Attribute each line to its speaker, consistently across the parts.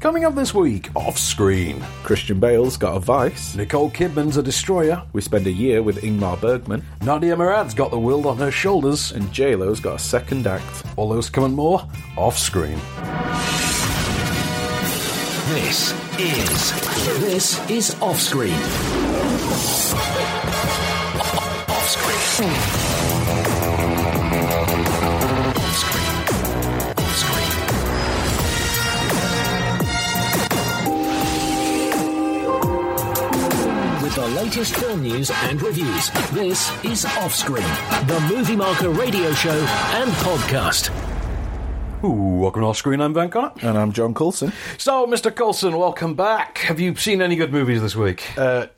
Speaker 1: Coming up this week, off screen,
Speaker 2: Christian Bale's got a vice.
Speaker 1: Nicole Kidman's a destroyer,
Speaker 2: We spend a year with Ingmar Bergman.
Speaker 1: Nadia Murad's got the world on her shoulders,
Speaker 2: And JLo's got a second act.
Speaker 1: all those come and more off screen.
Speaker 3: This is this is off screen. Off screen. Off screen. Off screen. With the latest film news and reviews, this is Off Screen, the Movie Marker radio show and podcast.
Speaker 1: Ooh, welcome to off screen, I'm Van Connor.
Speaker 2: And I'm John Coulson.
Speaker 1: So, Mr. Coulson, welcome back. Have you seen any good movies this week?
Speaker 2: I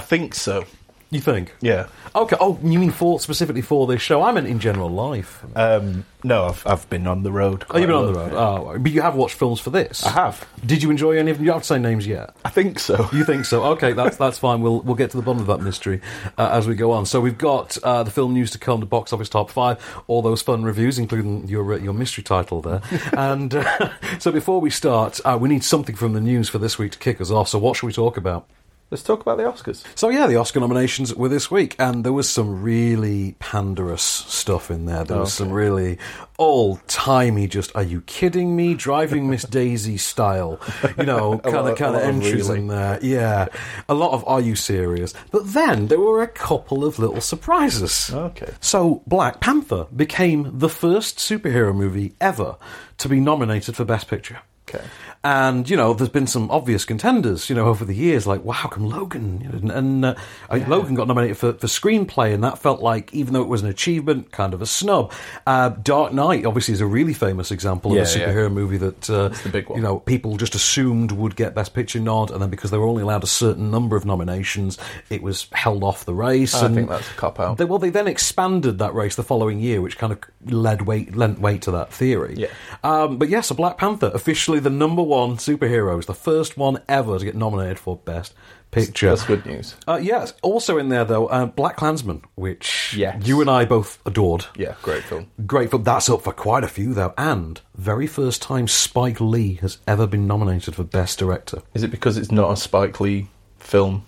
Speaker 2: think so.
Speaker 1: you think?
Speaker 2: Uh, Yeah.
Speaker 1: Okay, oh, you mean for specifically for this show? I meant in general life.
Speaker 2: Um, no, I've, I've been on the road.
Speaker 1: oh,
Speaker 2: quite
Speaker 1: you've been
Speaker 2: a
Speaker 1: on the
Speaker 2: lot.
Speaker 1: road. Oh, but you have watched films for this.
Speaker 2: I have.
Speaker 1: Did you enjoy any of them? You don't have to say names yet.
Speaker 2: I think so.
Speaker 1: You think so? Okay, that's that's fine. We'll we'll get to the bottom of that mystery uh, as we go on. So we've got uh, the film news to come, the box office top five, all those fun reviews, including your uh, your mystery title there. and uh, so before we start, uh, we need something from the news for this week to kick us off. So what should we talk about?
Speaker 2: Let's talk about the Oscars.
Speaker 1: So yeah, the Oscar nominations were this week, and there was some really panderous stuff in there. There was some really old timey, just "Are you kidding me?" Driving Miss Daisy style, you know, kind
Speaker 2: lot
Speaker 1: of
Speaker 2: of-
Speaker 1: kind
Speaker 2: a
Speaker 1: of
Speaker 2: lot of
Speaker 1: entries
Speaker 2: wheeling.
Speaker 1: in there. Yeah, a lot of "Are you serious?" But then there were a couple of little surprises.
Speaker 2: Okay.
Speaker 1: So Black Panther became the first superhero movie ever to be nominated for Best Picture.
Speaker 2: Okay.
Speaker 1: And you know, there's been some obvious contenders, you know, over the years. Like, wow, how come Logan? You know, and and uh, I think Logan got nominated for, for screenplay, and that felt like, even though it was an achievement, kind of a snub. Uh, Dark Knight, obviously, is a really famous example
Speaker 2: Yeah,
Speaker 1: of a
Speaker 2: yeah.
Speaker 1: superhero movie that uh,
Speaker 2: the big one.
Speaker 1: you know people just assumed would get Best Picture nod, and then because they were only allowed a certain number of nominations, it was held off the race.
Speaker 2: I
Speaker 1: and
Speaker 2: think that's a cop-out.
Speaker 1: they- well, they then expanded that race the following year, which kind of led weight, lent weight to that theory.
Speaker 2: Yeah.
Speaker 1: Um, but yes, a Black Panther, officially the number one superhero, is the first one ever to get nominated for Best Picture.
Speaker 2: That's good news.
Speaker 1: Uh, yes, also in there though, uh, Black Klansman, which
Speaker 2: Yes.
Speaker 1: you and I both adored.
Speaker 2: Yeah, great film.
Speaker 1: Great film. That's up for quite a few though, and very first time Spike Lee has ever been nominated for Best Director.
Speaker 2: Is it because it's not a Spike Lee film?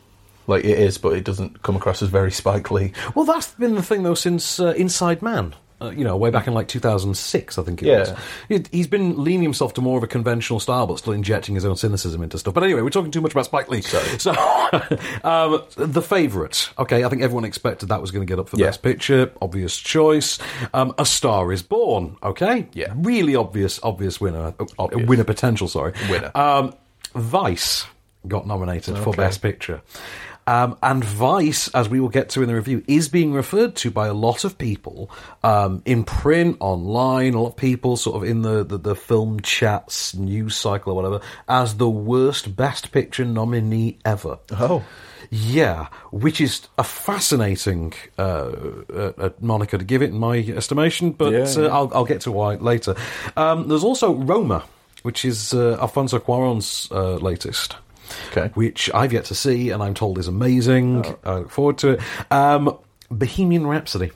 Speaker 2: Like it is, but it doesn't come across as very Spike Lee.
Speaker 1: Well, that's been the thing though since uh, Inside Man. Uh, you know, way back in like 2006, I think it
Speaker 2: Yeah.
Speaker 1: was. He- He's been leaning himself to more of a conventional style, but still injecting his own cynicism into stuff. But anyway, we're talking too much about Spike Lee. So, um, the favourite. Okay, I think everyone expected that was going to get up for
Speaker 2: Yeah.
Speaker 1: Best Picture. Obvious choice. Um, a Star is Born. Okay,
Speaker 2: Yeah.
Speaker 1: really obvious, obvious winner. Uh,
Speaker 2: Obvious.
Speaker 1: Winner potential. Sorry,
Speaker 2: Winner.
Speaker 1: Um, Vice got nominated for
Speaker 2: Okay.
Speaker 1: Best Picture. Um, and Vice, as we will get to in the review, is being referred to by a lot of people um, in print, online, a lot of people sort of in the, the, the film chats, news cycle, or whatever, as the worst Best Picture nominee ever.
Speaker 2: Oh,
Speaker 1: Yeah, which is a fascinating uh, uh, uh, moniker to give it, in my estimation. But
Speaker 2: Yeah,
Speaker 1: uh,
Speaker 2: yeah.
Speaker 1: I'll, I'll get to why later. Um, there's also Roma, which is uh, Alfonso Cuarón's uh, latest.
Speaker 2: Okay.
Speaker 1: Which I've yet to see, and I'm told is amazing.
Speaker 2: Oh.
Speaker 1: I look forward to it. Um, Bohemian Rhapsody.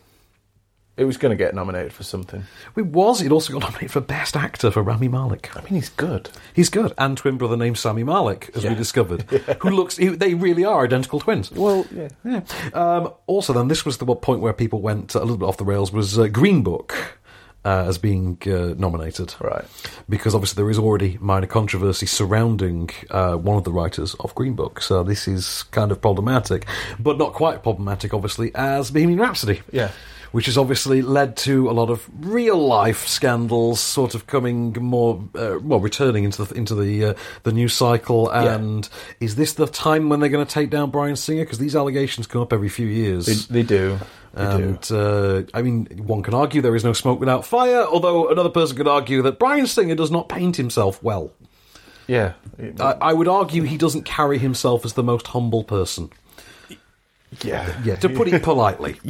Speaker 2: it was going to get nominated for something.
Speaker 1: It was. It also got nominated for Best Actor for Rami Malek.
Speaker 2: I mean, he's good.
Speaker 1: He's good. And twin brother named Sammy Malik, as we
Speaker 2: Yeah.
Speaker 1: discovered, who looks, who- they really are identical twins.
Speaker 2: Well, yeah.
Speaker 1: Yeah. Um, also, then, this was the one point where people went a little bit off the rails was uh, Green Book. Uh, as being uh, nominated,
Speaker 2: Right.
Speaker 1: Because obviously there is already minor controversy surrounding uh, one of the writers of Green Book, so this is kind of problematic, but not quite problematic, obviously, as Bohemian Rhapsody,
Speaker 2: Yeah.
Speaker 1: which has obviously led to a lot of real life scandals, sort of coming more uh, well, returning into the into the uh, the news cycle.
Speaker 2: Yeah.
Speaker 1: And is this the time when they're going to take down Brian Singer? Because these allegations come up every few years.
Speaker 2: They, they do. Um, They do.
Speaker 1: and uh, I mean, one can argue there is no smoke without fire. Although another person could argue that Brian Singer does not paint himself well.
Speaker 2: Yeah.
Speaker 1: I, I would argue he doesn't carry himself as the most humble person.
Speaker 2: yeah.
Speaker 1: Yeah, to put it politely.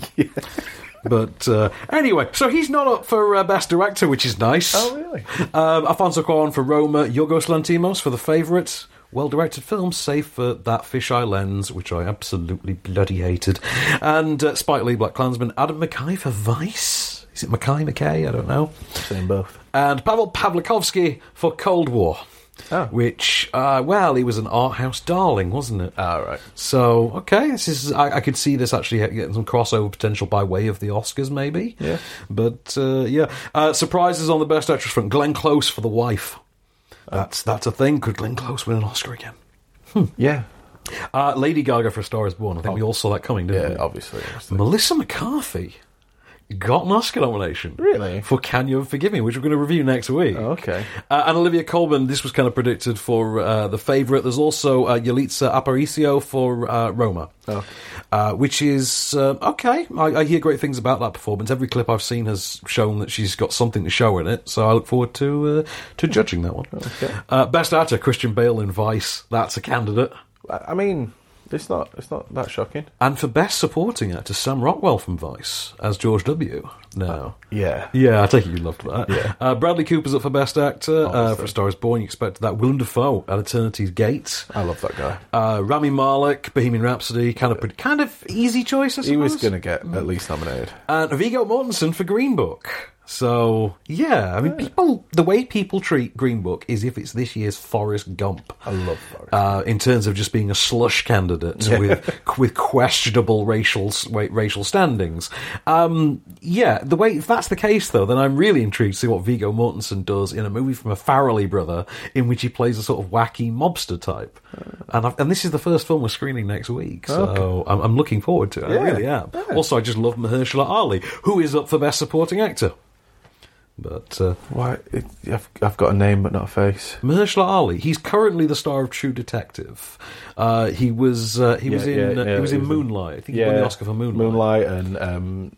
Speaker 1: But uh, anyway, so he's not up for uh, Best Director, which is nice.
Speaker 2: Oh, really?
Speaker 1: Um, Alfonso Cuarón for Roma, Yorgos Lantimos for The Favourite. Well directed film, save for that fisheye lens, which I absolutely bloody hated. And uh, Spike Lee, Black Klansman, Adam McKay for Vice. Is it McKay, McKay? I don't know.
Speaker 2: Saying both.
Speaker 1: And Pavel Pavlikovsky for Cold War.
Speaker 2: Oh.
Speaker 1: which, uh, well, it was an art house darling, wasn't it?
Speaker 2: Ah, right.
Speaker 1: So okay, this is I, I could see this actually getting some crossover potential by way of the Oscars, maybe.
Speaker 2: Yeah.
Speaker 1: But uh, yeah, uh, surprises on the best actress front. Glenn Close for The Wife. That's that's a thing. Could Glenn Close win an Oscar again?
Speaker 2: Yeah.
Speaker 1: Uh, Lady Gaga for A Star Is Born. I think we all saw that coming, didn't
Speaker 2: Oh. Yeah, Oh,
Speaker 1: we?
Speaker 2: obviously. obviously.
Speaker 1: Melissa McCarthy got an Oscar nomination.
Speaker 2: Really?
Speaker 1: For Can You Forgive Me, which we're going to review next week.
Speaker 2: Oh, okay.
Speaker 1: Uh, and Olivia Colman, this was kind of predicted for uh, The Favourite. There's also uh, Yalitza Aparicio for uh, Roma.
Speaker 2: Oh.
Speaker 1: Uh, which is uh, okay. I, I hear great things about that performance. Every clip I've seen has shown that she's got something to show in it, so I look forward to uh, to judging that one.
Speaker 2: Okay.
Speaker 1: Uh, best actor, Christian Bale in Vice. That's a candidate.
Speaker 2: I I mean, it's not it's not that shocking.
Speaker 1: And for best supporting actor, Sam Rockwell from Vice as George W. No.
Speaker 2: Yeah.
Speaker 1: Yeah, I take it you loved that.
Speaker 2: Oh. Yeah.
Speaker 1: Uh, Bradley Cooper's up for Best Actor uh, for
Speaker 2: Obviously.
Speaker 1: A Star Is Born. You expect that. Willem Dafoe at Eternity's Gate.
Speaker 2: I love that guy.
Speaker 1: Uh, Rami Malek, Bohemian Rhapsody, kind of kind of easy choice. I suppose.
Speaker 2: He was going to get at least nominated.
Speaker 1: and Viggo Mortensen for Green Book. So yeah, I mean, people the way people treat Green Book is if it's this year's Forrest Gump.
Speaker 2: I love Forrest.
Speaker 1: Uh, in terms of just being a slush candidate with with questionable racial s- wa- racial standings, um, yeah. The way if that's the case, though, then I'm really intrigued to see what Vigo Mortensen does in a movie from a Farrelly brother, in which he plays a sort of wacky mobster type.
Speaker 2: Uh.
Speaker 1: And I've, and this is the first film we're screening next week, so I'm, I'm looking forward to it. I
Speaker 2: Yeah.
Speaker 1: really am. Also, I just love Mahershala Ali, who is up for Best Supporting Actor. But uh,
Speaker 2: Why? It, I've, I've got a name but not a face.
Speaker 1: Mahershala Ali. He's currently the star of True Detective. Uh, he was uh, he was in
Speaker 2: yeah,
Speaker 1: uh,
Speaker 2: yeah,
Speaker 1: he was
Speaker 2: he
Speaker 1: in
Speaker 2: was in-
Speaker 1: Moonlight. I think he won the Oscar for Moonlight.
Speaker 2: Moonlight Mm. and um,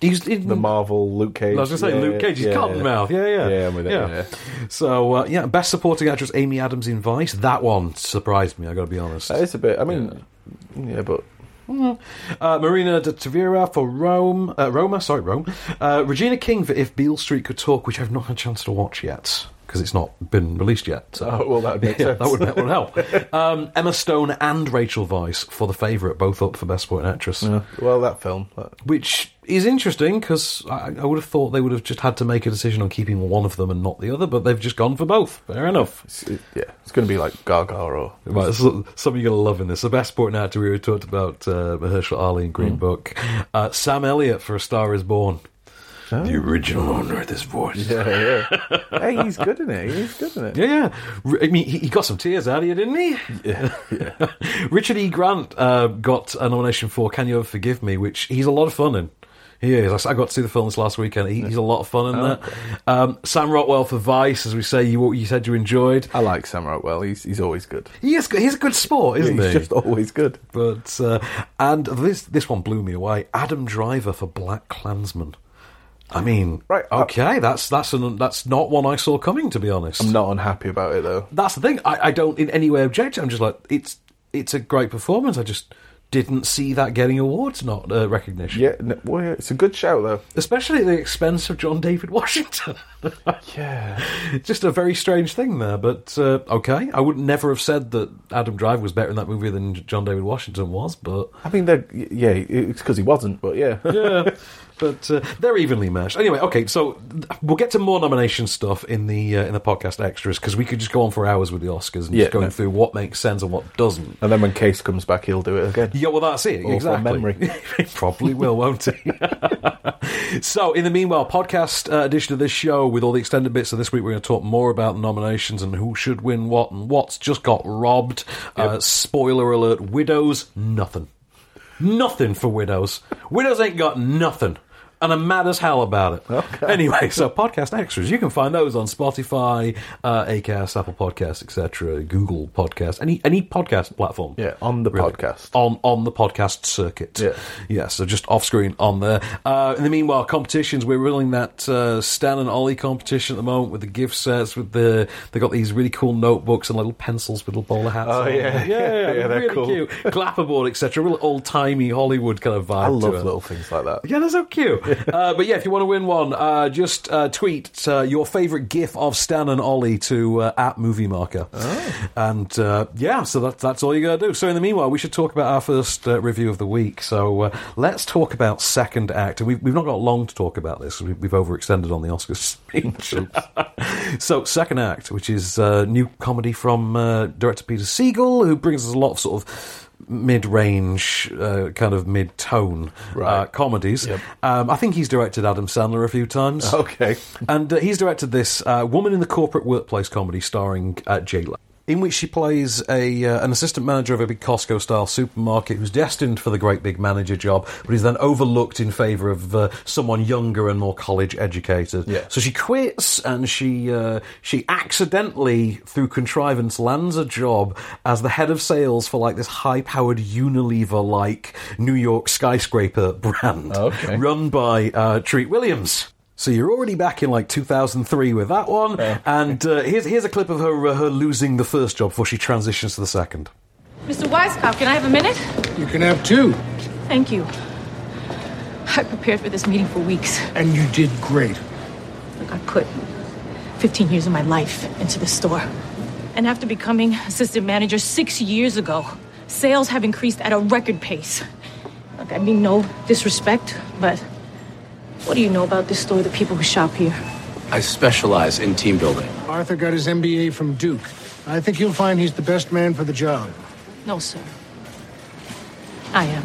Speaker 1: He's in
Speaker 2: the Marvel Luke Cage.
Speaker 1: I was going to say
Speaker 2: Yeah,
Speaker 1: Luke Cage. He's
Speaker 2: yeah,
Speaker 1: Cottonmouth. Yeah, yeah,
Speaker 2: Yeah, I'm with it. Yeah.
Speaker 1: So uh, yeah, best supporting actress Amy Adams in Vice. That one surprised me. I got to be honest.
Speaker 2: That is a bit. I mean, yeah, but
Speaker 1: Uh, Marina de Tavira for Rome. Uh, Roma, sorry, Rome. Uh, Regina King for If Beale Street Could Talk, which I've not had a chance to watch yet because it's not been released yet. So.
Speaker 2: Oh, well, that'd make
Speaker 1: Yeah,
Speaker 2: sense.
Speaker 1: That would, that would help. um, Emma Stone and Rachel Weisz for The Favourite, both up for Best Supporting Actress.
Speaker 2: well, that film. That,
Speaker 1: Which is interesting because I, I would have thought they would have just had to make a decision on keeping one of them and not the other, but they've just gone for both. Fair enough.
Speaker 2: it's, it, yeah, it's going to be like Gaga or
Speaker 1: Right, so, something you're going to love in this. The best supporting actor we already talked about, uh, Mahershala Ali in
Speaker 2: Hmm.
Speaker 1: Green Book. Uh, Sam Elliott for A Star Is Born. The original owner of this voice. Yeah,
Speaker 2: Oh. yeah, yeah. hey, he's good in it. He's good in it.
Speaker 1: yeah. R- I mean, he, he got some tears out of you, didn't he?
Speaker 2: Yeah, yeah.
Speaker 1: Richard E. Grant uh, got a nomination for Can You Ever Forgive Me, which he's a lot of fun in. He is. I I got to see the film this last weekend. He, he's a lot of fun in
Speaker 2: Oh,
Speaker 1: that. Um, Sam Rockwell for Vice, as we say, you you said you enjoyed.
Speaker 2: I like Sam Rockwell. He's he's always good.
Speaker 1: He is, he's a good sport, isn't
Speaker 2: he's
Speaker 1: he?
Speaker 2: just always good.
Speaker 1: But uh, and this this one blew me away. Adam Driver for Black Klansman. I mean,
Speaker 2: Right, uh,
Speaker 1: Okay, that's that's an, that's not one I saw coming. To be honest,
Speaker 2: I'm not unhappy about it though.
Speaker 1: that's the thing. I, I don't in any way object. I'm just like it's it's a great performance. I just didn't see that getting awards not uh, recognition,
Speaker 2: Yeah, no, well, yeah, it's a good shout though.
Speaker 1: especially at the expense of John David Washington.
Speaker 2: Yeah,
Speaker 1: just a very strange thing there. But uh, okay, I would never have said that Adam Driver was better in that movie than John David Washington was, but.
Speaker 2: I mean, they're yeah, it's because he wasn't, but yeah,
Speaker 1: yeah. But uh, they're evenly matched. Anyway, okay, so th- we'll get to more nomination stuff in the uh, in the podcast extras because we could just go on for hours with the Oscars and
Speaker 2: Yeah,
Speaker 1: just going
Speaker 2: no.
Speaker 1: through what makes sense and what doesn't.
Speaker 2: And then when Case comes back, he'll do it again.
Speaker 1: Yeah, well, that's it.
Speaker 2: from
Speaker 1: exactly.
Speaker 2: memory.
Speaker 1: it probably will, won't it? so, in the meanwhile, podcast uh, edition of this show with all the extended bits. So, this week we're going to talk more about nominations and who should win what and what's just got robbed. Uh, spoiler alert Widows, nothing. Nothing for Widows. Widows ain't got nothing. And I'm mad as hell about it. Anyway, so podcast extras, you can find those on Spotify, uh, Acast, Apple Podcasts, etc., Google Podcasts, any any podcast platform.
Speaker 2: Yeah, on the
Speaker 1: Really.
Speaker 2: podcast.
Speaker 1: On on the podcast circuit.
Speaker 2: Yeah.
Speaker 1: Yeah, so just off screen on there. Uh, in the meanwhile, competitions, we're running that uh, Stan and Ollie competition at the moment with the gift sets, with the they got these really cool notebooks and little pencils with little bowler hats.
Speaker 2: Oh,
Speaker 1: on.
Speaker 2: yeah.
Speaker 1: Yeah,
Speaker 2: Yeah, they're
Speaker 1: really
Speaker 2: cool.
Speaker 1: cute. Clapperboard, etc. Real old timey Hollywood kind of vibe.
Speaker 2: I
Speaker 1: to
Speaker 2: love
Speaker 1: it.
Speaker 2: little things like that.
Speaker 1: Yeah, they're so cute. Uh, but yeah, if you want to win one, uh, just uh, tweet uh, your favourite GIF of Stan and Ollie to uh, at Movie Marker. And uh, yeah, so that, that's all you got to do. So in the meanwhile, we should talk about our first uh, review of the week. So uh, let's talk about Second Act. And we've, we've not got long to talk about this. We, we've overextended on the Oscars speech. so Second Act, which is a new comedy from uh, director Peter Siegel, who brings us a lot of sort of mid-range, uh, kind of mid-tone uh,
Speaker 2: Right.
Speaker 1: comedies.
Speaker 2: Yep.
Speaker 1: Um, I think he's directed Adam Sandler a few times.
Speaker 2: Okay.
Speaker 1: And uh, he's directed this uh, Woman in the Corporate Workplace comedy starring uh, Jayla. In which she plays a uh, an assistant manager of a big Costco-style supermarket who's destined for the great big manager job, but is then overlooked in favour of uh, someone younger and more college-educated.
Speaker 2: Yeah.
Speaker 1: So she quits, and she uh, she accidentally, through contrivance, lands a job as the head of sales for like this high-powered Unilever-like New York skyscraper brand,
Speaker 2: Okay.
Speaker 1: run by uh, Treat Williams. So you're already back in like 2003 with that one. And uh, here's here's a clip of her uh, her losing the first job before she transitions to the second.
Speaker 4: Mr. Weisskopf, can I have a minute?
Speaker 5: You can have two.
Speaker 4: Thank you. I prepared for this meeting for weeks.
Speaker 5: And you did great.
Speaker 4: I put 15 years of my life into the store. And after becoming assistant manager six years ago, sales have increased at a record pace. Look, I mean, no disrespect, but what do you know about this store, the people who shop here?
Speaker 6: I specialize in team building.
Speaker 5: Arthur got his MBA from Duke. I think you'll find he's the best man for the job.
Speaker 4: No, sir. I am.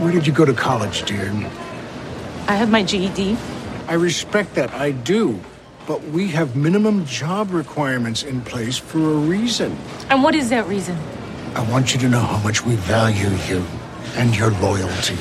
Speaker 5: Where did you go to college, dear?
Speaker 4: I have my E GED.
Speaker 5: I respect that, I do. But we have minimum job requirements in place for a reason.
Speaker 4: And what is that reason?
Speaker 5: I want you to know how much we value you and your loyalty.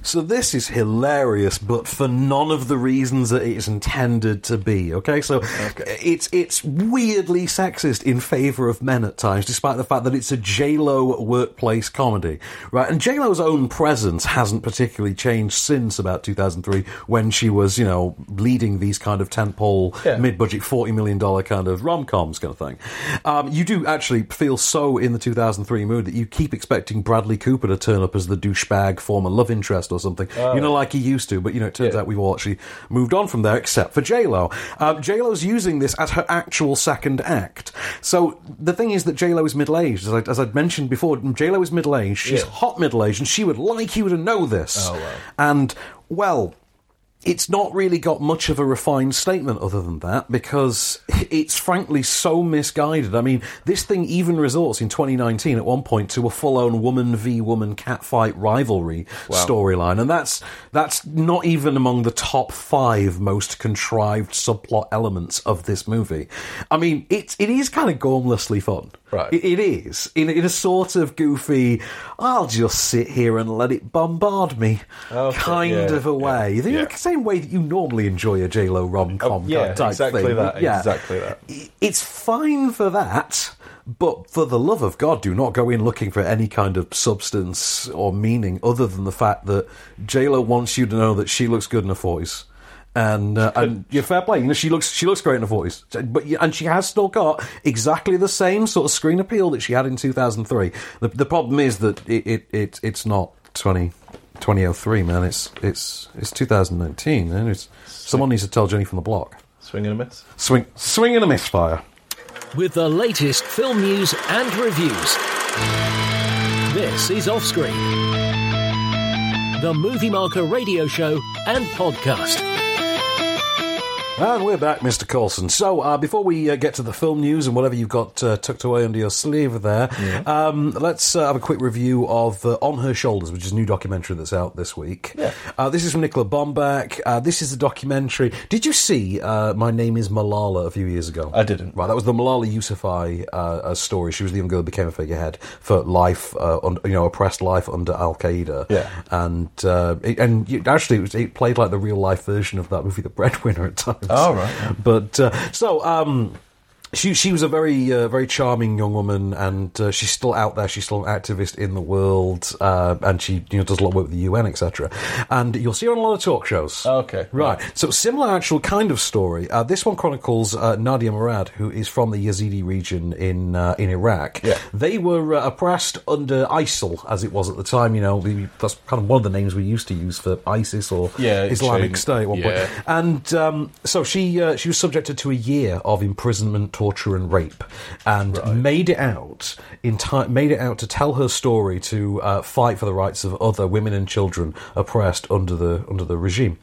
Speaker 1: So this is hilarious, but for none of the reasons that it is intended to be. Okay, so it's it's weirdly sexist in favour of men at times, despite the fact that it's a J Lo workplace comedy, right? And J Lo's own presence hasn't particularly changed since about 2003, when she was you know leading these kind of tentpole
Speaker 2: Yeah.
Speaker 1: mid budget forty million dollar kind of rom coms kind of thing. Um, you do actually feel so in the two thousand three mood that you keep expecting Bradley Cooper to turn up as the douchebag former love interest or something. you know, like he used to. But you know, it turns
Speaker 2: Oh. Yeah.
Speaker 1: out we've all actually moved on from there, except for J Lo. Um, J Lo's using this as her actual second act. So the thing is that J Lo is middle aged, as, I, as I'd mentioned before. J Lo is middle aged. She's
Speaker 2: Yeah. Oh,
Speaker 1: hot middle aged, and she would like you to know this. And well it's not really got much of a refined statement other than that because it's frankly so misguided. I mean, this thing even resorts in 2019 at one point to a full-on woman v woman catfight rivalry storyline, and that's that's not even among the top five most contrived subplot elements of this movie. I mean, it's it is kind of gormlessly fun.
Speaker 2: Right.
Speaker 1: It- it is in in a sort of goofy. I'll just sit here and let it bombard me, kind
Speaker 2: yeah,
Speaker 1: of a
Speaker 2: yeah.
Speaker 1: way. You think
Speaker 2: Yeah.
Speaker 1: the same way that you normally enjoy a J Lo rom com
Speaker 2: Oh, yeah,
Speaker 1: type
Speaker 2: exactly
Speaker 1: thing.
Speaker 2: that, exactly that.
Speaker 1: I- It's fine for that, but for the love of God, do not go in looking for any kind of substance or meaning other than the fact that J Lo wants you to know that she looks good in her forties. And uh, and you're fair play. You know she looks she looks great in her forties, but you- and she has still got exactly the same sort of screen appeal that she had in 2003. The, the problem is that it, it, it it's not 20, 2003, man. It's it's it's 2019, and it's someone needs to tell Jenny from the block.
Speaker 2: Swing and a miss.
Speaker 1: Swing, swing and a misfire.
Speaker 3: with the latest film news and reviews. This is Offscreen, the Movie Marker radio show and podcast.
Speaker 1: And we're back, Mr. Coulson. So, uh, before we uh, get to the film news and whatever you've got uh, tucked away under your sleeve there, um, let's uh, have a quick review of uh, On Her Shoulders, which is a new documentary that's out this week. Uh, this is from Nicola Bomback. Uh, this is the documentary. Did you see uh, My Name is Malala a few years ago?
Speaker 2: I didn't.
Speaker 1: Right, that was the Malala Yousafzai uh, uh, story. She was the young girl who became a figurehead for life, uh, un- you know, oppressed life under Al Qaeda.
Speaker 2: Yeah.
Speaker 1: and uh, it, and you, actually, it, was, it played like the real life version of that movie, The Breadwinner, at times.
Speaker 2: Oh, right, yeah.
Speaker 1: But uh, so. Um, she she was a very uh, very charming young woman, and uh, she's still out there. She's still an activist in the world, uh, and she you know does a lot of work with the UN, etc. And you'll see her on a lot of talk shows.
Speaker 2: Okay.
Speaker 1: right. So similar actual kind of story. Uh, this one chronicles uh, Nadia Murad, who is from the Yazidi region in uh, in Iraq.
Speaker 2: Yeah.
Speaker 1: They were uh, oppressed under ISIL, as it was at the time. You know, the, that's kind of one of the names we used to use for ISIS or
Speaker 2: Yeah, it
Speaker 1: Islamic
Speaker 2: changed.
Speaker 1: State at one point.
Speaker 2: Yeah.
Speaker 1: And um, so she uh, she was subjected to a year of imprisonment, torture, and rape, and made it out in time, made it out to tell her story to uh, fight for the rights of other women and children oppressed under the under the regime.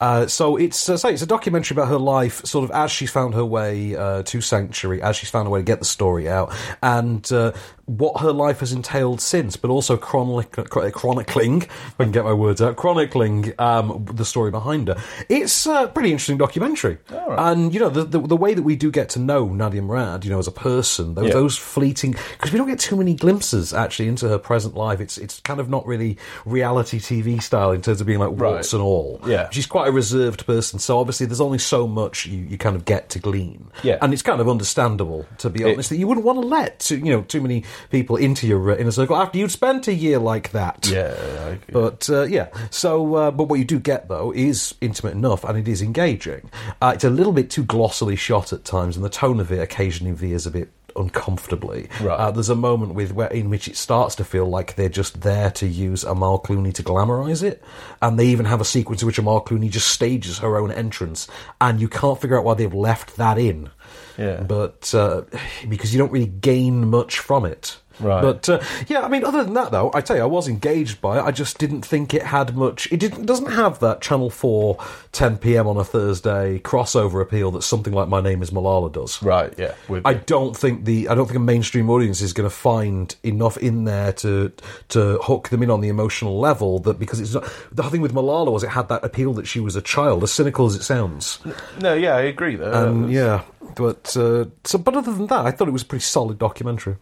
Speaker 1: Uh, so it's uh, say it's a documentary about her life, sort of as she found her way uh, to sanctuary, as she's found a way to get the story out, and. Uh, what her life has entailed since, but also chronic- chron- chronicling, if I can get my words out, chronicling um, the story behind her. It's a pretty interesting documentary. And, you know, the, the, the way that we do get to know Nadia Murad, you know, as a person, those,
Speaker 2: Yeah.
Speaker 1: those fleeting, because we don't get too many glimpses actually into her present life. It's it's kind of not really reality TV style in terms of being like
Speaker 2: Right.
Speaker 1: warts and all.
Speaker 2: Yeah.
Speaker 1: She's quite a reserved person, so obviously there's only so much you, you kind of get to glean.
Speaker 2: Yeah.
Speaker 1: And it's kind of understandable, to be honest, that you wouldn't want to let too, you know too many people into your uh, inner circle after you'd spent a year like that.
Speaker 2: Yeah, I-
Speaker 1: But uh, yeah, so uh, but what you do get though is intimate enough, and it is engaging. Uh, it's a little bit too glossily shot at times, and the tone of it occasionally veers a bit uncomfortably.
Speaker 2: Right.
Speaker 1: Uh, there's a moment with where, in which it starts to feel like they're just there to use Amal Clooney to glamorize it, and they even have a sequence in which Amal Clooney just stages her own entrance, and you can't figure out why they've left that in.
Speaker 2: Yeah.
Speaker 1: But uh, because you don't really gain much from it.
Speaker 2: Right.
Speaker 1: But but uh, yeah, I mean, other than that, though, I tell you, I was engaged by it. I just didn't think it had much. It didn't, doesn't have that Channel 4 10 p.m. on a Thursday crossover appeal that something like My Name Is Malala does.
Speaker 2: Right, yeah. With,
Speaker 1: I don't think the I don't think a mainstream audience is going to find enough in there to to hook them in on the emotional level that because it's not, the thing with Malala was it had that appeal that she was a child as cynical as it sounds
Speaker 2: no, yeah, I agree. Though.
Speaker 1: um, yeah, but uh, so but other than that, I thought it was a pretty solid documentary.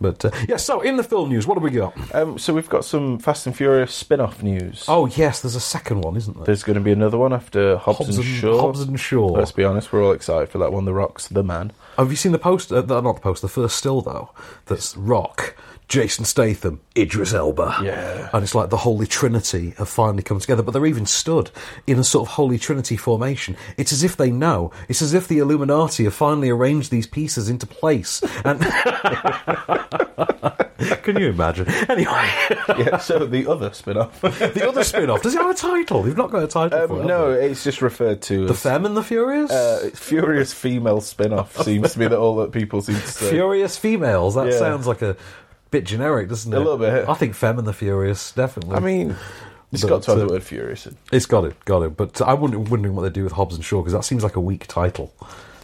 Speaker 1: But uh, yeah, so in the film news, what have we got?
Speaker 2: Um, so we've got some Fast and Furious spin-off news.
Speaker 1: Oh yes, there's a second one, isn't there?
Speaker 2: There's going to be another one after Hobbs,
Speaker 1: Hobbs
Speaker 2: and
Speaker 1: and-
Speaker 2: Shaw.
Speaker 1: Hobbs and Shaw.
Speaker 2: Let's be honest, we're all excited for that one. The Rock's the man.
Speaker 1: Have you seen the post? Uh, the- not the post, the first still though. That's Rock, Jason Statham, Idris Elba.
Speaker 2: Yeah.
Speaker 1: and it's like the holy trinity have finally come together. But they're even stood in a sort of holy trinity formation. It's as if they know. It's as if the Illuminati have finally arranged these pieces into place. And can you imagine? Anyway.
Speaker 2: yeah, so the other spin-off.
Speaker 1: The other spin-off. Does it have a title? You've not got a title for it.
Speaker 2: um,
Speaker 1: have
Speaker 2: no,
Speaker 1: you?
Speaker 2: it's just referred to
Speaker 1: The
Speaker 2: as
Speaker 1: Femme and the Furious.
Speaker 2: uh, Furious Female Spin-off. seems to be that all that people seem to say.
Speaker 1: Furious females. That
Speaker 2: Yeah.
Speaker 1: sounds like a bit generic, doesn't it?
Speaker 2: A little bit.
Speaker 1: I think Femme and the Furious definitely.
Speaker 2: I mean, it's
Speaker 1: But,
Speaker 2: got to have
Speaker 1: uh,
Speaker 2: the word furious. In.
Speaker 1: it's got it, got it. But I wonder, wondering what they do with Hobbs and Shaw because that seems like a weak title.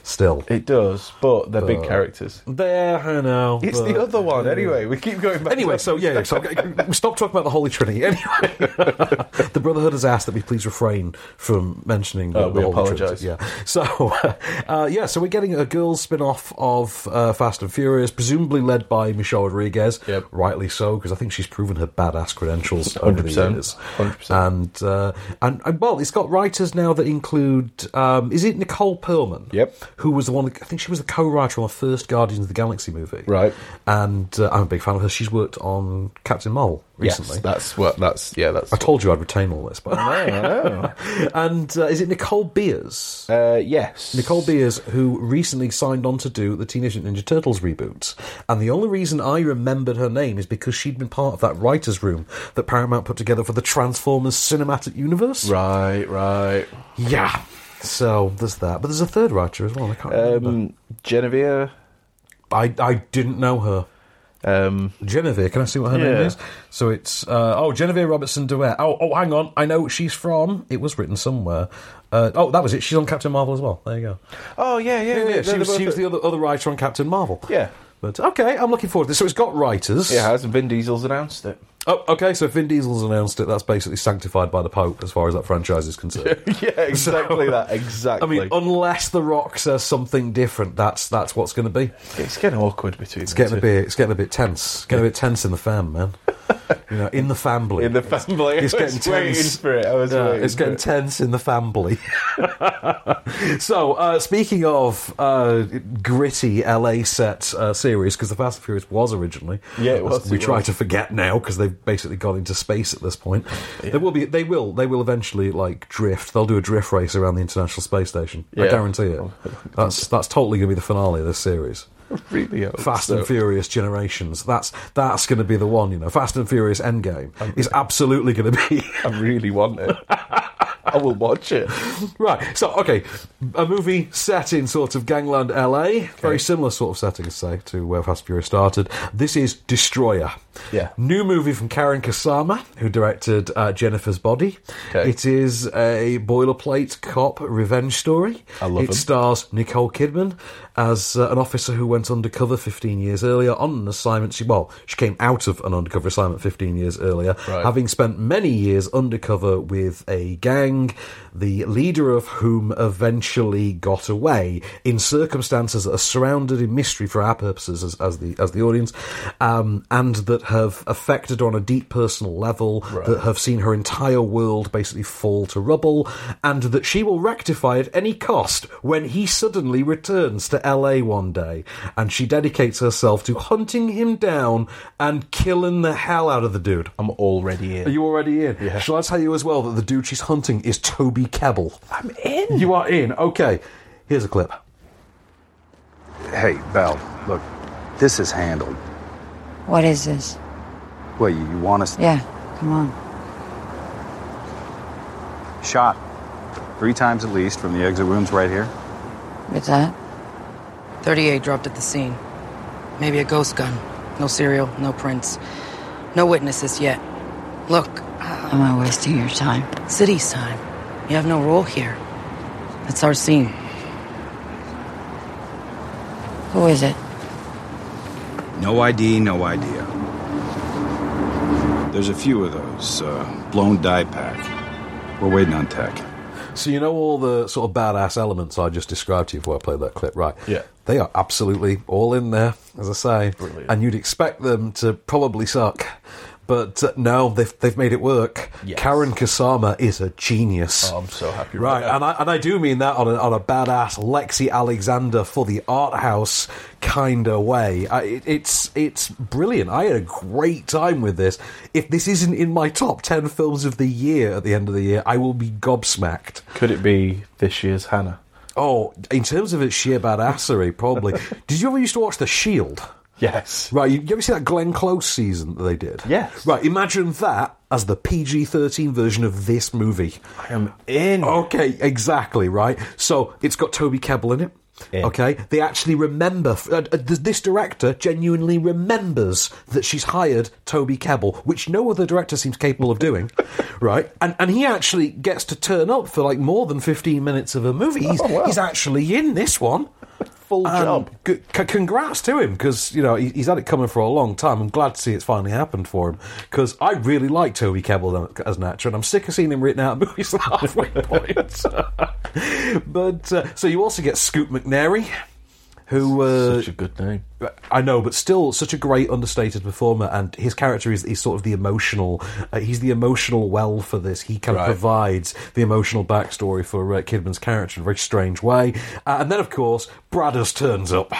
Speaker 1: Still,
Speaker 2: It does, but they're big
Speaker 1: But-
Speaker 2: characters.
Speaker 1: there. I know.
Speaker 2: It's
Speaker 1: but-
Speaker 2: the other one. Anyway, we keep going back.
Speaker 1: Anyway,
Speaker 2: to
Speaker 1: so yeah, yeah, so okay, stop talking about the Holy Trinity. Anyway, the Brotherhood has asked that we please refrain from mentioning the,
Speaker 2: Oh,
Speaker 1: the
Speaker 2: we
Speaker 1: Holy
Speaker 2: apologise.
Speaker 1: Trinity. Yeah. So, uh, yeah, so we're getting a girls' spin-off of uh, Fast and Furious, presumably led by Michelle Rodriguez.
Speaker 2: Yep.
Speaker 1: Rightly so, because I think she's proven her badass credentials over the
Speaker 2: 100%,
Speaker 1: years.
Speaker 2: 100%.
Speaker 1: And, uh, and and well, it's got writers now that include um, is it Nicole Perlman?
Speaker 2: Yep.
Speaker 1: Who was the one? I think she was the co-writer on the first Guardians of the Galaxy movie
Speaker 2: Right.
Speaker 1: and uh, I'm a big fan of her. She's worked on Captain Mole recently.
Speaker 2: Yes, that's what. That's yeah. That's.
Speaker 1: I told you I'd retain all this, but
Speaker 2: I know.
Speaker 1: and uh, is it Nicole Beers?
Speaker 2: Uh, Oh, yes,
Speaker 1: Nicole Beers, who recently signed on to do the Teenage Mutant Ninja Turtles reboot, and the only reason I remembered her name is because she'd been part of that writers' room that Paramount put together for the Transformers cinematic universe.
Speaker 2: Right, right.
Speaker 1: Yeah. So there's that, but there's a third writer as well. and I can't remember.
Speaker 2: Um, Genevieve.
Speaker 1: I I didn't know her.
Speaker 2: Um,
Speaker 1: Genevieve. Can I see what her name
Speaker 2: Yeah.
Speaker 1: is? So it's uh, oh Genevieve Robertson Duet. Oh oh, hang on, I know she's from. It was written somewhere. Uh, oh, that was it. She's on Captain Marvel as well. There you go.
Speaker 2: oh yeah, yeah.
Speaker 1: Yeah,
Speaker 2: they're-
Speaker 1: she,
Speaker 2: they're
Speaker 1: was,
Speaker 2: both-
Speaker 1: she was the other, other writer on Captain Marvel.
Speaker 2: Yeah.
Speaker 1: But okay, I'm looking forward to this. So it's got writers.
Speaker 2: It has, and Vin Diesel's announced it.
Speaker 1: Oh, okay. So Vin Diesel's announced it. That's basically sanctified by the Pope as far as that franchise is concerned.
Speaker 2: yeah, exactly
Speaker 1: So-
Speaker 2: that.
Speaker 1: I
Speaker 2: Exactly.
Speaker 1: mean, unless The Rock says something different, that's that's what's going to be.
Speaker 2: it's getting awkward between.
Speaker 1: It's getting a bit. It's getting a bit tense. Getting a bit tense in the fam, man. you know, in the family.
Speaker 2: In the family.
Speaker 1: It's,
Speaker 2: I
Speaker 1: getting
Speaker 2: was waiting
Speaker 1: tense.
Speaker 2: for it. I was
Speaker 1: Yeah,
Speaker 2: waiting
Speaker 1: it's getting
Speaker 2: for it.
Speaker 1: tense in the family. so, uh, speaking of uh, gritty LA set uh, series, because the Fast and Furious was originally.
Speaker 2: Yeah, it was,
Speaker 1: We
Speaker 2: it
Speaker 1: try
Speaker 2: was.
Speaker 1: to forget now because they've basically gone into space at this point. They will be. They will. They will eventually like drift. They'll do a drift race around the International Space Station. I
Speaker 2: Yeah. Oh,
Speaker 1: guarantee it. That's that's totally going to be the finale of this series.
Speaker 2: really hope
Speaker 1: Fast
Speaker 2: so.
Speaker 1: and Furious Generations. That's that's going to be the one, you know. Fast and Furious Endgame is absolutely going to be
Speaker 2: I really want it. I will watch it.
Speaker 1: right. So okay, a movie set in sort of gangland LA, very similar sort of setting, say, to where Fast and Furious started. This is Destroyer.
Speaker 2: Yeah.
Speaker 1: New movie from Karen Kasama, who directed uh, Jennifer's Body.
Speaker 2: Okay.
Speaker 1: It is a boilerplate cop revenge story.
Speaker 2: I love
Speaker 1: it.
Speaker 2: them.
Speaker 1: stars Nicole Kidman as uh, an officer who went undercover 15 years earlier on an assignment. She, well, she came out of an undercover assignment 15 years earlier,
Speaker 2: Right.
Speaker 1: having spent many years undercover with a gang, the leader of whom eventually got away in circumstances that are surrounded in mystery for our purposes as, as the as the audience, um, and that have affected her on a deep personal level, that have seen her entire world basically fall to rubble, and that she will rectify at any cost when he suddenly returns to LA one day, and she dedicates herself to hunting him down and killing the hell out of the dude.
Speaker 2: I'm already
Speaker 1: Are
Speaker 2: in.
Speaker 1: you already in? Shall I tell you as well that the dude she's hunting is Toby Kebbell? I'm in. You are in. Okay. Here's a clip.
Speaker 7: Hey, Belle, look, this is handled.
Speaker 8: What is this?
Speaker 7: Well, you, you want us
Speaker 8: Yeah, come on.
Speaker 7: shot three times at least from the exit wounds right here?
Speaker 8: What's that?
Speaker 9: 38 dropped at the scene. Maybe a ghost gun. No serial, no prints. No witnesses yet. Look,
Speaker 8: Am I wasting your time?
Speaker 9: city's time. You have no role here. It's our scene.
Speaker 8: Who is it?
Speaker 7: No ID, no idea. There's a few of those. Uh, blown die pack. We're waiting on tech.
Speaker 1: So you know all the sort of badass elements I just described to you before I played that clip, right?
Speaker 2: Yeah.
Speaker 1: They are absolutely all in there, as I say.
Speaker 2: Brilliant.
Speaker 1: And you'd expect them to probably suck. But uh, no, they've, they've made it work.
Speaker 2: Yes.
Speaker 1: Karen Kasama is a genius.
Speaker 2: Oh, I'm so happy.
Speaker 1: Right,
Speaker 2: about
Speaker 1: and
Speaker 2: that.
Speaker 1: I, and I do mean that on a, on a badass Lexi Alexander for the art house kind of way. I, it, it's it's brilliant. I had a great time with this. If this isn't in my top ten films of the year at the end of the year, I will be gobsmacked.
Speaker 2: could it be this year's Hannah?
Speaker 1: Oh, in terms of its sheer badassery, probably. did you ever used to watch The Shield?
Speaker 2: Yes.
Speaker 1: Right, you, you ever see that Glenn Close season that they did?
Speaker 2: Yes.
Speaker 1: Right, imagine that as the PG thirteen version of this movie.
Speaker 2: I am in.
Speaker 1: Okay, exactly right. So it's got Toby Kebbell in it.
Speaker 2: Yeah.
Speaker 1: Okay, they actually remember. Uh, uh, th- this director genuinely remembers that she's hired Toby Kebbell, which no other director seems capable of doing, right? And and he actually gets to turn up for like more than fifteen minutes of a movie.
Speaker 2: Oh,
Speaker 1: He's, he's actually in this one.
Speaker 2: Full
Speaker 1: And
Speaker 2: job.
Speaker 1: Um, c- c- congrats to him because you know he- he's had it coming for a long time. I'm glad to see it's finally happened for him because I really like Toby Kebbell as an actor, and I'm sick of seeing him written out of movies at halfway point. but uh, so you also get Scoop McNairy, who uh,
Speaker 2: Such a good name.
Speaker 1: I know, but still such a great understated performer, and his character is, is sort of the emotional. Uh, he's the emotional well for this. He kind
Speaker 2: Right.
Speaker 1: of provides the emotional backstory for uh, Kidman's character in a very strange way. Uh, and then, of course, Bradders turns up.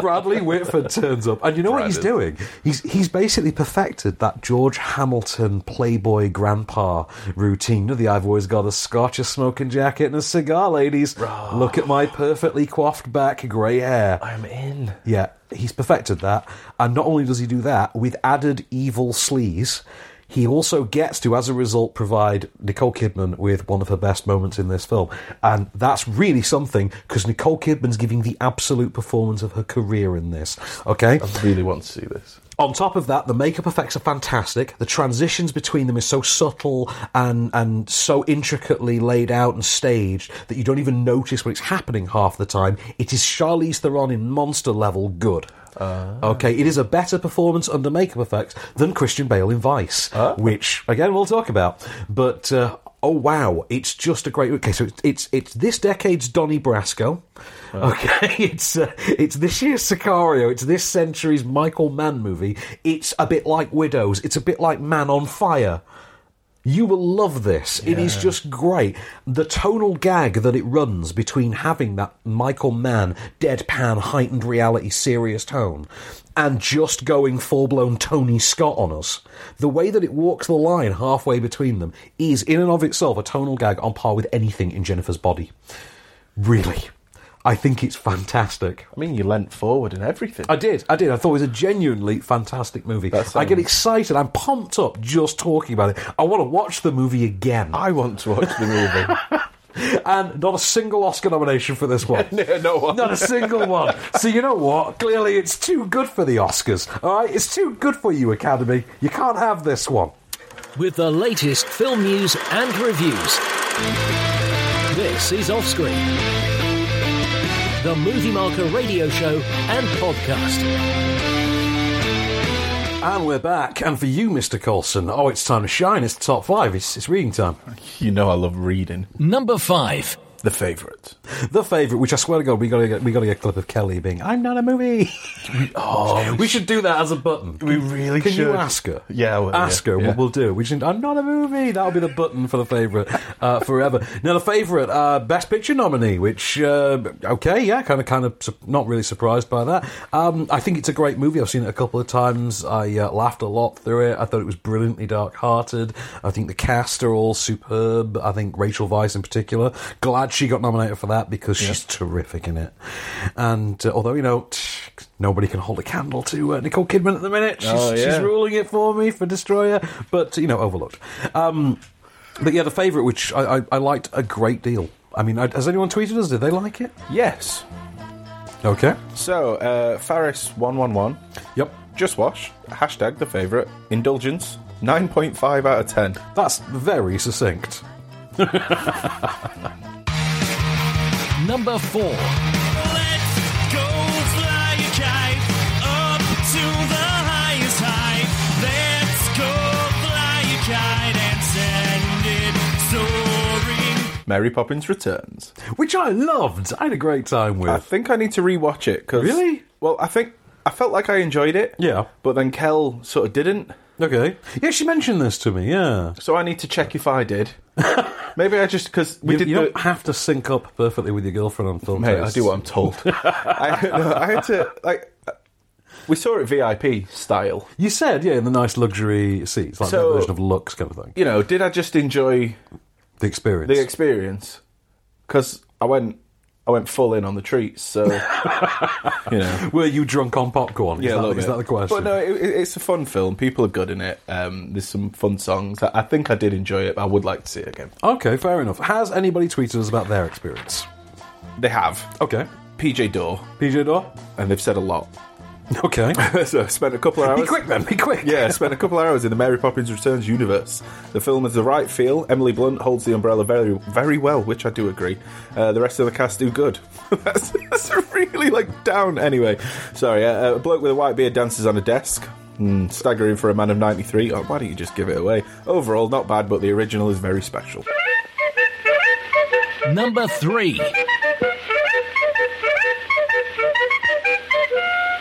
Speaker 1: Bradley Whitford turns up, and you know what he's doing? He's he's basically perfected that George Hamilton Playboy Grandpa routine. You know, the I've always got a Scotch, a smoking jacket, and a cigar, ladies. Look at my perfectly coiffed back, grey hair.
Speaker 2: I'm in.
Speaker 1: Yeah, he's perfected that. And not only does he do that, with added evil sleaze, he also gets to, as a result, provide Nicole Kidman with one of her best moments in this film. And that's really something because Nicole Kidman's giving the absolute performance of her career in this. Okay?
Speaker 2: I really want to see this.
Speaker 1: On top of that, the makeup effects are fantastic. The transitions between them is so subtle and and so intricately laid out and staged that you don't even notice when it's happening half the time. It is Charlize Theron in monster level good. okay, it is a better performance under makeup effects than Christian Bale in Vice, which again we'll talk about. But uh, oh wow, it's just a great. Okay, so it's it's, it's this decade's Donnie Brasco. Okay, it's uh, it's this year's Sicario. It's this century's Michael Mann movie. It's a bit like Widows. It's a bit like Man on Fire. You will love this. It is just great. The tonal gag that it runs between having that Michael Mann deadpan heightened reality serious tone and just going full blown Tony Scott on us. The way that it walks the line halfway between them is in and of itself a tonal gag on par with anything in Jennifer's body. Really. I think it's fantastic.
Speaker 2: I mean, you leant forward and everything.
Speaker 1: I did. I did. I thought it was a genuinely fantastic movie.
Speaker 2: That
Speaker 1: I get
Speaker 2: sounds-
Speaker 1: excited. I'm pumped up just talking about it. I want to watch the movie again.
Speaker 2: I want to watch the movie.
Speaker 1: And not a single Oscar nomination for this one.
Speaker 2: No, no one.
Speaker 1: Not a single one. So you know what? Clearly, it's too good for the Oscars. All right, it's too good for you, Academy. You can't have this one.
Speaker 3: with the latest film news and reviews. This is Offscreen, the Movie Marker radio show and podcast.
Speaker 1: And we're back. And for you, Mr. Colson, oh, it's time to shine. It's the top five. It's, it's reading time.
Speaker 2: you know, I love reading.
Speaker 3: Number five.
Speaker 2: The favourite.
Speaker 1: The favourite, which I swear to God, we got to get we got to get a clip of Kelly being. I'm not a movie. oh, we should do that as a button.
Speaker 2: We really
Speaker 1: Can you
Speaker 2: should.
Speaker 1: ask her?
Speaker 2: Yeah, I will,
Speaker 1: ask
Speaker 2: yeah,
Speaker 1: her
Speaker 2: yeah.
Speaker 1: what we'll do. We should. I'm not a movie. That'll be the button for the favourite uh, forever. Now the favourite uh, best picture nominee, which uh, okay, yeah, kind of, kind of, su- not really surprised by that. Um, I think it's a great movie. I've seen it a couple of times. I uh, laughed a lot through it. I thought it was brilliantly dark-hearted. I think the cast are all superb. I think Rachel Weisz in particular. Glad she got nominated for that because she's terrific in it. And uh, although you know. Nobody can hold a candle to uh, Nicole Kidman at the minute. She's,
Speaker 2: Oh,
Speaker 1: she's
Speaker 2: yeah.
Speaker 1: ruling it for me for Destroyer, but you know, overlooked. Um, but yeah, the favourite, which I, I, I liked a great deal. I mean, I, has anyone tweeted us? Did they like it?
Speaker 2: Yes.
Speaker 1: Okay.
Speaker 2: So, uh, Faris111,
Speaker 1: Yep.
Speaker 2: just watch, hashtag the favourite, indulgence, 9.5 out of 10.
Speaker 1: That's very succinct.
Speaker 3: Number four.
Speaker 2: Mary Poppins Returns.
Speaker 1: Which I loved. I had a great time with.
Speaker 2: I think I need to rewatch it because
Speaker 1: Really?
Speaker 2: Well, I think I felt like I enjoyed it.
Speaker 1: Yeah.
Speaker 2: but then Kel sort of didn't.
Speaker 1: okay. Yeah, she mentioned this to me. Yeah.
Speaker 2: So I need to check if I did. Maybe I just because we
Speaker 1: You,
Speaker 2: did.
Speaker 1: you
Speaker 2: the,
Speaker 1: don't have to sync up perfectly with your girlfriend on film.
Speaker 2: Mate, I
Speaker 1: tastes.
Speaker 2: do what I'm told. I, no, I had to like. We saw it VIP style.
Speaker 1: you said. Yeah, in the nice luxury seats, like
Speaker 2: So-
Speaker 1: their version of Lux kind of thing.
Speaker 2: You know, did I just enjoy
Speaker 1: The experience.
Speaker 2: the experience? Because I went, I went full in on the treats. So you know,
Speaker 1: Were you drunk on popcorn?
Speaker 2: Yeah,
Speaker 1: is
Speaker 2: a
Speaker 1: that,
Speaker 2: little
Speaker 1: is
Speaker 2: bit.
Speaker 1: that the question?
Speaker 2: But no, it, it- it's a fun film. People are good in it. Um, there's some fun songs. I, I think I did enjoy it. But I would like to see it again.
Speaker 1: Okay, fair enough. Has anybody tweeted us about their experience?
Speaker 2: They have
Speaker 1: Okay.
Speaker 2: PJ Door,
Speaker 1: PJ Door?
Speaker 2: and they've said a lot.
Speaker 1: Okay.
Speaker 2: so I spent a couple of hours.
Speaker 1: Be quick then, be quick.
Speaker 2: Yeah, I spent a couple of hours in the Mary Poppins Returns universe. The film has the right feel. Emily Blunt holds the umbrella very, very well, which I do agree. Uh, the rest of the cast do good. that's, that's really like down. Anyway, sorry. Uh, a bloke with a white beard dances on a desk. Hmm, staggering for a man of 93. Oh, why don't you just give it away? Overall, not bad, but the original is very special.
Speaker 3: Number three.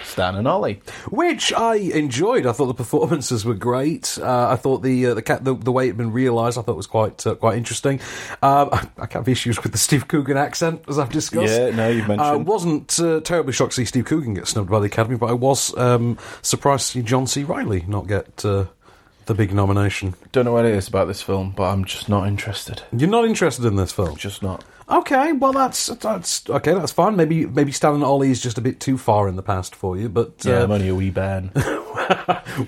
Speaker 2: Stan and Ollie.
Speaker 1: Which I enjoyed. I thought the performances were great. Uh, I thought the, uh, the ca- the the way it had been realised, I thought was quite uh, quite interesting. Um, I, I have issues with the Steve Coogan accent, as I've discussed.
Speaker 2: Yeah, no, you've mentioned.
Speaker 1: I wasn't uh, terribly shocked to see Steve Coogan get snubbed by the Academy, but I was um, surprised to see John C. Riley not get uh, the big nomination.
Speaker 2: Don't know what it is about this film, but I'm just not interested.
Speaker 1: You're not interested in this film?
Speaker 2: Just not.
Speaker 1: Okay, well that's that's okay. That's fine. Maybe maybe Stan and Ollie is just a bit too far in the past for you, but
Speaker 2: Yeah, I'm
Speaker 1: uh,
Speaker 2: only a wee bairn.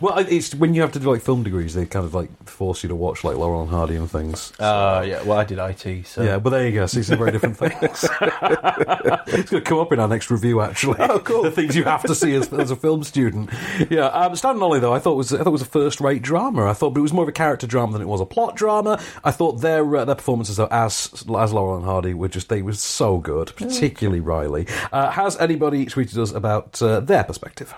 Speaker 1: well, it's when you have to do like film degrees, they kind of like force you to watch like Laurel and Hardy and things.
Speaker 2: uh, yeah, well, I did IT, so.
Speaker 1: yeah, but there you go. See some very different things. it's going to come up in our next review, actually. Oh, cool! the things you have to see as, as a film student. Yeah, um, Stan and Ollie, though, I thought was I thought was a first-rate drama. I thought, but it was more of a character drama than it was a plot drama. I thought their uh, their performances, though, as as Laurel and Hardy, were just they were so good, particularly Riley. Uh, has anybody tweeted us about uh, their perspective?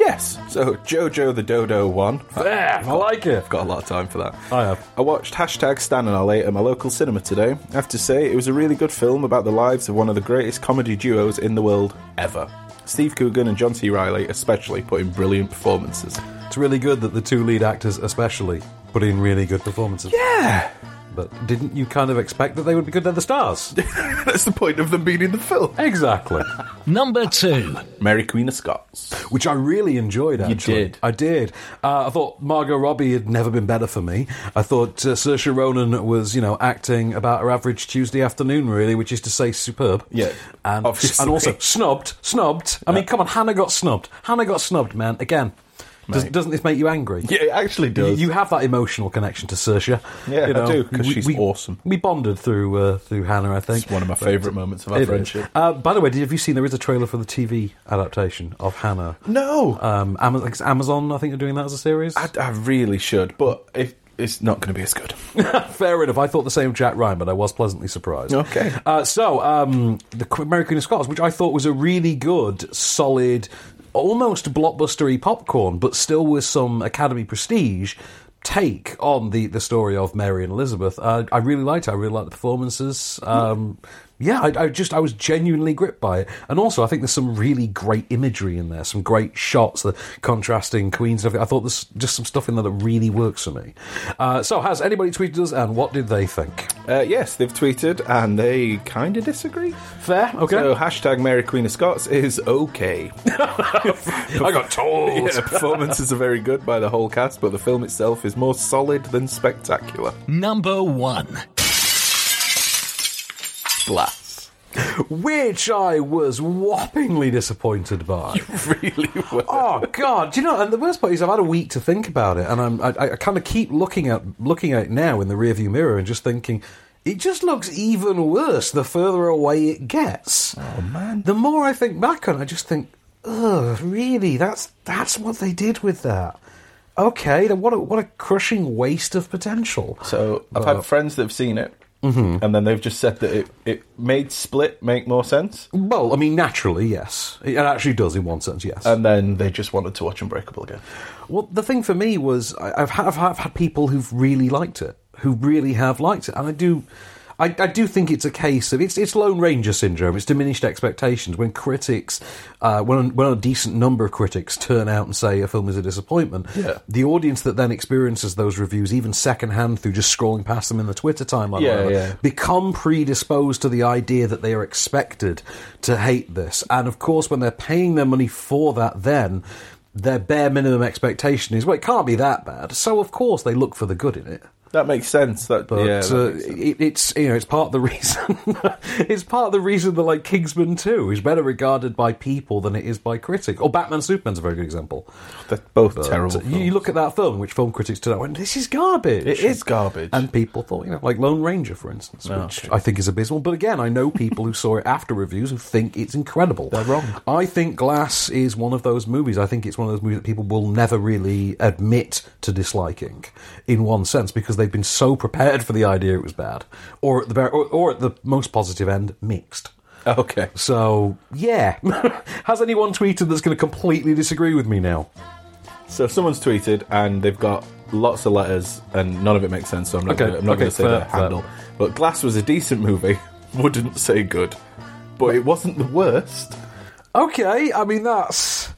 Speaker 2: Yes. So JoJo the Dodo one.
Speaker 1: There, I like it.
Speaker 2: I've got a lot of time for that.
Speaker 1: I have.
Speaker 2: I watched hashtag Stan and Ollie at my local cinema today. I have to say, it was a really good film about the lives of one of the greatest comedy duos in the world ever. Steve Coogan and John C. Riley, especially, put in brilliant performances.
Speaker 1: It's really good that the two lead actors, especially, put in really good performances.
Speaker 2: Yeah,
Speaker 1: But didn't you kind of expect that they would be good? They're the stars.
Speaker 2: that's the point of them being in the film.
Speaker 1: exactly.
Speaker 3: Number two.
Speaker 2: Mary Queen of Scots.
Speaker 1: Which I really enjoyed, actually.
Speaker 10: did.
Speaker 1: I did. Uh, I thought Margot Robbie had never been better for me. I thought uh, Saoirse Ronan was, you know, acting about her average Tuesday afternoon, really, which is to say superb.
Speaker 2: Yeah,
Speaker 1: And,
Speaker 2: obviously. Uh.
Speaker 1: and also snubbed. Snubbed. I mean, come on, Hannah got snubbed. Hannah got snubbed, man. Again. Does,
Speaker 2: Mate.
Speaker 1: doesn't this make you angry?
Speaker 2: Yeah, it actually does.
Speaker 1: You, you have that emotional connection to Saoirse.
Speaker 2: Yeah,
Speaker 1: you
Speaker 2: I do, 'cause she's awesome.
Speaker 1: We bonded through uh, through Hannah, I think.
Speaker 2: It's one of my favourite moments of our
Speaker 1: It is.
Speaker 2: friendship.
Speaker 1: Uh, by the way, did, have you seen there is a trailer for the TV adaptation of Hannah?
Speaker 2: No.
Speaker 1: Um, Amazon, Amazon, I think they're doing that as a series.
Speaker 2: I, I really should, but it, it's not going to be as good.
Speaker 1: Fair enough. I thought the same of Jack Ryan, but I was pleasantly surprised.
Speaker 2: Okay.
Speaker 1: Uh, so, um, the Qu- Mary Queen of Scots, which I thought was a really good, solid, almost blockbustery popcorn, but still with some Academy prestige take on the, the story of Mary and Elizabeth. Uh, I really liked it. I really liked the performances. Um, yeah, I, I just I was genuinely gripped by it, and also I think there's some really great imagery in there, some great shots, the contrasting Queens. And everything. I thought there's just some stuff in there that really works for me. Uh, so, has anybody tweeted us, and what did they think?
Speaker 2: Uh, yes, they've tweeted and they kind of disagree.
Speaker 1: Fair, okay.
Speaker 2: So hashtag Mary Queen of Scots is okay.
Speaker 1: I got told.
Speaker 2: Yeah, performances are very good by the whole cast, but the film itself is more solid than spectacular.
Speaker 3: Number one.
Speaker 2: Glass.
Speaker 1: Which I was whoppingly disappointed by.
Speaker 2: Really well.
Speaker 1: Oh God! Do you know? And the worst part is, I've had a week to think about it, and I'm, I, I kind of keep looking at looking at it now in the rearview mirror and just thinking, it just looks even worse the further away it gets. Oh man! The more I think back on, it, I just think, ugh, really? That's that's what they did with that. Okay, then what a, what a crushing waste of potential.
Speaker 2: So I've
Speaker 1: Uh,
Speaker 2: had friends that have seen it,
Speaker 1: mm-hmm.
Speaker 2: and then they've just said that it, it made Split make more sense,
Speaker 1: Well, I mean, naturally, yes, it actually does in one sense, yes.
Speaker 2: and then they just wanted to watch Unbreakable again.
Speaker 1: Well, the thing for me was I- I've had, I've, had- I've had people who've really liked it, who really have liked it, and I do. I, I do think it's a case of it's it's Lone Ranger syndrome. It's diminished expectations when critics, uh, when when a decent number of critics turn out and say a film is a disappointment.
Speaker 2: Yeah.
Speaker 1: The audience that then experiences those reviews, even secondhand through just scrolling past them in the Twitter timeline, or
Speaker 2: Yeah,
Speaker 1: whatever,
Speaker 2: yeah.
Speaker 1: become predisposed to the idea that they are expected to hate this. And of course, when they're paying their money for that, then their bare minimum expectation is, well, it can't be that bad. So of course they look for the good in it.
Speaker 2: That makes sense. That,
Speaker 1: But
Speaker 2: yeah, that
Speaker 1: uh,
Speaker 2: makes sense.
Speaker 1: it, it's you know it's part of the reason it's part of the reason that like Kingsman Two is better regarded by people than it is by critics. Or Batman Superman's a very good example.
Speaker 2: They're both
Speaker 1: But
Speaker 2: terrible.
Speaker 1: You, you
Speaker 2: films.
Speaker 1: look at that film, which film critics turned out and went, "This is garbage."
Speaker 2: It is garbage. Oh,
Speaker 1: and people thought, you know, like Lone Ranger, for instance, which I think is abysmal. But again, I know people who saw it after reviews who think it's incredible. They're
Speaker 2: wrong.
Speaker 1: I think Glass is one of those movies. I think it's one of those movies that people will never really admit to disliking, in one sense, because they've been so prepared for the idea it was bad, or at the bar- or, or at the most positive end, mixed.
Speaker 2: okay.
Speaker 1: So yeah, has anyone tweeted that's going to completely disagree with me now?
Speaker 2: So someone's tweeted and they've got lots of letters and none of it makes sense. So I'm not
Speaker 1: Okay,
Speaker 2: gonna, I'm not
Speaker 1: okay,
Speaker 2: going to say
Speaker 1: fair,
Speaker 2: their handle. But Glass was a decent movie. Wouldn't say good, but it wasn't the worst.
Speaker 1: Okay, I mean that's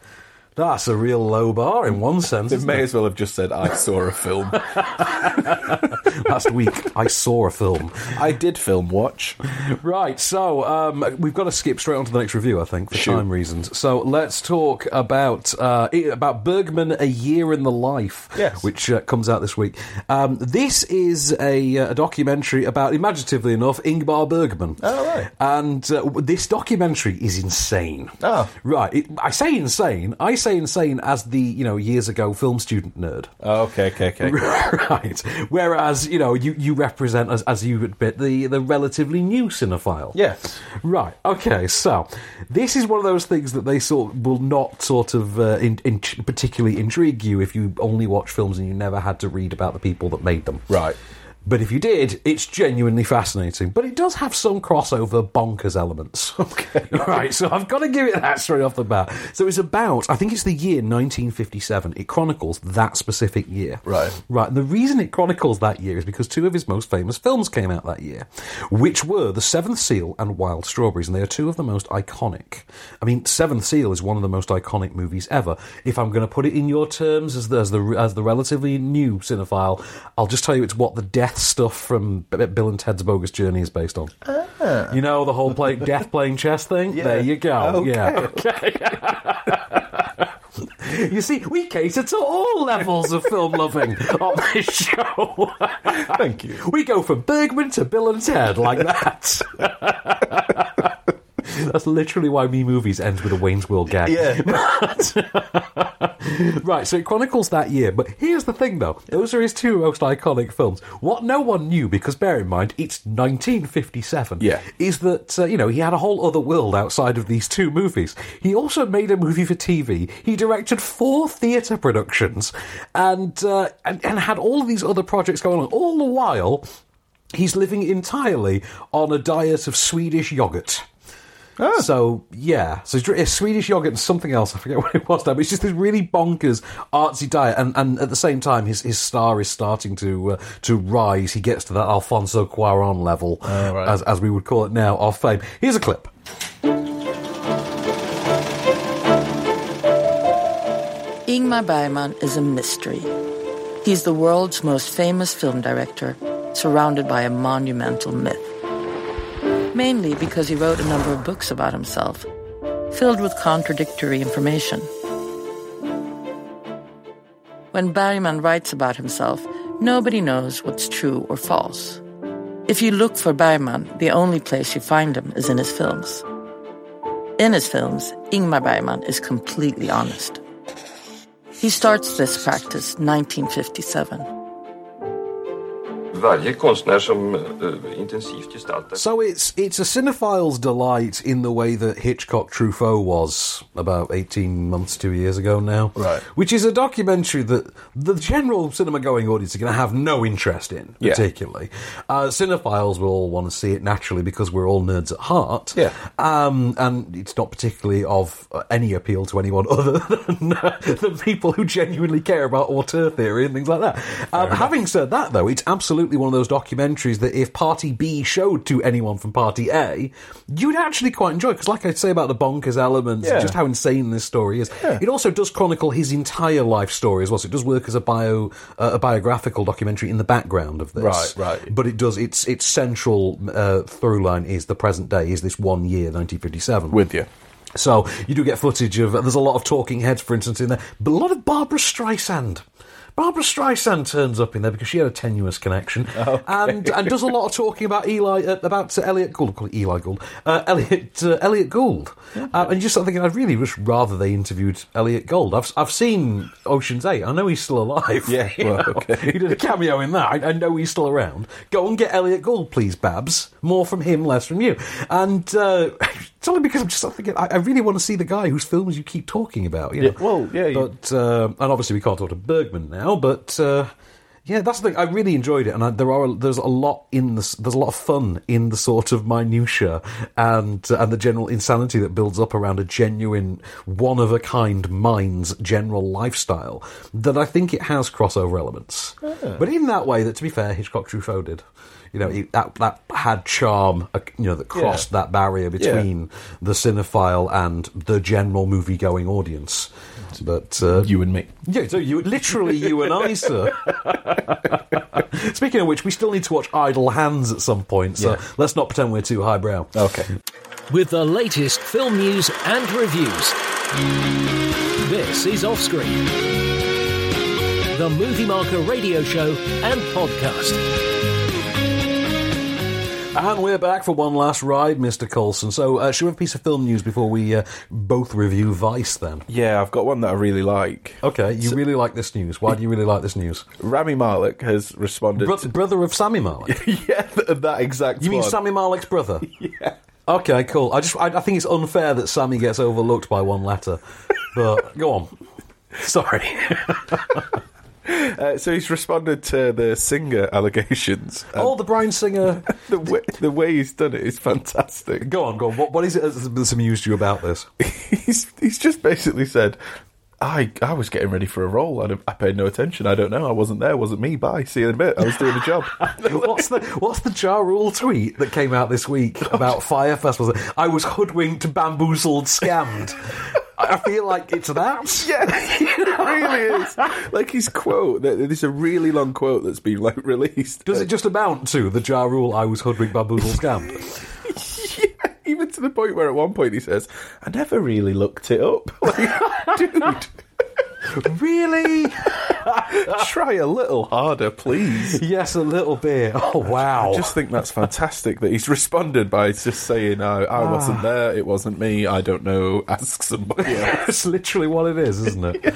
Speaker 1: that's a real low bar in one sense.
Speaker 2: It
Speaker 1: isn't
Speaker 2: may as well have just said I saw a film.
Speaker 1: it? Last week I saw a film.
Speaker 2: I did film watch.
Speaker 1: Right, so um, we've got to skip straight on to the next review, I think, for
Speaker 2: Shoot.
Speaker 1: time reasons. So let's talk about uh, i- about Bergman: A Year in the Life,
Speaker 2: Yes.
Speaker 1: which uh, comes out this week. Um, this is a, uh, a documentary about, imaginatively enough, Ingmar Bergman.
Speaker 2: Oh, right.
Speaker 1: And uh, w- this documentary is insane.
Speaker 2: Oh.
Speaker 1: right. It, I say insane. I say insane as the you know years ago film student nerd
Speaker 2: Oh, Okay, okay, okay.
Speaker 1: right. Whereas you know you, you represent as as you admit the the relatively new cinephile.
Speaker 2: Yes.
Speaker 1: Right. Okay. So this is one of those things that they sort will not sort of uh, in, in particularly intrigue you if you only watch films and you never had to read about the people that made them.
Speaker 2: Right.
Speaker 1: But if you did, it's genuinely fascinating. But it does have some crossover bonkers elements. Okay. right, so I've got to give it that straight off the bat. So it's about, I think it's the year 1957. It chronicles that specific year.
Speaker 2: Right.
Speaker 1: Right, and the reason it chronicles that year is because two of his most famous films came out that year, which were The Seventh Seal and Wild Strawberries, and they are two of the most iconic. I mean, Seventh Seal is one of the most iconic movies ever. If I'm going to put it in your terms as the, as the as the relatively new cinephile, I'll just tell you it's what the death stuff from B- Bill and Ted's Bogus Journey is based on. You know the whole play, death playing chess thing. There you go.
Speaker 2: Okay.
Speaker 1: Yeah. You see, we cater to all levels of film loving on this show.
Speaker 2: Thank you.
Speaker 1: We go from Bergman to Bill and Ted like that. That's literally why Me Movies ends with a Wayne's World gag.
Speaker 2: Yeah.
Speaker 1: right, so it chronicles that year. But here's the thing, though. Those are his two most iconic films. What no one knew, because bear in mind, it's 1957,
Speaker 2: Yeah.
Speaker 1: is that, uh, you know, he had a whole other world outside of these two movies. He also made a movie for TV. He directed four theatre productions and, uh, and, and had all of these other projects going on. All the while, he's living entirely on a diet of Swedish yogurt.
Speaker 2: Ah.
Speaker 1: So yeah, so it's dr- it's Swedish yogurt and something else. I forget what it was now, but it's just this really bonkers artsy diet, and, and at the same time, his his star is starting to uh, to rise. He gets to that Alfonso Cuarón level,
Speaker 2: Oh,
Speaker 1: as as we would call it now, of fame. Here's a clip.
Speaker 10: Ingmar Bergman is a mystery. He's the world's most famous film director, surrounded by a monumental myth. Mainly because he wrote a number of books about himself, filled with contradictory information. When Bergman writes about himself, nobody knows what's true or false. If you look for Bergman, the only place you find him is in his films. In his films, Ingmar Bergman is completely honest. He starts this practice 1957.
Speaker 11: Varje konstnär som eh, intensivt gestaltar
Speaker 1: So it's it's a cinephile's delight in the way that Hitchcock Truffaut was about eighteen months, two years ago now.
Speaker 2: Right.
Speaker 1: Which is a documentary that the general cinema going audience are going to have no interest in,
Speaker 2: Yeah.
Speaker 1: particularly. Uh, cinephiles will all want to see it naturally because we're all nerds at heart.
Speaker 2: Yeah.
Speaker 1: Um, and it's not particularly of uh, any appeal to anyone other than uh, the people who genuinely care about auteur theory and things like that. Um, having said that, though, it's absolutely one of those documentaries that if Party B showed to anyone from Party A, you'd actually quite enjoy because, like I say about the bonkers elements
Speaker 2: Yeah.
Speaker 1: and just how insane this story is, it also does chronicle his entire life story as well. So it does work as a bio uh, a biographical documentary in the background of this
Speaker 2: Right, right.
Speaker 1: but it does its its central uh, through line is the present day is this one year 1957
Speaker 2: With you.
Speaker 1: so you do get footage of there's a lot of talking heads for instance in there but a lot of barbara streisand Barbara Streisand turns up in there because she had a tenuous connection, and and does a lot of talking about Eli uh, about uh, Elliot Gould, call it Eli Gould, uh, Elliot uh, Elliot Gould, um, and you just start thinking I'd really wish rather they interviewed Elliot Gould. I've I've seen Ocean's Eight. I know he's still alive.
Speaker 2: Yeah,
Speaker 1: you
Speaker 2: well,
Speaker 1: know?
Speaker 2: okay.
Speaker 1: He did a cameo in that. I, I know he's still around. Go and get Elliot Gould, please, Babs. More from him, less from you. And uh, it's only because I'm just thinking, I, I really want to see the guy whose films you keep talking about. You know?
Speaker 2: Yeah, well, yeah, you-
Speaker 1: But uh, and obviously we can't talk to Bergman now, but. Uh, yeah, that's the thing. I really enjoyed it, and I, there are there's a lot in this. There's a lot of fun in the sort of minutia and uh, and the general insanity that builds up around a genuine one of a kind mind's general lifestyle. That I think it has crossover elements, but in that way that, to be fair, Hitchcock Truffaut did. You know, it, that that had charm. uh, You know, that crossed that barrier between the cinephile and the general movie going audience. But uh,
Speaker 2: You and me.
Speaker 1: yeah, so you literally you and I, sir. Speaking of which, we still need to watch Idle Hands at some point, so
Speaker 2: Yeah. Oh.
Speaker 1: let's not pretend we're too highbrow.
Speaker 2: Okay.
Speaker 3: with the latest film news and reviews. This is Offscreen, the Movie Marker radio show and podcast.
Speaker 1: And we're back for one last ride, Mr. Colson. So, uh, should we have a piece of film news before we uh, both review Vice then?
Speaker 2: Yeah, I've got one that I really like.
Speaker 1: Okay, you really like this news. Why do you really like this news?
Speaker 2: Rami Malek has responded.
Speaker 1: Bro- brother of Sammy Malik.
Speaker 2: yeah, th- that exact.
Speaker 1: You mean
Speaker 2: one.
Speaker 1: Sammy Malik's brother? yeah. Okay, cool. I just I, I think it's unfair that Sammy gets overlooked by one letter, but go on. Sorry.
Speaker 2: Uh, so he's responded to the singer allegations. Uh,
Speaker 1: oh, the Brian Singer.
Speaker 2: the, way, the way he's done it is fantastic.
Speaker 1: Go on, go on. What, what is it that's- that's amused you about this?
Speaker 2: he's he's just basically said, I I was getting ready for a role. I, don't- I paid no attention. I don't know. I wasn't there. Wasn't me. Bye. See you in a bit. I was doing a job.
Speaker 1: what's the what's the Ja Rule tweet that came out this week about fire festivals? I was hoodwinked, bamboozled, scammed. I I feel like it's that.
Speaker 2: Yeah, it really is. Like his quote. there- There's a really long quote that's been like released.
Speaker 1: Does it just amount to the Ja Rule? I was hoodwinked, bamboozled, scammed.
Speaker 2: Even to the point where at one point he says, "I never really looked it up." Like, dude.
Speaker 1: really?
Speaker 2: Try a little harder, please.
Speaker 1: Yes, a little bit. Oh wow.
Speaker 2: I just think that's fantastic that he's responded by just saying, I, I
Speaker 1: Ah.
Speaker 2: wasn't there, it wasn't me, I don't know, ask somebody else.
Speaker 1: That's literally what it is, isn't it?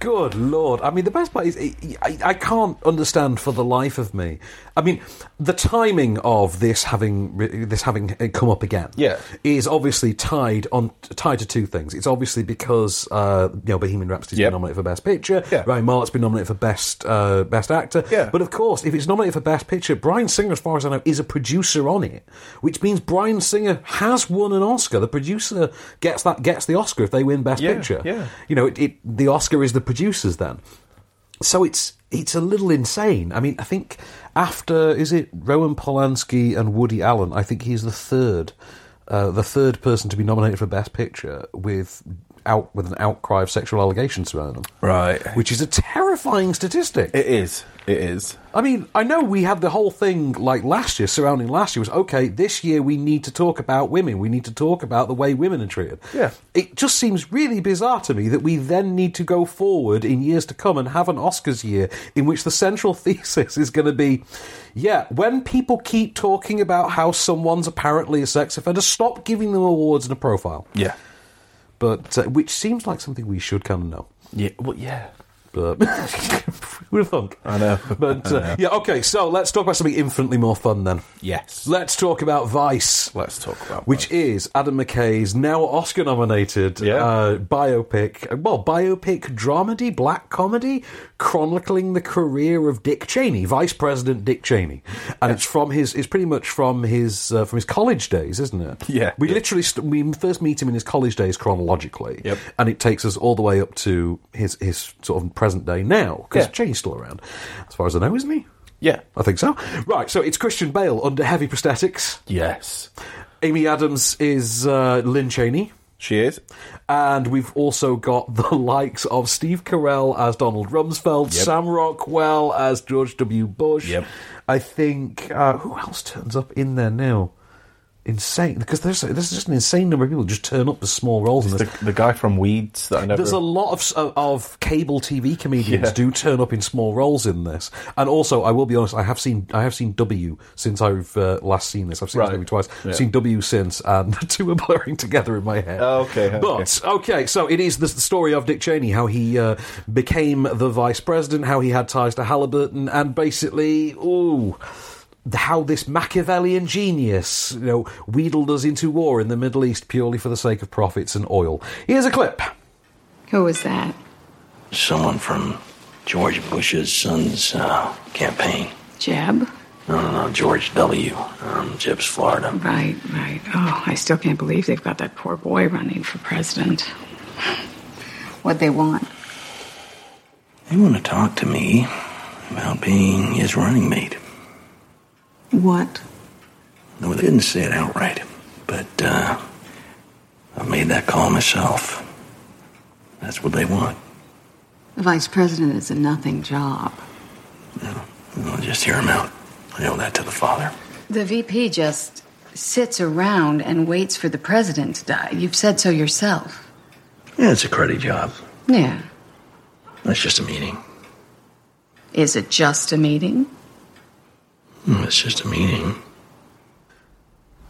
Speaker 1: Good lord! I mean, the best part is I, I, I can't understand for the life of me. I mean, the timing of this having re- this having uh, come up again,
Speaker 2: Yeah.
Speaker 1: is obviously tied on tied to two things. It's obviously because uh, you know Bohemian Rhapsody's
Speaker 2: Yep.
Speaker 1: been nominated for Best Picture,
Speaker 2: Yeah.
Speaker 1: Ryan Mart's been nominated for Best uh, Best Actor,
Speaker 2: Yeah.
Speaker 1: but of course, if it's nominated for Best Picture, Brian Singer, as far as I know, is a producer on it, which means Brian Singer has won an Oscar. The producer gets that gets the Oscar if they win Best
Speaker 2: Yeah,
Speaker 1: Picture.
Speaker 2: yeah.
Speaker 1: You know, it, it, the Oscar is the producers then. So it's it's a little insane. I mean, I think after is it Rowan Polanski and Woody Allen? I think he's the third, uh, the third person to be nominated for Best Picture with out with an outcry of sexual allegations surrounding them.
Speaker 2: Right.
Speaker 1: Which is a terrifying statistic.
Speaker 2: It is. It is.
Speaker 1: I mean, I know we had the whole thing like last year surrounding last year was okay. This year we need to talk about women. We need to talk about the way women are treated.
Speaker 2: Yeah.
Speaker 1: it just seems really bizarre to me that we then need to go forward in years to come and have an Oscars year in which the central thesis is going to be, yeah, when people keep talking about how someone's apparently a sex offender, stop giving them awards and a profile.
Speaker 2: Yeah.
Speaker 1: But uh, which seems like something we should kind of know
Speaker 2: Yeah. Well, yeah.
Speaker 1: but who'd have thunk?
Speaker 2: I know.
Speaker 1: But uh,
Speaker 2: I know.
Speaker 1: yeah, okay. So let's talk about something infinitely more fun then.
Speaker 2: Yes.
Speaker 1: Let's talk about Vice.
Speaker 2: Let's talk about
Speaker 1: which
Speaker 2: Vice.
Speaker 1: is Adam McKay's now Oscar-nominated
Speaker 2: Yeah.
Speaker 1: uh, biopic. Well, biopic dramedy, black comedy, chronicling the career of Dick Cheney, Vice President Dick Cheney, and it's from his. It's pretty much from his uh, from his college days, isn't it?
Speaker 2: Yeah.
Speaker 1: We
Speaker 2: Yeah.
Speaker 1: literally st- we first meet him in his college days chronologically,
Speaker 2: Yep.
Speaker 1: and it takes us all the way up to his his sort of present day now because
Speaker 2: Yeah.
Speaker 1: Cheney's still around, as far as I know, isn't he?
Speaker 2: Yeah.
Speaker 1: I think so. Right, so it's Christian Bale under heavy prosthetics.
Speaker 2: Yes.
Speaker 1: Amy Adams is uh, Lynn Cheney.
Speaker 2: She is.
Speaker 1: And we've also got the likes of Steve Carell as Donald Rumsfeld,
Speaker 2: Yep.
Speaker 1: Sam Rockwell as George W. Bush.
Speaker 2: Yep.
Speaker 1: I think uh, who else turns up in there now? Insane, because there's there's just an insane number of people who just turn up for small roles in this.
Speaker 2: The, the guy from Weeds that I never.
Speaker 1: There's a lot of of cable TV comedians
Speaker 2: Yeah.
Speaker 1: do turn up in small roles in this, and also I will be honest, I have seen I have seen W since I've uh, last seen this. I've seen
Speaker 2: Right.
Speaker 1: this movie twice.
Speaker 2: Yeah.
Speaker 1: I've seen W since, and the two are blurring together in my head.
Speaker 2: Oh, okay, okay.
Speaker 1: but okay, so it is the the story of Dick Cheney, how he uh, became the vice president, how he had ties to Halliburton, and basically, ooh. How this Machiavellian genius, you know, wheedled us into war in the Middle East purely for the sake of profits and oil. Here's a clip.
Speaker 8: Who was that?
Speaker 12: someone from George Bush's son's uh, campaign.
Speaker 8: Jeb?
Speaker 12: No, no, no, George W. Um, Jibs, Florida.
Speaker 8: Right, right. Oh, I still can't believe they've got that poor boy running for president. What they want?
Speaker 12: They want to talk to me about being his running mate.
Speaker 8: What?
Speaker 12: No, they didn't say it outright, but uh, I made that call myself. That's what they want.
Speaker 8: The vice president is a nothing job.
Speaker 12: And I'll just hear him out. I owe that to the father.
Speaker 8: The VP just sits around and waits for the president to die. You've said so yourself.
Speaker 12: Yeah, it's a cruddy job.
Speaker 8: Yeah.
Speaker 12: That's just a meeting.
Speaker 8: Is it just a meeting?
Speaker 12: Hmm, It's just a meeting.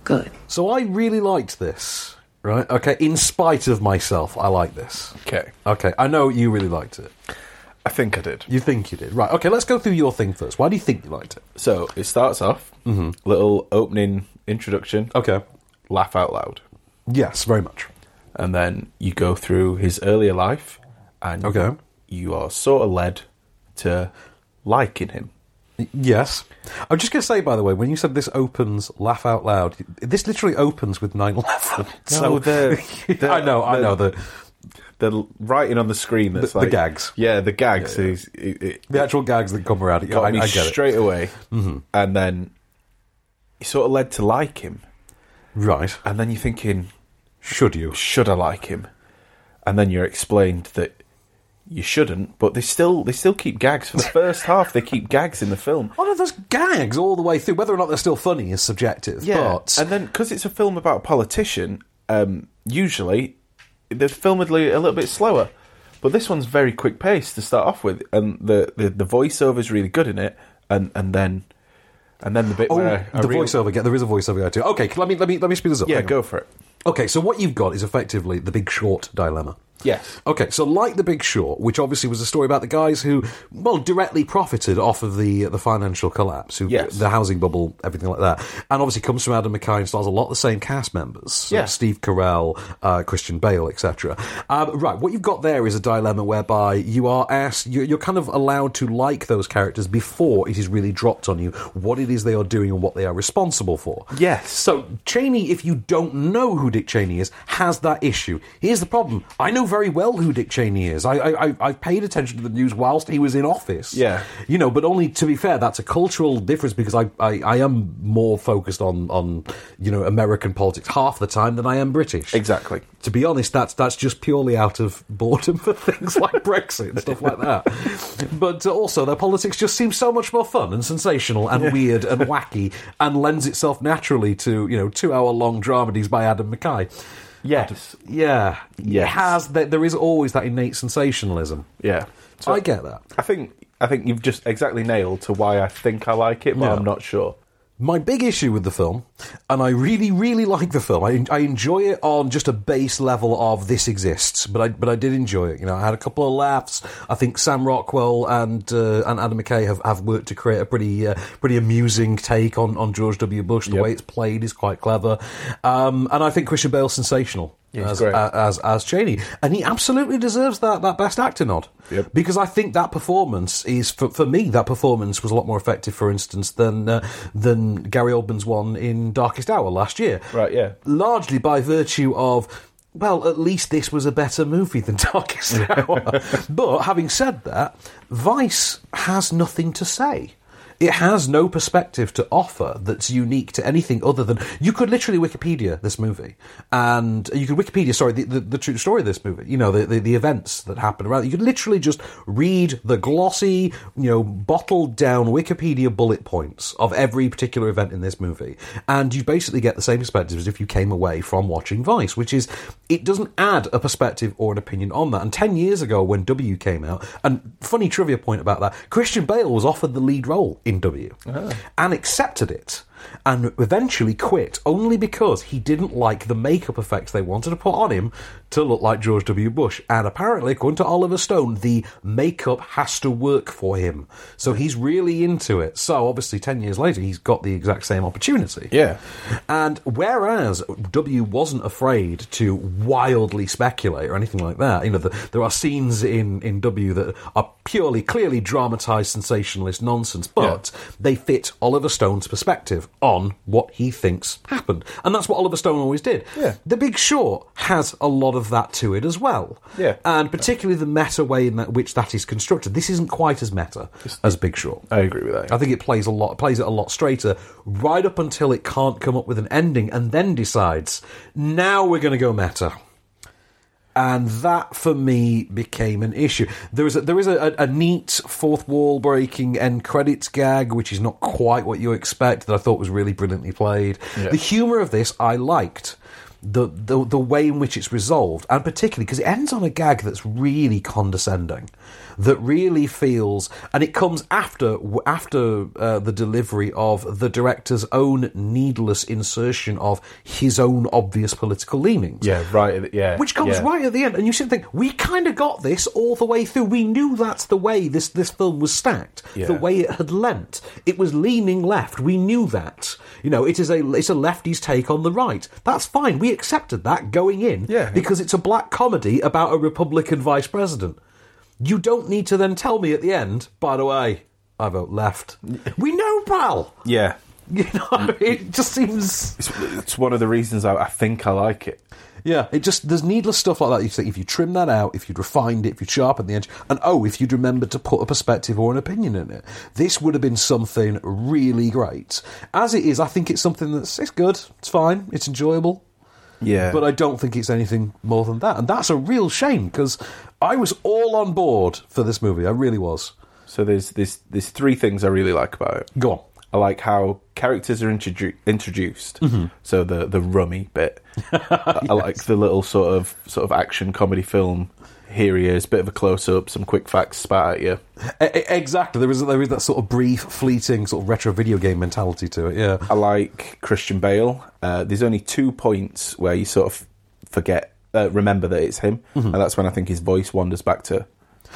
Speaker 8: Good.
Speaker 1: So I really liked this, right? Okay, in spite of myself, I like this.
Speaker 2: Okay.
Speaker 1: Okay, I know you really liked it.
Speaker 2: I think I did.
Speaker 1: You think you did. Right, okay, let's go through your thing first. Why do you think you liked it?
Speaker 2: So it starts off
Speaker 1: Mm-hmm.
Speaker 2: little opening introduction.
Speaker 1: Okay.
Speaker 2: Laugh out loud,
Speaker 1: Yes, very much.
Speaker 2: and then you go through his earlier life, and
Speaker 1: Okay.
Speaker 2: you are sort of led to liking him.
Speaker 1: Yes. I'm just going to say, by the way, when you said this opens, laugh out loud, this literally opens with 9 11.
Speaker 2: No, they're-
Speaker 1: I know, I
Speaker 2: they're-
Speaker 1: know. The,
Speaker 2: the writing on the screen that's
Speaker 1: the,
Speaker 2: like
Speaker 1: gags.
Speaker 2: Yeah, the gags.
Speaker 1: Yeah, yeah.
Speaker 2: Is, it, it
Speaker 1: The actual gags that come around. Yeah,
Speaker 2: got
Speaker 1: I,
Speaker 2: me
Speaker 1: I get
Speaker 2: straight
Speaker 1: it.
Speaker 2: away,
Speaker 1: Mhm.
Speaker 2: and then you sort of led to like him,
Speaker 1: right?
Speaker 2: And then you're thinking,
Speaker 1: should you?
Speaker 2: Should I like him? And then you're explained that you shouldn't, but they still they still keep gags for the first half. They keep gags in the film.
Speaker 1: Oh, no, there's gags all the way through. Whether or not they're still funny is subjective. But
Speaker 2: and then because it's a film about a politician, um, usually the film would be a little bit slower. But this one's very quick paced to start off with, and the the, the voiceover is really good in it, and and then and then the bit
Speaker 1: Oh,
Speaker 2: where I
Speaker 1: the
Speaker 2: real-
Speaker 1: voiceover. Yeah, there is a voiceover guy too. Okay, let me let me let me speed this up.
Speaker 2: Yeah,
Speaker 1: Hang on.
Speaker 2: go for it.
Speaker 1: Okay, so what you've got is effectively the Big Short dilemma.
Speaker 2: Yes.
Speaker 1: Okay, so like The Big Short, which obviously was a story about the guys who, well, directly profited off of the the financial collapse, who,
Speaker 2: Yes.
Speaker 1: the housing bubble, everything like that, and obviously comes from Adam McKay and stars a lot of the same cast members, so
Speaker 2: Yeah.
Speaker 1: Steve Carell, uh, Christian Bale, etc. Um, right, what you've got there is a dilemma whereby you are asked, you're, you're kind of allowed to like those characters before it is really dropped on you what it is they are doing and what they are responsible for.
Speaker 2: Yes.
Speaker 1: So Cheney, if you don't know who Dick Cheney is, has that issue. Here's the problem: I know very well who Dick Cheney is. I I, I I've paid attention to the news whilst he was in office.
Speaker 2: Yeah.
Speaker 1: you know, but only to be fair, that's a cultural difference because I I, I am more focused on on you know American politics half the time than I am British.
Speaker 2: Exactly.
Speaker 1: To be honest, that's that's just purely out of boredom for things like Brexit and stuff like that. But uh, also, their politics just seems so much more fun and sensational and weird and wacky and lends itself naturally to you know two hour long dramedies by Adam McKay.
Speaker 2: Yes.
Speaker 1: Yeah,
Speaker 2: Yes.
Speaker 1: It has that. There is always that innate sensationalism.
Speaker 2: Yeah.
Speaker 1: I get that.
Speaker 2: I think I think you've just exactly nailed to why I think I like it, but
Speaker 1: Yeah.
Speaker 2: I'm not sure.
Speaker 1: My big issue with the film, and I really, really like the film. I, I enjoy it on just a base level of this exists, but I but I did enjoy it. You know, I had a couple of laughs. I think Sam Rockwell and uh, and Adam McKay have, have worked to create a pretty uh, pretty amusing take on, on George W. Bush. The way it's played is quite clever, um, and I think Christian Bale's sensational
Speaker 2: Yeah, he's
Speaker 1: as,
Speaker 2: great.
Speaker 1: a- as as Cheney, and he absolutely deserves that that best actor nod because I think that performance is for, for me that performance was a lot more effective, for instance, than uh, than Gary Oldman's one in Darkest Hour last year.
Speaker 2: Right, yeah.
Speaker 1: largely by virtue of. Well, at least this was a better movie than Darkest Hour. but having said that, Vice has nothing to say. It has no perspective to offer that's unique to anything other than you could literally Wikipedia this movie, and you could Wikipedia sorry the, the, the true story of this movie. You know the, the, the events that happened around. it. You could literally just read the glossy, you know, bottled down Wikipedia bullet points of every particular event in this movie, and you basically get the same perspective as if you came away from watching Vice, which is it doesn't add a perspective or an opinion on that. And ten years ago, when W came out, and funny trivia point about that, Christian Bale was offered the lead role in W and accepted it. And eventually quit only because he didn't like the makeup effects they wanted to put on him to look like George W. Bush. And apparently, according to Oliver Stone, the makeup has to work for him. So he's really into it. So obviously, 10 years later, he's got the exact same opportunity.
Speaker 2: Yeah.
Speaker 1: And whereas W wasn't afraid to wildly speculate or anything like that, you know, the, there are scenes in, in W that are purely, clearly dramatized sensationalist nonsense, but they fit Oliver Stone's perspective on what he thinks happened. And that's what Oliver Stone always did.
Speaker 2: Yeah.
Speaker 1: The Big Short has a lot of that to it as well.
Speaker 2: Yeah.
Speaker 1: And particularly the meta way in that, which that is constructed. This isn't quite as meta as Big Short.
Speaker 2: I agree with that.
Speaker 1: I think it plays a lot plays it a lot straighter right up until it can't come up with an ending and then decides now we're going to go meta. And that for me became an issue. There is a, there is a, a, a neat fourth wall breaking end credits gag, which is not quite what you expect. That I thought was really brilliantly played.
Speaker 2: Yeah.
Speaker 1: The humour of this I liked. The, the the way in which it's resolved, and particularly because it ends on a gag that's really condescending, that really feels, and it comes after after uh, the delivery of the director's own needless insertion of his own obvious political leanings.
Speaker 2: Yeah, right. at the- Yeah,
Speaker 1: Which comes
Speaker 2: yeah.
Speaker 1: right at the end, and you should think we kind of got this all the way through. We knew that's the way this this film was stacked,
Speaker 2: Yeah.
Speaker 1: the way it had lent. It was leaning left. We knew that. You know, it is a it's a lefty's take on the right. That's fine. We accepted that going in,
Speaker 2: Yeah.
Speaker 1: because it's a black comedy about a Republican vice president. You don't need to then tell me at the end, by the way, I vote left. We know, pal.
Speaker 2: Yeah.
Speaker 1: You know, it just seems.
Speaker 2: It's, it's one of the reasons I, I think I like it.
Speaker 1: Yeah, it just there's needless stuff like that. You think if you trim that out, if you'd refined it, if you'd sharpened the edge, and oh, if you'd remembered to put a perspective or an opinion in it, this would have been something really great. As it is, I think it's something that's it's good, it's fine, it's enjoyable.
Speaker 2: Yeah.
Speaker 1: But I don't think it's anything more than that, and that's a real shame because I was all on board for this movie. I really was.
Speaker 2: So there's there's there's three things I really like about it.
Speaker 1: Go on.
Speaker 2: I like how characters are introdu- introduced.
Speaker 1: Mhm.
Speaker 2: So the the rummy bit. I I like the little sort of sort of action comedy film. Here he is, bit of a close up, some quick facts spat at you.
Speaker 1: E- e- Exactly. There is there is that sort of brief, fleeting sort of retro video game mentality to it. Yeah.
Speaker 2: I like Christian Bale. Uh, there's only two points where you sort of forget, uh, remember that it's him, and that's when I think his voice wanders back to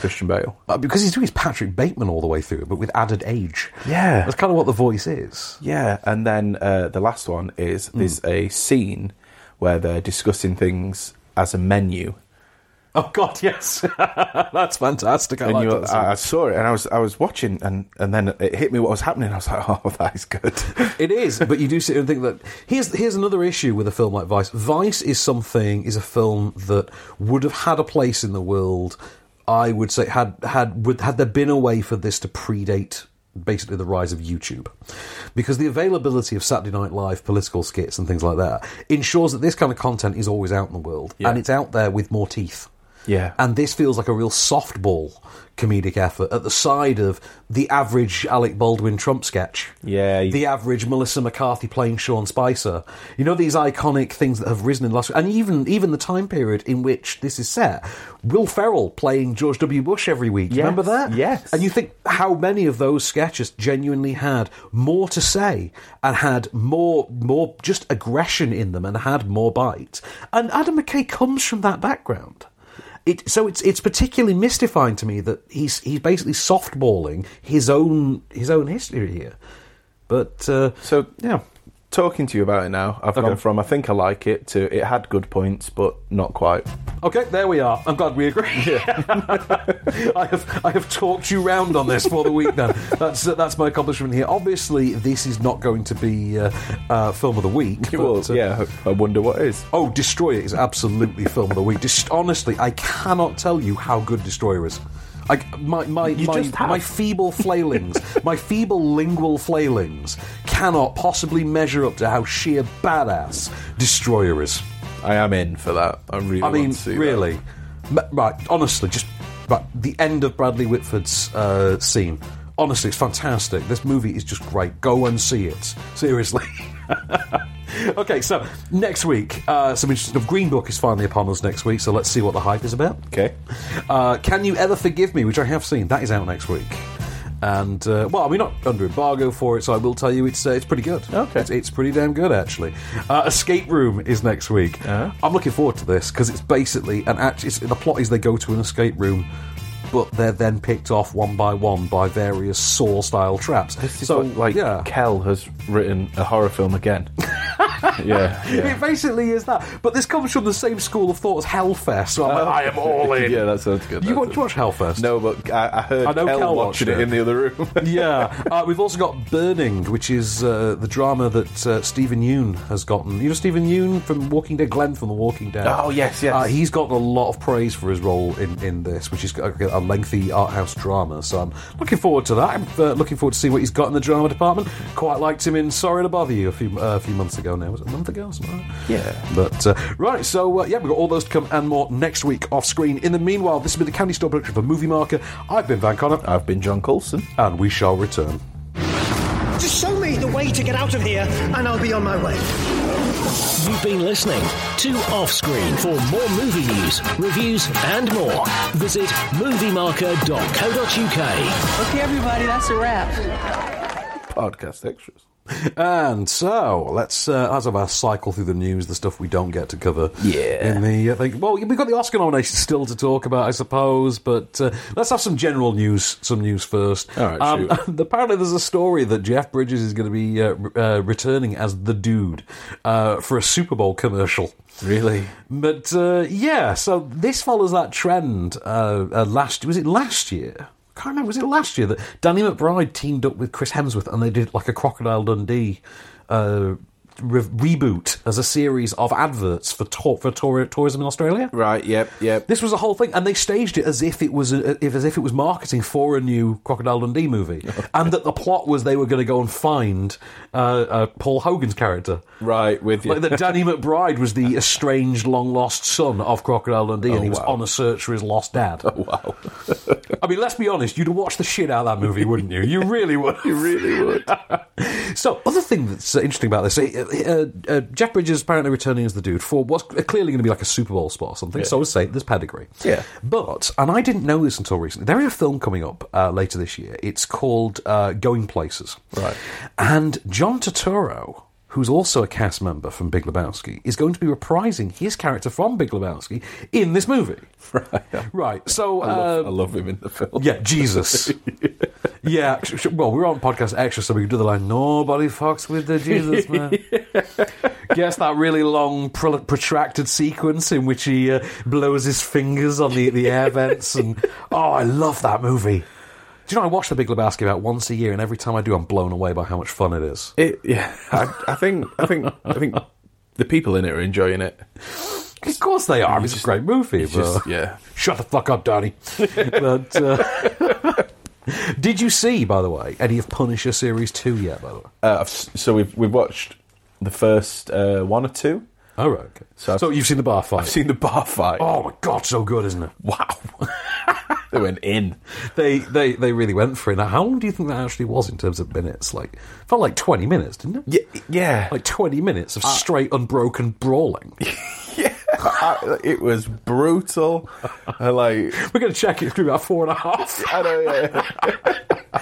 Speaker 2: Christian Bale.
Speaker 1: Uh, because he's doing his Patrick Bateman all the way through, but with added age.
Speaker 2: Yeah.
Speaker 1: That's kind of what the voice is.
Speaker 2: Yeah, and then uh, the last one is there's a scene where they're discussing things as a menu.
Speaker 1: Oh God, yes, that's fantastic. I
Speaker 2: and
Speaker 1: like
Speaker 2: you-
Speaker 1: that.
Speaker 2: I, I saw it, and I was I was watching, and, and then it hit me what was happening. I was like, oh, that is good.
Speaker 1: it is, but you do sit and think that here's here's another issue with a film like Vice. Vice is something is a film that would have had a place in the world. I would say had had would had there been a way for this to predate basically the rise of YouTube, because the availability of Saturday Night Live political skits and things like that ensures that this kind of content is always out in the world and it's out there with more teeth.
Speaker 2: Yeah.
Speaker 1: And this feels like a real softball comedic effort at the side of the average Alec Baldwin Trump sketch.
Speaker 2: Yeah. you-
Speaker 1: The average Melissa McCarthy playing Sean Spicer. You know these iconic things that have risen in the last and even even the time period in which this is set. Will Ferrell playing George W. Bush every week.
Speaker 2: Yes,
Speaker 1: Remember that?
Speaker 2: yes.
Speaker 1: And you think how many of those sketches genuinely had more to say and had more more just aggression in them and had more bite. And Adam McKay comes from that background. It, so it's it's particularly mystifying to me that he's he's basically softballing his own his own history here. But uh,
Speaker 2: so
Speaker 1: yeah,
Speaker 2: talking to you about it now, I've
Speaker 1: Okay.
Speaker 2: gone from I think I like it to it had good points, but not quite.
Speaker 1: okay, there we are. I'm glad we agree. I have I have talked you round on this for the week. Then that's uh, that's my accomplishment here. Obviously, this is not going to be uh, uh, film of the week. uh,
Speaker 2: It was, yeah. I wonder what is.
Speaker 1: Oh, Destroyer is absolutely film of the week. Dis- honestly, I cannot tell you how good Destroyer is. I, my my
Speaker 2: You
Speaker 1: my,
Speaker 2: just have.
Speaker 1: my feeble flailings, my feeble lingual flailings, cannot possibly measure up to how sheer badass Destroyer is.
Speaker 2: I am in for that. I really.
Speaker 1: I mean,
Speaker 2: want to see that.
Speaker 1: really, M- right? Honestly, just right. The end of Bradley Whitford's uh, scene. Honestly, it's fantastic. This movie is just great. Go and see it. Seriously. okay, so next week, uh, some interesting stuff. Green Book is finally upon us next week, so let's see what the hype is about.
Speaker 2: Okay.
Speaker 1: Uh, Can You Ever Forgive Me, which I have seen, that is out next week. And, uh, well, we're not under embargo for it, so I will tell you it's uh, it's pretty good. Okay. It's, it's pretty damn good, actually. Uh, Escape Room is next week.
Speaker 2: Uh-huh.
Speaker 1: I'm looking forward to this because it's basically an act. It's, the plot is they go to an escape room, but they're then picked off one by one by various Saw style traps.
Speaker 2: So
Speaker 1: so,
Speaker 2: like
Speaker 1: yeah.
Speaker 2: Kel has written a horror film again. yeah, yeah.
Speaker 1: It basically is that. But this comes from the same school of thought as Hellfest, so I'm like, I am all in.
Speaker 2: Uh-huh. yeah, that sounds good.
Speaker 1: You
Speaker 2: that
Speaker 1: want to
Speaker 2: sounds-
Speaker 1: watch Hellfest?
Speaker 2: No, but I, I heard
Speaker 1: I know
Speaker 2: Kel,
Speaker 1: Kel watched
Speaker 2: watching it
Speaker 1: it.
Speaker 2: in the other room.
Speaker 1: yeah. Uh, we've also got Burning, which is uh, the drama that uh, Stephen Yoon has gotten. You know Stephen Yoon from Walking Dead, Glenn from The Walking Dead.
Speaker 2: Oh, yes, yes.
Speaker 1: Uh, he's gotten a lot of praise for his role in, in this, which is a, a lengthy art house drama. So I'm looking forward to that. I'm uh, looking forward to see what he's got in the drama department. Quite liked him in Sorry to Bother You a few uh, a few months ago. Now was it a month ago? or Something like that?
Speaker 2: yeah.
Speaker 1: But uh, right, so uh, yeah, we've got all those to come and more next week off screen. In the meanwhile, this has been the Candy Store production for Movie Marker. I've been Van Connor,
Speaker 2: I've been John Coulson.
Speaker 1: and we shall return.
Speaker 13: Just show me the way to get out of here, and I'll be on my way.
Speaker 3: You've been listening to Offscreen. For more movie news, reviews, and more, visit moviemarker.co.uk.
Speaker 14: Okay, everybody, that's a wrap.
Speaker 2: Podcast extras.
Speaker 1: And so let's, uh, as of our cycle through the news, the stuff we don't get to cover.
Speaker 14: Yeah.
Speaker 1: In the uh, thing, well, we've got the Oscar nominations still to talk about, I suppose. But uh, let's have some general news. Some news first. All
Speaker 2: right,
Speaker 1: apparently, there's a story that Jeff Bridges is going to be uh, r- uh, returning as the dude uh, for a Super Bowl commercial.
Speaker 2: Really?
Speaker 1: But uh, yeah, so this follows that trend. Uh, uh, last was it last year? I can't remember. Was it last year that Danny McBride teamed up with Chris Hemsworth and they did like a Crocodile Dundee uh, re- reboot as a series of adverts for tour for tour- tourism in Australia?
Speaker 2: Right. Yep. Yep.
Speaker 1: This was a whole thing, and they staged it as if it was a, if, as if it was marketing for a new Crocodile Dundee movie, and that the plot was they were going to go and find uh, uh, Paul Hogan's character.
Speaker 2: Right. With you.
Speaker 1: Like that Danny McBride was the estranged, long lost son of Crocodile Dundee, and he was on a search for his lost dad. Oh,
Speaker 2: Oh, wow.
Speaker 1: I mean, let's be honest, you'd have watched the shit out of that movie, wouldn't you? You really would. you
Speaker 2: really would.
Speaker 1: so, other thing that's uh, interesting about this uh, uh, uh, Jeff Bridges apparently returning as the dude for what's uh, clearly going to be like a Super Bowl spot or something.
Speaker 2: Yeah.
Speaker 1: So, I would say there's pedigree.
Speaker 2: Yeah.
Speaker 1: But, and I didn't know this until recently, there is a film coming up uh, later this year. It's called uh, Going Places.
Speaker 2: Right.
Speaker 1: And John Turturro, who's also a cast member from Big Lebowski, is going to be reprising his character from Big Lebowski in this movie.
Speaker 2: Right.
Speaker 1: Right. So.
Speaker 2: I love,
Speaker 1: uh,
Speaker 2: I love him in the film.
Speaker 1: yeah, Jesus. yeah, sh- sh- well, we're on podcast extra, so we can do the line. Nobody fucks with the Jesus man. Guess that really long, pro- protracted sequence in which he uh, blows his fingers on the the air vents, and oh, I love that movie. Do you know I watch The Big Lebowski about once a year, and every time I do, I'm blown away by how much fun it is.
Speaker 2: It, yeah, I, I think I think I think the people in it are enjoying it.
Speaker 1: Of course they are. It's, a great movie.
Speaker 2: it's
Speaker 1: but-
Speaker 2: just- yeah.
Speaker 1: Shut the fuck up, Donnie. but, uh, did you see, by the way, any of Punisher series two yet? By the way,
Speaker 2: Uh, I've, s- so we've we've watched the first uh, one or two.
Speaker 1: oh right, okay.
Speaker 2: So, I've
Speaker 1: So you've seen the bar fight?
Speaker 2: I've seen the bar fight.
Speaker 1: Oh my god, so good, isn't it?
Speaker 2: Wow, they went in.
Speaker 1: They they they really went for it. Now, how long do you think that actually was in terms of minutes? Like, felt like twenty minutes, didn't it?
Speaker 2: Yeah, yeah.
Speaker 1: Like twenty minutes of straight, unbroken brawling.
Speaker 2: I, it was brutal. I like.
Speaker 1: We're going to check it. It's going to be about four and a half.
Speaker 2: I know. yeah.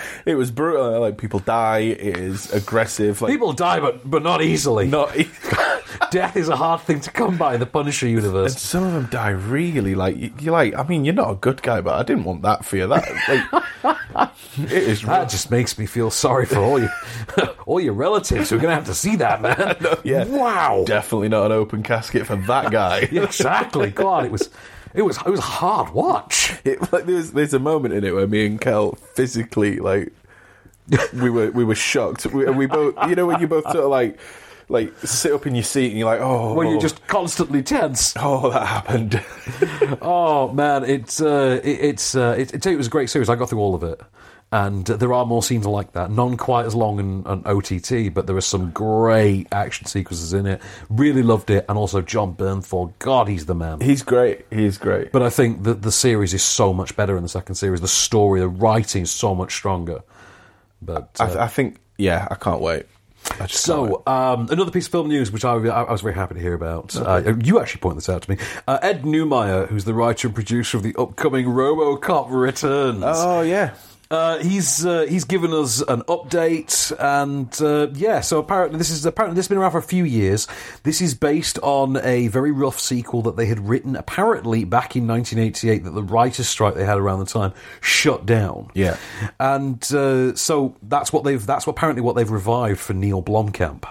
Speaker 2: it was brutal. I Like people die. It is aggressive. Like
Speaker 1: People die, but but not easily.
Speaker 2: not. e-
Speaker 1: Death is a hard thing to come by in the Punisher universe.
Speaker 2: And some of them die really like you- you're like. I mean, you're not a good guy, but I didn't want that for you. That like, it is.
Speaker 1: That just makes me feel sorry for all you, all your relatives who are going to have to see that, man.
Speaker 2: Yeah.
Speaker 1: Wow.
Speaker 2: Definitely not an open casket for that guy.
Speaker 1: exactly. God, it was, it was, it was a hard watch.
Speaker 2: It, like, there's there's a moment in it where me and Kel physically like we were we were shocked. We, we both you know when you both sort of like like sit up in your seat and you're like oh
Speaker 1: Where you're just constantly tense.
Speaker 2: oh that happened.
Speaker 1: Oh man, it's, uh, it, it's, uh, it, it, it was a great series. I got through all of it. And uh, there are more scenes like that, none quite as long and, and OTT, but there are some great action sequences in it. Really loved it, and also John Bernthal. God, he's the man.
Speaker 2: he's great. He's great.
Speaker 1: But I think that the series is so much better in the second series. The story, the writing is so much stronger. But uh,
Speaker 2: I, I think yeah, I can't wait. I just can't wait.
Speaker 1: so um, another piece of film news, which I, I was very happy to hear about. Uh, you actually pointed this out to me. Uh, Ed Newmeyer, who's the writer and producer of the upcoming RoboCop returns.
Speaker 2: oh yeah.
Speaker 1: Uh, he's uh, he's given us an update, and uh, yeah, so apparently this is apparently this has been around for a few years. This is based on a very rough sequel that they had written apparently back in 1988 that the writers' strike they had around the time shut down.
Speaker 2: Yeah.
Speaker 1: and uh, so that's what they've that's what apparently what they've revived for Neil Blomkamp.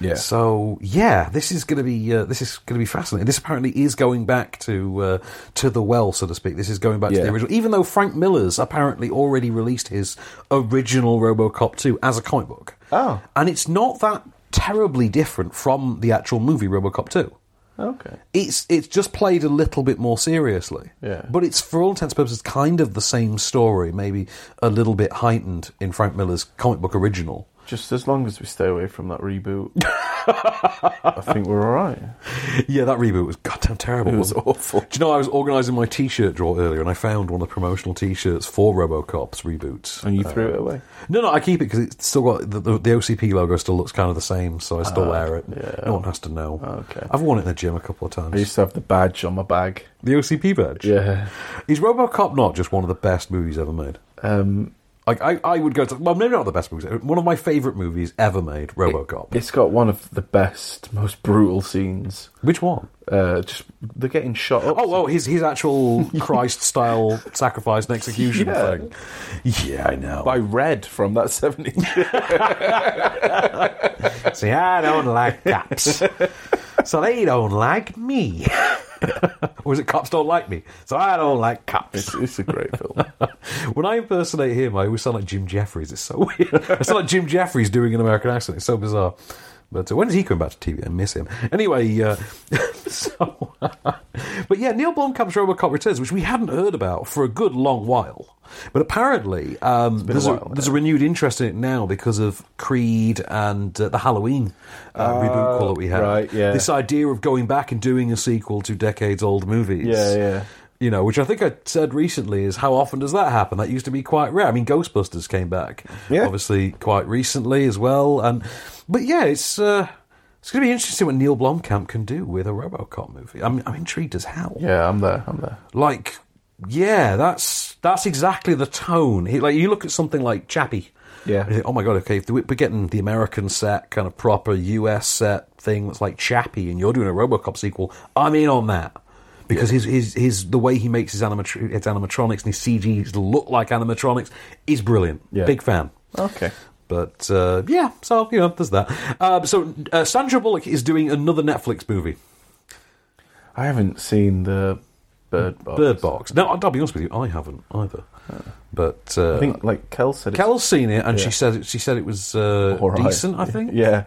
Speaker 2: Yeah.
Speaker 1: So Oh, yeah, this is going to be uh, this is going to be fascinating. This apparently is going back to uh, to the well, so to speak. This is going back to
Speaker 2: Yeah.
Speaker 1: the original, even though Frank Miller's apparently already released his original RoboCop two as a comic book.
Speaker 2: Oh.
Speaker 1: and it's not that terribly different from the actual movie RoboCop two.
Speaker 2: Okay.
Speaker 1: It's it's just played a little bit more seriously.
Speaker 2: Yeah.
Speaker 1: But it's for all intents and purposes kind of the same story, maybe a little bit heightened in Frank Miller's comic book original.
Speaker 2: Just as long as we stay away from that reboot, I think we're all right.
Speaker 1: Yeah, that reboot was goddamn terrible.
Speaker 2: It was
Speaker 1: wasn't
Speaker 2: awful.
Speaker 1: Do you know I was organising my T-shirt drawer earlier, and I found one of the promotional T-shirts for RoboCop's reboot.
Speaker 2: And you threw
Speaker 1: Uh,
Speaker 2: it away.
Speaker 1: No, no, I keep it because it's still got the, the, the OCP logo. Still looks kind of the same, so I still wear it. No one has to know.
Speaker 2: Ah, Okay.
Speaker 1: I've worn it in the gym a couple of
Speaker 2: I
Speaker 1: times.
Speaker 2: used to have the badge on my bag.
Speaker 1: The OCP badge.
Speaker 2: Yeah.
Speaker 1: Is RoboCop not just one of the best movies ever made?
Speaker 2: Um,
Speaker 1: Like I, I would go to well, maybe not the best movie, one of my favorite movies ever made, RoboCop.
Speaker 2: It's got one of the best, most brutal scenes.
Speaker 1: Which one?
Speaker 2: Uh, just they're getting shot up.
Speaker 1: Oh, oh, his his actual Christ style sacrifice and execution
Speaker 2: Yeah.
Speaker 1: thing. Yeah, I know.
Speaker 2: By Red from that 70s.
Speaker 1: See, I don't like cops, so they don't like me. or is it cops don't like me, so I don't like cops? It's,
Speaker 2: it's a great film.
Speaker 1: when I impersonate him, I always sound like Jim Jeffries. It's so weird. I sound like Jim Jeffries doing an American accent. It's so bizarre. But uh, when is he coming back to TV? I miss him. Anyway, uh, so but yeah, Neil Blomkamp's RoboCop Returns, which we hadn't heard about for a good long while. But apparently, um,
Speaker 2: been a
Speaker 1: there's, a,
Speaker 2: while,
Speaker 1: there's a renewed interest in it now because of Creed and uh, the Halloween uh, reboot call that we had.
Speaker 2: right, yeah.
Speaker 1: This idea of going back and doing a sequel to decades-old movies.
Speaker 2: Yeah, yeah.
Speaker 1: You know, which I think I said recently is how often does that happen? That used to be quite rare. I mean, Ghostbusters came back, obviously, quite recently as well. And but yeah, it's uh, it's going to be interesting what Neil Blomkamp can do with a RoboCop movie. I'm, I'm intrigued as hell.
Speaker 2: Yeah, I'm there. I'm there.
Speaker 1: Like, yeah, that's that's exactly the tone. He, like, you look at something like Chappie.
Speaker 2: Yeah.
Speaker 1: and you think, oh my god. Okay, if we're getting the American set, kind of proper US set thing that's like Chappie, and you're doing a RoboCop sequel, I'm in on that. Because his, his, his the way he makes his, animatr- his animatronics and his CGs look like animatronics is brilliant.
Speaker 2: Yeah.
Speaker 1: Big fan.
Speaker 2: Okay.
Speaker 1: But uh, yeah, so you know, there's that. Uh, so uh, Sandra Bullock is doing another Netflix movie.
Speaker 2: I haven't seen the Bird Box.
Speaker 1: Bird Box. No, I'll I'll be honest with you, I haven't either. But uh,
Speaker 2: I think like Kel said. it's-
Speaker 1: Kel's seen it, and
Speaker 2: Yeah.
Speaker 1: she said it, she said it was uh,
Speaker 2: All right.
Speaker 1: decent. I think.
Speaker 2: Yeah.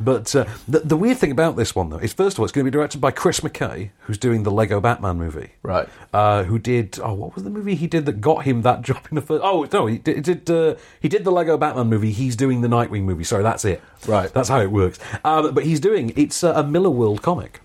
Speaker 1: But uh, the, the weird thing about this one though is, first of all, it's going to be directed by Chris McKay, who's doing the Lego Batman movie,
Speaker 2: right?
Speaker 1: Uh, who did? Oh, what was the movie he did that got him that job in the first? Oh no, he did. he did, uh, he did the Lego Batman movie. He's doing the Nightwing movie. Sorry, that's it.
Speaker 2: Right.
Speaker 1: That's how it works. Um, but he's doing it's uh, a Miller World comic.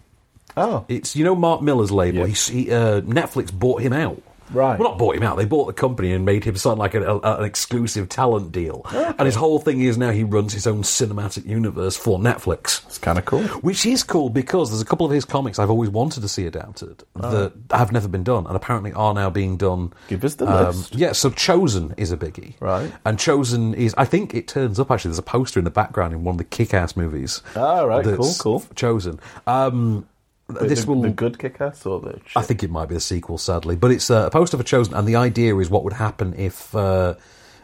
Speaker 2: Oh,
Speaker 1: it's you know Mark Miller's label. He's- He, uh, Netflix bought him out.
Speaker 2: Right.
Speaker 1: Well, not bought him out. They bought the company and made him sign like an, a, an exclusive talent deal. And his whole thing is now he runs his own cinematic universe for Netflix.
Speaker 2: It's kind of cool.
Speaker 1: Which is cool because there's a couple of his comics I've always wanted to see adapted
Speaker 2: Oh.
Speaker 1: that have never been done and apparently are now being done. um,
Speaker 2: Give us the list.
Speaker 1: Yeah, so Chosen is a biggie. Right. And Chosen is, I think it turns up actually, there's a poster in the background in one of the kick ass movies.
Speaker 2: All Ah, right, cool,
Speaker 1: that's
Speaker 2: cool.
Speaker 1: Chosen. Um,
Speaker 2: The,
Speaker 1: this
Speaker 2: the,
Speaker 1: will
Speaker 2: the good kick-ass or the
Speaker 1: I think it might be a sequel, sadly, but it's uh, a poster for Chosen, and the idea is what would happen if uh,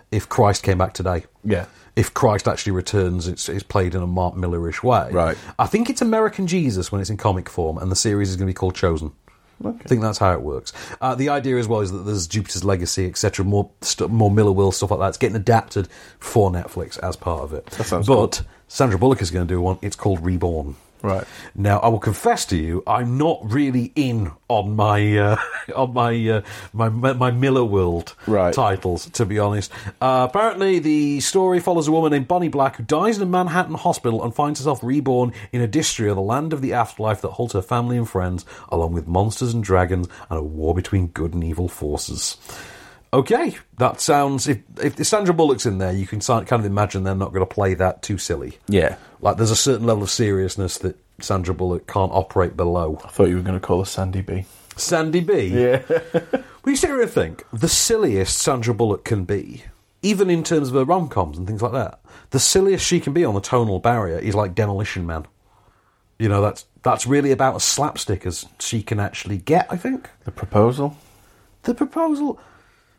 Speaker 1: if Christ came back today.
Speaker 2: Yeah.
Speaker 1: If Christ actually returns, it's, it's played in a Mark Millerish way. Right. I think it's American Jesus when it's in comic form, and the series is going to be called Chosen. I think that's how it works. Uh, the idea as well is that there's Jupiter's Legacy, etc., more stu more Miller Will stuff like that. It's getting adapted for Netflix as part of it. That sounds but Sandra Bullock is going to do one. It's called Reborn.
Speaker 2: Right.
Speaker 1: Now, I will confess to you, I'm not really in on my uh, on my, uh, my my Miller World titles, to be honest. Uh, apparently, the story follows a woman named Bonnie Black who dies in a Manhattan hospital and finds herself reborn in Adistria, the land of the afterlife that holds her family and friends, along with monsters and dragons and a war between good and evil forces. Okay, that sounds. If, if Sandra Bullock's in there, you can si- kind of imagine they're not going to play that too silly.
Speaker 2: Yeah.
Speaker 1: Like there's a certain level of seriousness that Sandra Bullock can't operate below. I
Speaker 2: thought you were going to call her Sandy B.
Speaker 1: Sandy B. Yeah. we sit here and think the silliest Sandra Bullock can be, even in terms of her rom coms and things like that. The silliest she can be on the tonal barrier is like Demolition Man. You know, that's that's really about as slapstick as she can actually get. I think
Speaker 2: the proposal.
Speaker 1: The proposal.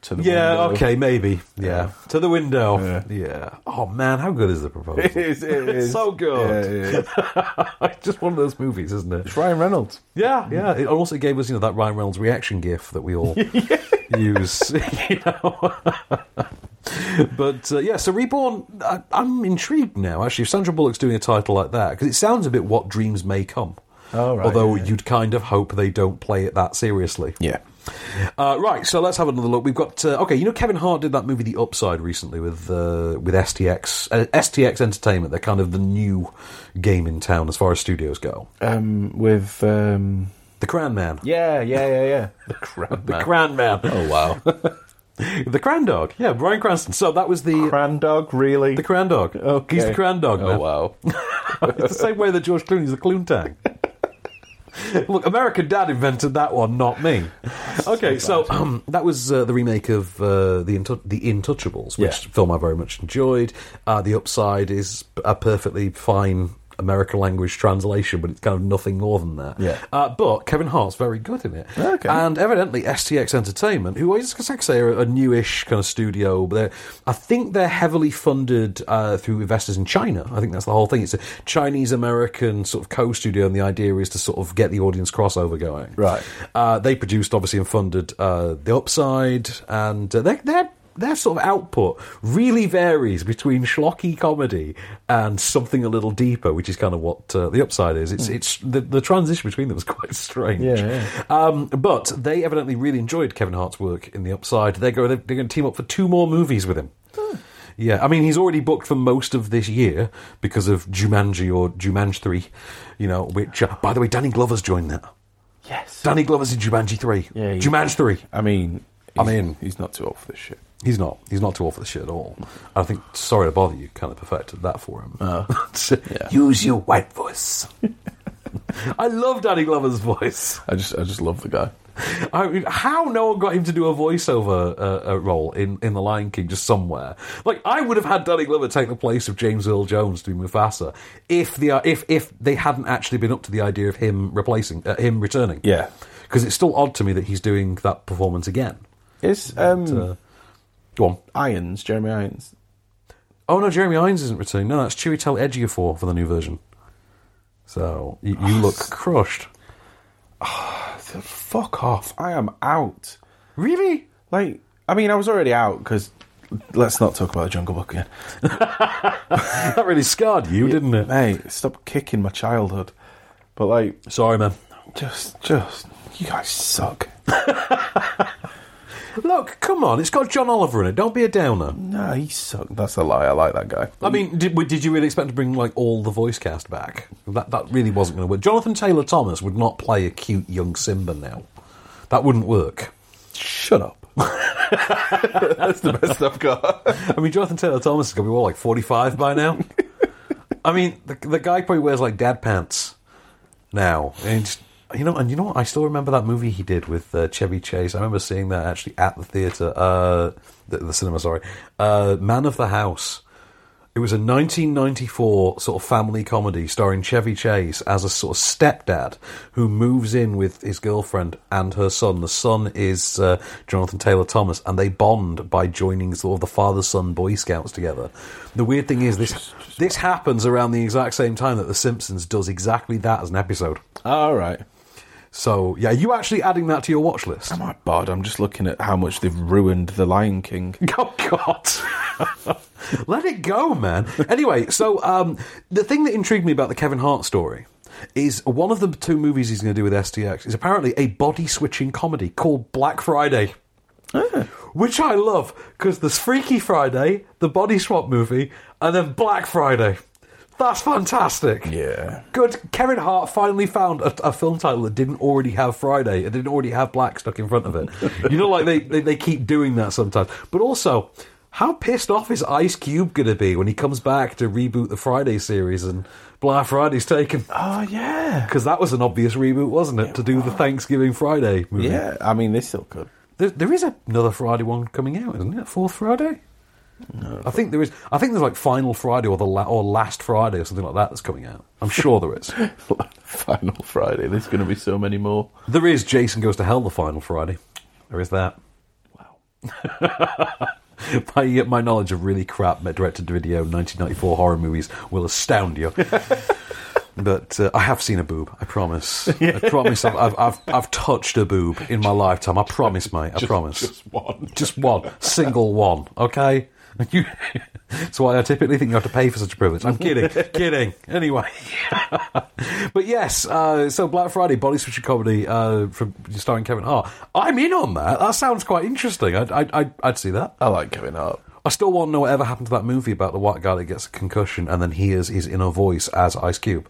Speaker 2: To the
Speaker 1: yeah.
Speaker 2: window.
Speaker 1: Okay. Maybe. Yeah. To the window. Yeah. Oh man, how good is the proposal?
Speaker 2: It is, it
Speaker 1: It's
Speaker 2: is.
Speaker 1: so good.
Speaker 2: Yeah, it
Speaker 1: it's just one of those movies, isn't it?
Speaker 2: It's Ryan Reynolds.
Speaker 1: Yeah, yeah. It also gave us, you know, that Ryan Reynolds reaction gif that we all use. You know. but uh, yeah, so Reborn. I, I'm intrigued now. Actually, if Sandra Bullock's doing a title like that because it sounds a bit what dreams may come.
Speaker 2: Oh, right,
Speaker 1: Although
Speaker 2: yeah, yeah.
Speaker 1: you'd kind of hope they don't play it that seriously.
Speaker 2: Yeah.
Speaker 1: Uh, right, so let's have another look. We've got uh, okay. You know, Kevin Hart did that movie, The Upside, recently with uh, with STX uh, STX Entertainment. They're kind of the new game in town as far as studios go.
Speaker 2: Um, with um,
Speaker 1: the Cran Man.
Speaker 2: Yeah, yeah, yeah, yeah. the Cran.
Speaker 1: The Cran Man. Oh wow. the Cran Dog. Yeah, Brian Cranston. So that was the
Speaker 2: Cran Dog, really?
Speaker 1: The Cran Dog. Okay. He's the Cran Dog.
Speaker 2: Oh,
Speaker 1: man. wow. it's the same way that George Clooney's the Cloontang. Look, American Dad invented that one, not me. Okay, so um, that was uh, the remake of uh, the Intu- the Intouchables, which film I very much enjoyed. Uh, the upside is a perfectly fine American language translation, but it's kind of nothing more than that.
Speaker 2: Yeah.
Speaker 1: Uh, but Kevin Hart's very good in it. Okay. And evidently, STX Entertainment, who is, as I say, are a newish kind of studio, but they're, I think they're heavily funded uh, through investors in China. I think that's the whole thing. It's a Chinese American sort of co studio, and the idea is to sort of get the audience crossover going.
Speaker 2: Right.
Speaker 1: Uh, they produced, obviously, and funded uh, The Upside, and uh, they they're. Their sort of output really varies between schlocky comedy and something a little deeper, which is kind of what uh, the upside is. It's
Speaker 2: Mm.
Speaker 1: it's the, the transition between them is quite strange.
Speaker 2: Yeah, yeah.
Speaker 1: Um, but they evidently really enjoyed Kevin Hart's work in the upside. They go they're going to team up for two more movies with him.
Speaker 2: Hmm.
Speaker 1: Yeah, I mean he's already booked for most of this year because of Jumanji or Jumanji Three, you know. Which, uh, by the way, Danny Glover's joined that. Yes, Danny Glover's in Jumanji Three. Yeah, Jumanji Three.
Speaker 2: I mean,
Speaker 1: I mean,
Speaker 2: he's not too old for this shit.
Speaker 1: He's not. He's not too old for this shit at all. I think Sorry to Bother You kind of perfected that for him.
Speaker 2: Oh.
Speaker 1: Use your white voice. I love Danny Glover's voice.
Speaker 2: I just, I just love the guy.
Speaker 1: I mean, how no one got him to do a voiceover uh, uh, role in, in The Lion King just somewhere? Like, I would have had Danny Glover take the place of James Earl Jones to be Mufasa if the uh, if if they hadn't actually been up to the idea of him replacing uh, him returning.
Speaker 2: Yeah.
Speaker 1: because it's still odd to me that he's doing that performance again.
Speaker 2: Is um,
Speaker 1: uh, go on.
Speaker 2: Irons, Jeremy Irons.
Speaker 1: Oh no, Jeremy Irons isn't returning. No, that's Chiwetel Ejiofor for the new version. So you, you look crushed.
Speaker 2: Fuck off! I am out.
Speaker 1: Really?
Speaker 2: Like, I mean, I was already out because let's not talk about Jungle Book again.
Speaker 1: that really scarred you, didn't it?
Speaker 2: Hey, stop kicking my childhood. But like,
Speaker 1: sorry, man.
Speaker 2: Just, just you guys suck.
Speaker 1: Look, come on, it's got John Oliver in it. Don't be a downer.
Speaker 2: No, he sucked. That's a lie. I like that guy.
Speaker 1: I mean, did, w- did you really expect to bring like all the voice cast back? That that really wasn't going to work. Jonathan Taylor Thomas would not play a cute young Simba now. That wouldn't work.
Speaker 2: Shut up.
Speaker 1: That's
Speaker 2: the best I've got.
Speaker 1: I mean, Jonathan Taylor Thomas is going to be what, like forty-five by now. I mean, the, the guy probably wears like dad pants now, and just- you know, and you know what? I still remember that movie he did with uh, Chevy Chase. I remember seeing that actually at the theater, uh, the, the cinema. Sorry, uh, Man of the House. It was a 1994 sort of family comedy starring Chevy Chase as a sort of stepdad who moves in with his girlfriend and her son. The son is uh, Jonathan Taylor Thomas, and they bond by joining sort of the father son Boy Scouts together. The weird thing is this this happens around the exact same time that The Simpsons does exactly that as an episode.
Speaker 2: All right.
Speaker 1: So yeah, are you actually adding that to your watch list?
Speaker 2: Am I bored? I'm just looking at how much they've ruined The Lion King.
Speaker 1: Oh God! Let it go, man. Anyway, so um, the thing that intrigued me about the Kevin Hart story is one of the two movies he's going to do with STX is apparently a body switching comedy called Black Friday. Which I love because there's Freaky Friday, the body swap movie, and then Black Friday. That's fantastic.
Speaker 2: Yeah.
Speaker 1: Good. Kevin Hart finally found a, a film title that didn't already have Friday and didn't already have Black stuck in front of it. you know, like they, they, they keep doing that sometimes. But also, how pissed off is Ice Cube going to be when he comes back to reboot the Friday series and Black Friday's taken?
Speaker 2: Oh, yeah.
Speaker 1: Because that was an obvious reboot, wasn't it? to do the Thanksgiving Friday movie.
Speaker 2: Yeah, I mean, they still could.
Speaker 1: There, there is another Friday one coming out, isn't it? Fourth Friday. No, I think there is. I think there's like Final Friday or the la- or Last Friday or something like that that's coming out. I'm sure there is.
Speaker 2: Final Friday. There's going to be so many more.
Speaker 1: There is Jason Goes to Hell the Final Friday. There is that. Wow. my, uh, my knowledge of really crap directed to video 1994 horror movies will astound you. But uh, I have seen a boob. I promise. I promise. I've, I've, I've, I've touched a boob in my lifetime. I promise, mate. I promise. Just
Speaker 2: one.
Speaker 1: Just one. Single one. Okay. You, that's why I typically think you have to pay for such a privilege. I'm kidding. kidding. Anyway. but yes. Uh, so Black Friday body switching comedy uh, from starring Kevin Hart. I'm in on that. That sounds quite interesting. I'd I'd, I'd, I'd see that.
Speaker 2: I like Kevin Hart.
Speaker 1: I still want to know whatever happened to that movie about the white guy that gets a concussion and then hears his inner voice as Ice Cube.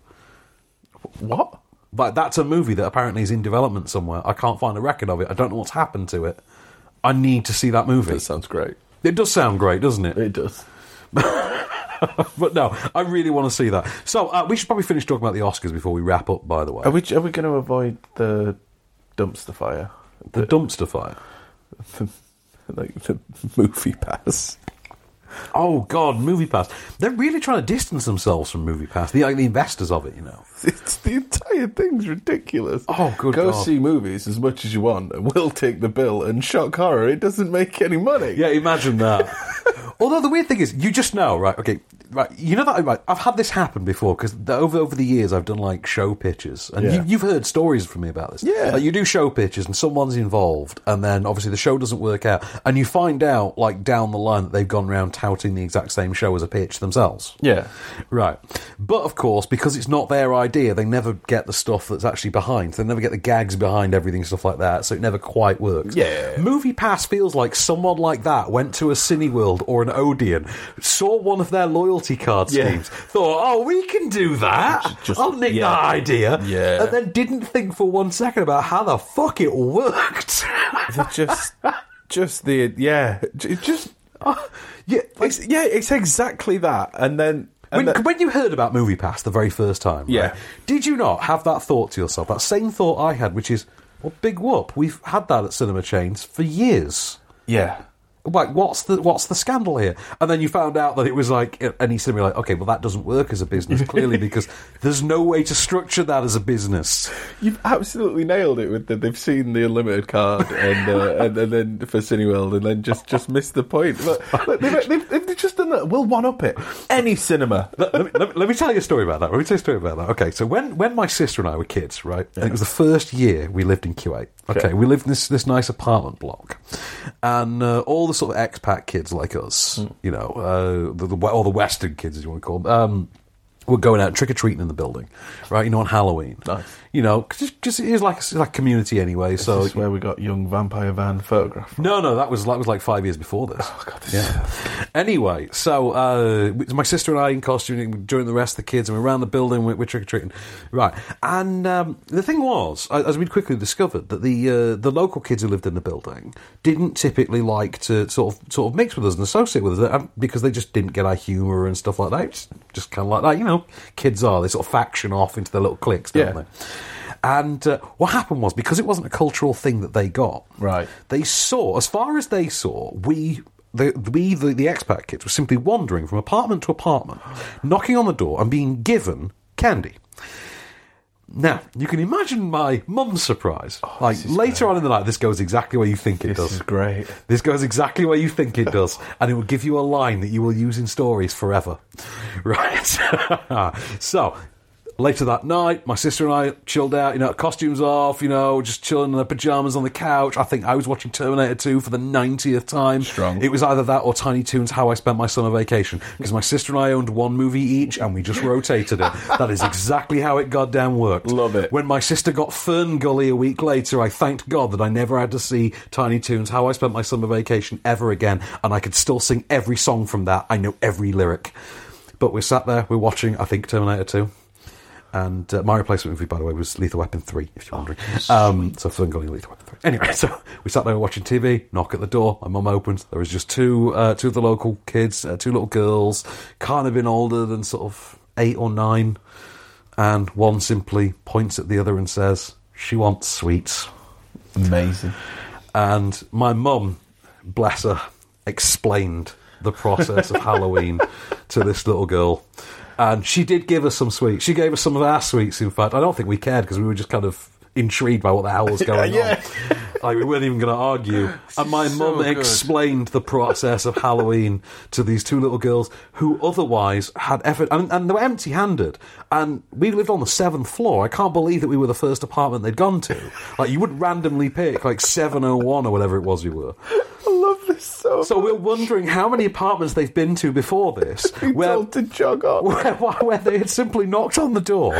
Speaker 2: What?
Speaker 1: But that's a movie that apparently is in development somewhere. I can't find a record of it. I don't know what's happened to it. I need to see that movie. That
Speaker 2: sounds great.
Speaker 1: It does sound great, doesn't it?
Speaker 2: It does.
Speaker 1: but no, I really want to see that. So uh, we should probably finish talking about the Oscars before we wrap up. By the way,
Speaker 2: Are we are we going to avoid the dumpster fire?
Speaker 1: The, dumpster fire.
Speaker 2: The, like the movie pass.
Speaker 1: Oh God, Movie Pass! They're really trying to distance themselves from Movie Pass. The like the investors of it, you know.
Speaker 2: It's the entire thing's ridiculous.
Speaker 1: Oh, good
Speaker 2: Go
Speaker 1: God.
Speaker 2: see movies as much as you want, and we'll take the bill. And shock horror, it doesn't make any money.
Speaker 1: Yeah, imagine that. Although the weird thing is, you just know, right? Okay, right. You know that right, I've had this happen before because over over the years I've done like show pitches, and
Speaker 2: Yeah.
Speaker 1: you, you've heard stories from me about this.
Speaker 2: Yeah.
Speaker 1: Like, you do show pitches, and someone's involved, and then obviously the show doesn't work out, and you find out like down the line that they've gone around touting the exact same show as a pitch themselves.
Speaker 2: Yeah.
Speaker 1: Right. But of course, because it's not their idea, they never get the stuff that's actually behind. They never get the gags behind everything, stuff like that. So it never quite works.
Speaker 2: Yeah.
Speaker 1: Movie Pass feels like someone like that went to a Cineworld or an Odeon, saw one of their loyalty card
Speaker 2: Yeah.
Speaker 1: schemes, thought, oh, we can do that.
Speaker 2: Just-
Speaker 1: I'll nick
Speaker 2: yeah.
Speaker 1: that idea.
Speaker 2: Yeah.
Speaker 1: And then didn't think for one second about how the fuck it worked.
Speaker 2: They're just, just the yeah, j- just Ah, yeah, it's, yeah, it's exactly that. And then,
Speaker 1: When,
Speaker 2: and then-
Speaker 1: when you heard about Movie Pass the very first time, right,
Speaker 2: Yeah.
Speaker 1: did you not have that thought to yourself? That same thought I had, which is, well, big whoop. We've had that at cinema chains for years.
Speaker 2: yeah,
Speaker 1: Like, what's the what's the scandal here? And then you found out that it was like at any cinema, like, okay, well, that doesn't work as a business clearly because there's no way to structure that as a business.
Speaker 2: You've absolutely nailed it with that. They've seen the unlimited card and uh, and, and then for Cineworld and then just just missed the point. Look, look, they've, they've, they've just done that. We'll one up it. Any cinema.
Speaker 1: let, let me, let me- let me tell you a story about that. Let me tell you a story about that. Okay, so when, when my sister and I were kids, right, and it was the first year we lived in Kuwait. Okay,
Speaker 2: Okay.
Speaker 1: we lived in this, this nice apartment block, and uh, all the sort of expat kids like us, you know, uh, the, the, all the Western kids, as you want to call them, um, were going out trick or treating in the building, right? You know, on Halloween.
Speaker 2: Nice.
Speaker 1: You know, because it is like it's like community anyway. So
Speaker 2: this is where we got young vampire van photograph.
Speaker 1: no, no, that was that was like five years before this. Oh god, this yeah. Anyway, so uh, we- my sister and I in costume and during the rest of the kids, and we're around the building, we're, we're trick or treating, right? And um, the thing was, a- as we would quickly discovered, that the uh, the local kids who lived in the building didn't typically like to sort of sort of mix with us and associate with us uh, because they just didn't get our humour and stuff like that. It's just kind of like that, you know, kids are they sort of faction off into their little cliques, don't
Speaker 2: Yeah.
Speaker 1: they? And uh, what happened was because it wasn't a cultural thing that they got,
Speaker 2: Right.
Speaker 1: they saw, as far as they saw, we. The, we, the, the expat kids, were simply wandering from apartment to apartment, knocking on the door and being given candy. Now, you can imagine my mum's surprise.
Speaker 2: Oh,
Speaker 1: like, later on in the night, this goes exactly where you think it
Speaker 2: This
Speaker 1: does.
Speaker 2: is great.
Speaker 1: This goes exactly where you think it does, and it will give you a line that you will use in stories forever. Right. so, later that night, my sister and I chilled out, you know, costumes off, you know, just chilling in our pajamas on the couch. I think I was watching Terminator 2 for the 90th time.
Speaker 2: Strong.
Speaker 1: It was either that or Tiny Toons How I Spent My Summer Vacation, because my sister and I owned one movie each and we just rotated it. that is exactly how it goddamn worked.
Speaker 2: Love it.
Speaker 1: When my sister got Fern Gully a week later, I thanked God that I never had to see Tiny Toons, How I Spent My Summer Vacation ever again, and I could still sing every song from that. I know every lyric. But we're sat there, we're watching, I think, Terminator 2. And uh, my replacement movie, by the way, was Lethal Weapon 3, if you're wondering. um, so Fern Gully and Lethal Weapon 3. Anyway, so we sat there watching TV, knock at the door, my mum opens. There was just two, uh, two of the local kids, uh, two little girls, kind of been older than sort of eight or nine and one simply points at the other and says, She wants sweets.
Speaker 2: Amazing.
Speaker 1: And my mum, bless her, explained the process of Halloween to this little girl. And she did give us some sweets. She gave us some of our sweets, in fact. I don't think we cared because we were just kind of intrigued by what the hell was going
Speaker 2: Yeah,
Speaker 1: on. Like, we weren't even going to argue. And my
Speaker 2: So
Speaker 1: mum
Speaker 2: good.
Speaker 1: explained the process of Halloween to these two little girls who otherwise had effort and, and they were empty handed. And we lived on the seventh floor. I can't believe that we were the first apartment they'd gone to. Like, you would randomly pick like 701 or whatever it was we were.
Speaker 2: I love this so.
Speaker 1: So we're wondering how many apartments they've been to before this.
Speaker 2: Being told to jog on.
Speaker 1: where, where they had simply knocked on the door,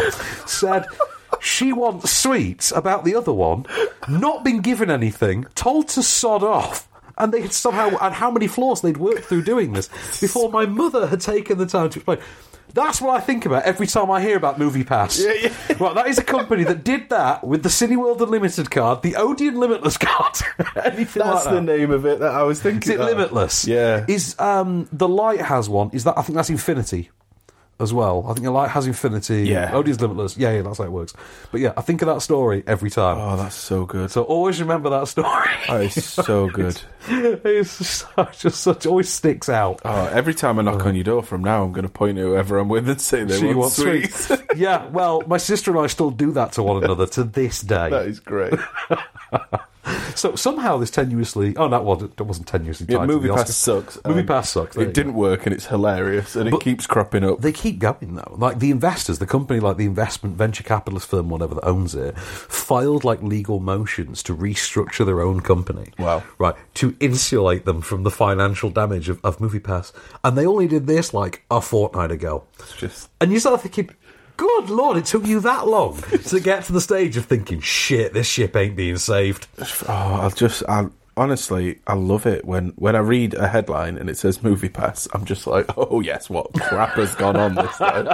Speaker 1: said she wants sweets about the other one, not been given anything, told to sod off. And they had somehow, and how many floors they'd worked through doing this before my mother had taken the time to explain. That's what I think about every time I hear about Movie Pass.
Speaker 2: Yeah, yeah.
Speaker 1: Well, that is a company that did that with the Cineworld Unlimited card, the Odeon Limitless card. Anything
Speaker 2: That's
Speaker 1: like that.
Speaker 2: the name of it that I was thinking.
Speaker 1: Is it
Speaker 2: of.
Speaker 1: Limitless?
Speaker 2: Uh, Yeah.
Speaker 1: Is um the Light has one? Is that I think that's Infinity as well. I think the Light has Infinity.
Speaker 2: Yeah.
Speaker 1: Odeon's Limitless. Yeah, yeah, that's how it works. But yeah, I think of that story every time.
Speaker 2: Oh, that's so good.
Speaker 1: So always remember that story.
Speaker 2: Oh, it's so good.
Speaker 1: it's just, just such always sticks out.
Speaker 2: Oh, every time I knock on your door from now, I'm going to point at whoever I'm with and say they
Speaker 1: She
Speaker 2: want,
Speaker 1: wants
Speaker 2: sweets.
Speaker 1: yeah, well, my sister and I still do that to one another to this day.
Speaker 2: That is great.
Speaker 1: So somehow this tenuously, oh, that wasn't, that wasn't tenuously.
Speaker 2: Yeah,
Speaker 1: tied to the
Speaker 2: movie pass
Speaker 1: Oscars.
Speaker 2: sucks.
Speaker 1: Movie
Speaker 2: Um,
Speaker 1: pass sucks. there you
Speaker 2: It didn't work, and it's hilarious, and it keeps cropping up.
Speaker 1: They keep going though. Like the investors, the company, like the investment venture capitalist firm, whatever that owns it, filed like legal motions to restructure their own company. Wow. Right to insulate them from the financial damage of, of MoviePass, and they only did this like a fortnight ago. It's
Speaker 2: just,
Speaker 1: and you start thinking. Good lord, it took you that long to get to the stage of thinking, shit, this ship ain't being saved.
Speaker 2: Oh, I just, I honestly, I love it when when I read a headline and it says Movie Pass. I'm just like, oh yes, what crap has gone on this time?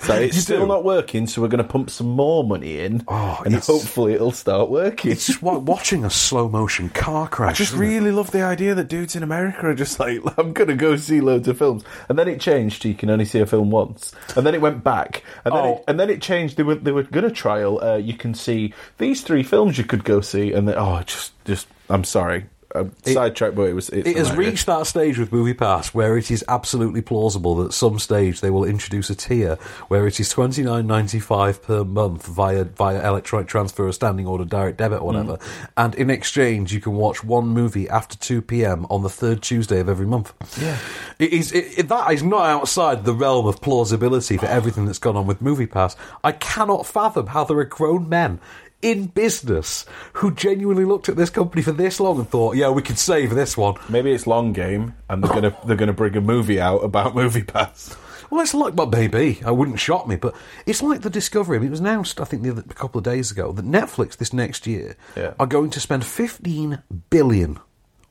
Speaker 2: So it's
Speaker 1: You
Speaker 2: still
Speaker 1: do.
Speaker 2: not working. So we're going to pump some more money in, and
Speaker 1: it's-
Speaker 2: hopefully it'll start working.
Speaker 1: It's just wa- watching a slow motion car crash.
Speaker 2: I just
Speaker 1: isn't it?
Speaker 2: really love the idea that dudes in America are just like, I'm going to go see loads of films. And then it changed to you can only see a film once. And then it went back. And then, it, and then it changed. They were, they were going to trial, uh, you can see these three films you could go see. And then, oh, just, just, I'm sorry. I'm sidetracked, but it was. It's
Speaker 1: it has
Speaker 2: hilarious.
Speaker 1: reached that stage with Movie Pass where it is absolutely plausible that at some stage they will introduce a tier where it is twenty nine ninety five per month via via electronic transfer or standing order direct debit or whatever,
Speaker 2: Hmm.
Speaker 1: and in exchange you can watch one movie after two p.m. on the third Tuesday of every month. Yeah, it is it, it, that is not outside the realm of plausibility for everything that's gone on with Movie Pass. I cannot fathom how there are grown men in business who genuinely looked at this company for this long and thought, yeah, we could save this one.
Speaker 2: Maybe it's long game, and they're gonna they're gonna bring a movie out about Movie Pass.
Speaker 1: Well, it's like, well, maybe I wouldn't shock me, but it's like the discovery. I mean, it was announced, I think, the other, a couple of days ago that Netflix this next year
Speaker 2: Yeah.
Speaker 1: are going to spend fifteen billion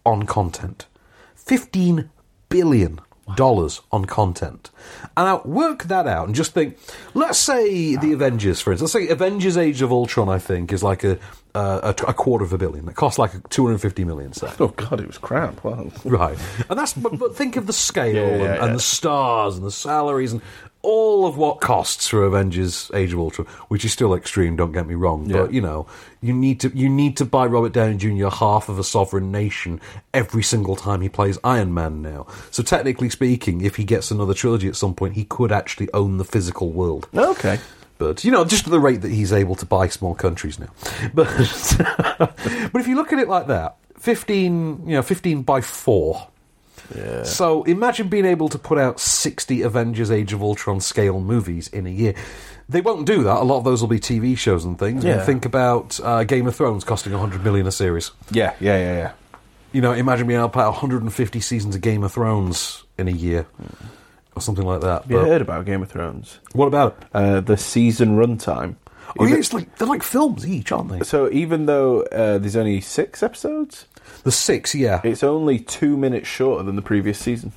Speaker 1: on content, fifteen billion dollars on content, and now work that out and just think. Let's say the Avengers, for instance. Let's say Avengers: Age of Ultron. I think is like a uh, a, a quarter of a billion. It costs like two hundred fifty million. Say.
Speaker 2: Oh God, it was crap. Wow.
Speaker 1: Right, and that's but, but think of the scale
Speaker 2: Yeah, yeah,
Speaker 1: and, and
Speaker 2: yeah.
Speaker 1: the stars and the salaries and all of what costs for Avengers: Age of Ultron, which is still extreme. Don't get me wrong, but you know you need to you need to buy Robert Downey Jr. half of a sovereign nation every single time he plays Iron Man now. So technically speaking, if he gets another trilogy at some point, he could actually own the physical world.
Speaker 2: Okay.
Speaker 1: But you know, just at the rate that he's able to buy small countries now. But but if you look at it like that, fifteen, you know, fifteen by four. Yeah. So imagine being able to put out sixty Avengers: Age of Ultron scale movies in a year. They won't do that. A lot of those will be TV shows and things. I mean,
Speaker 2: Yeah.
Speaker 1: think about uh, Game of Thrones costing hundred million a series.
Speaker 2: Yeah, yeah, yeah, yeah.
Speaker 1: You know, imagine being able to put out 150 seasons of Game of Thrones in a year, or something like that.
Speaker 2: Have you
Speaker 1: But
Speaker 2: heard about Game of Thrones?
Speaker 1: What about it?
Speaker 2: Uh, the season runtime.
Speaker 1: Oh, yeah,
Speaker 2: Even-
Speaker 1: it's like they're like films each, aren't they?
Speaker 2: So even though uh, there's only six episodes,
Speaker 1: the six, yeah,
Speaker 2: it's only two minutes shorter than the previous season.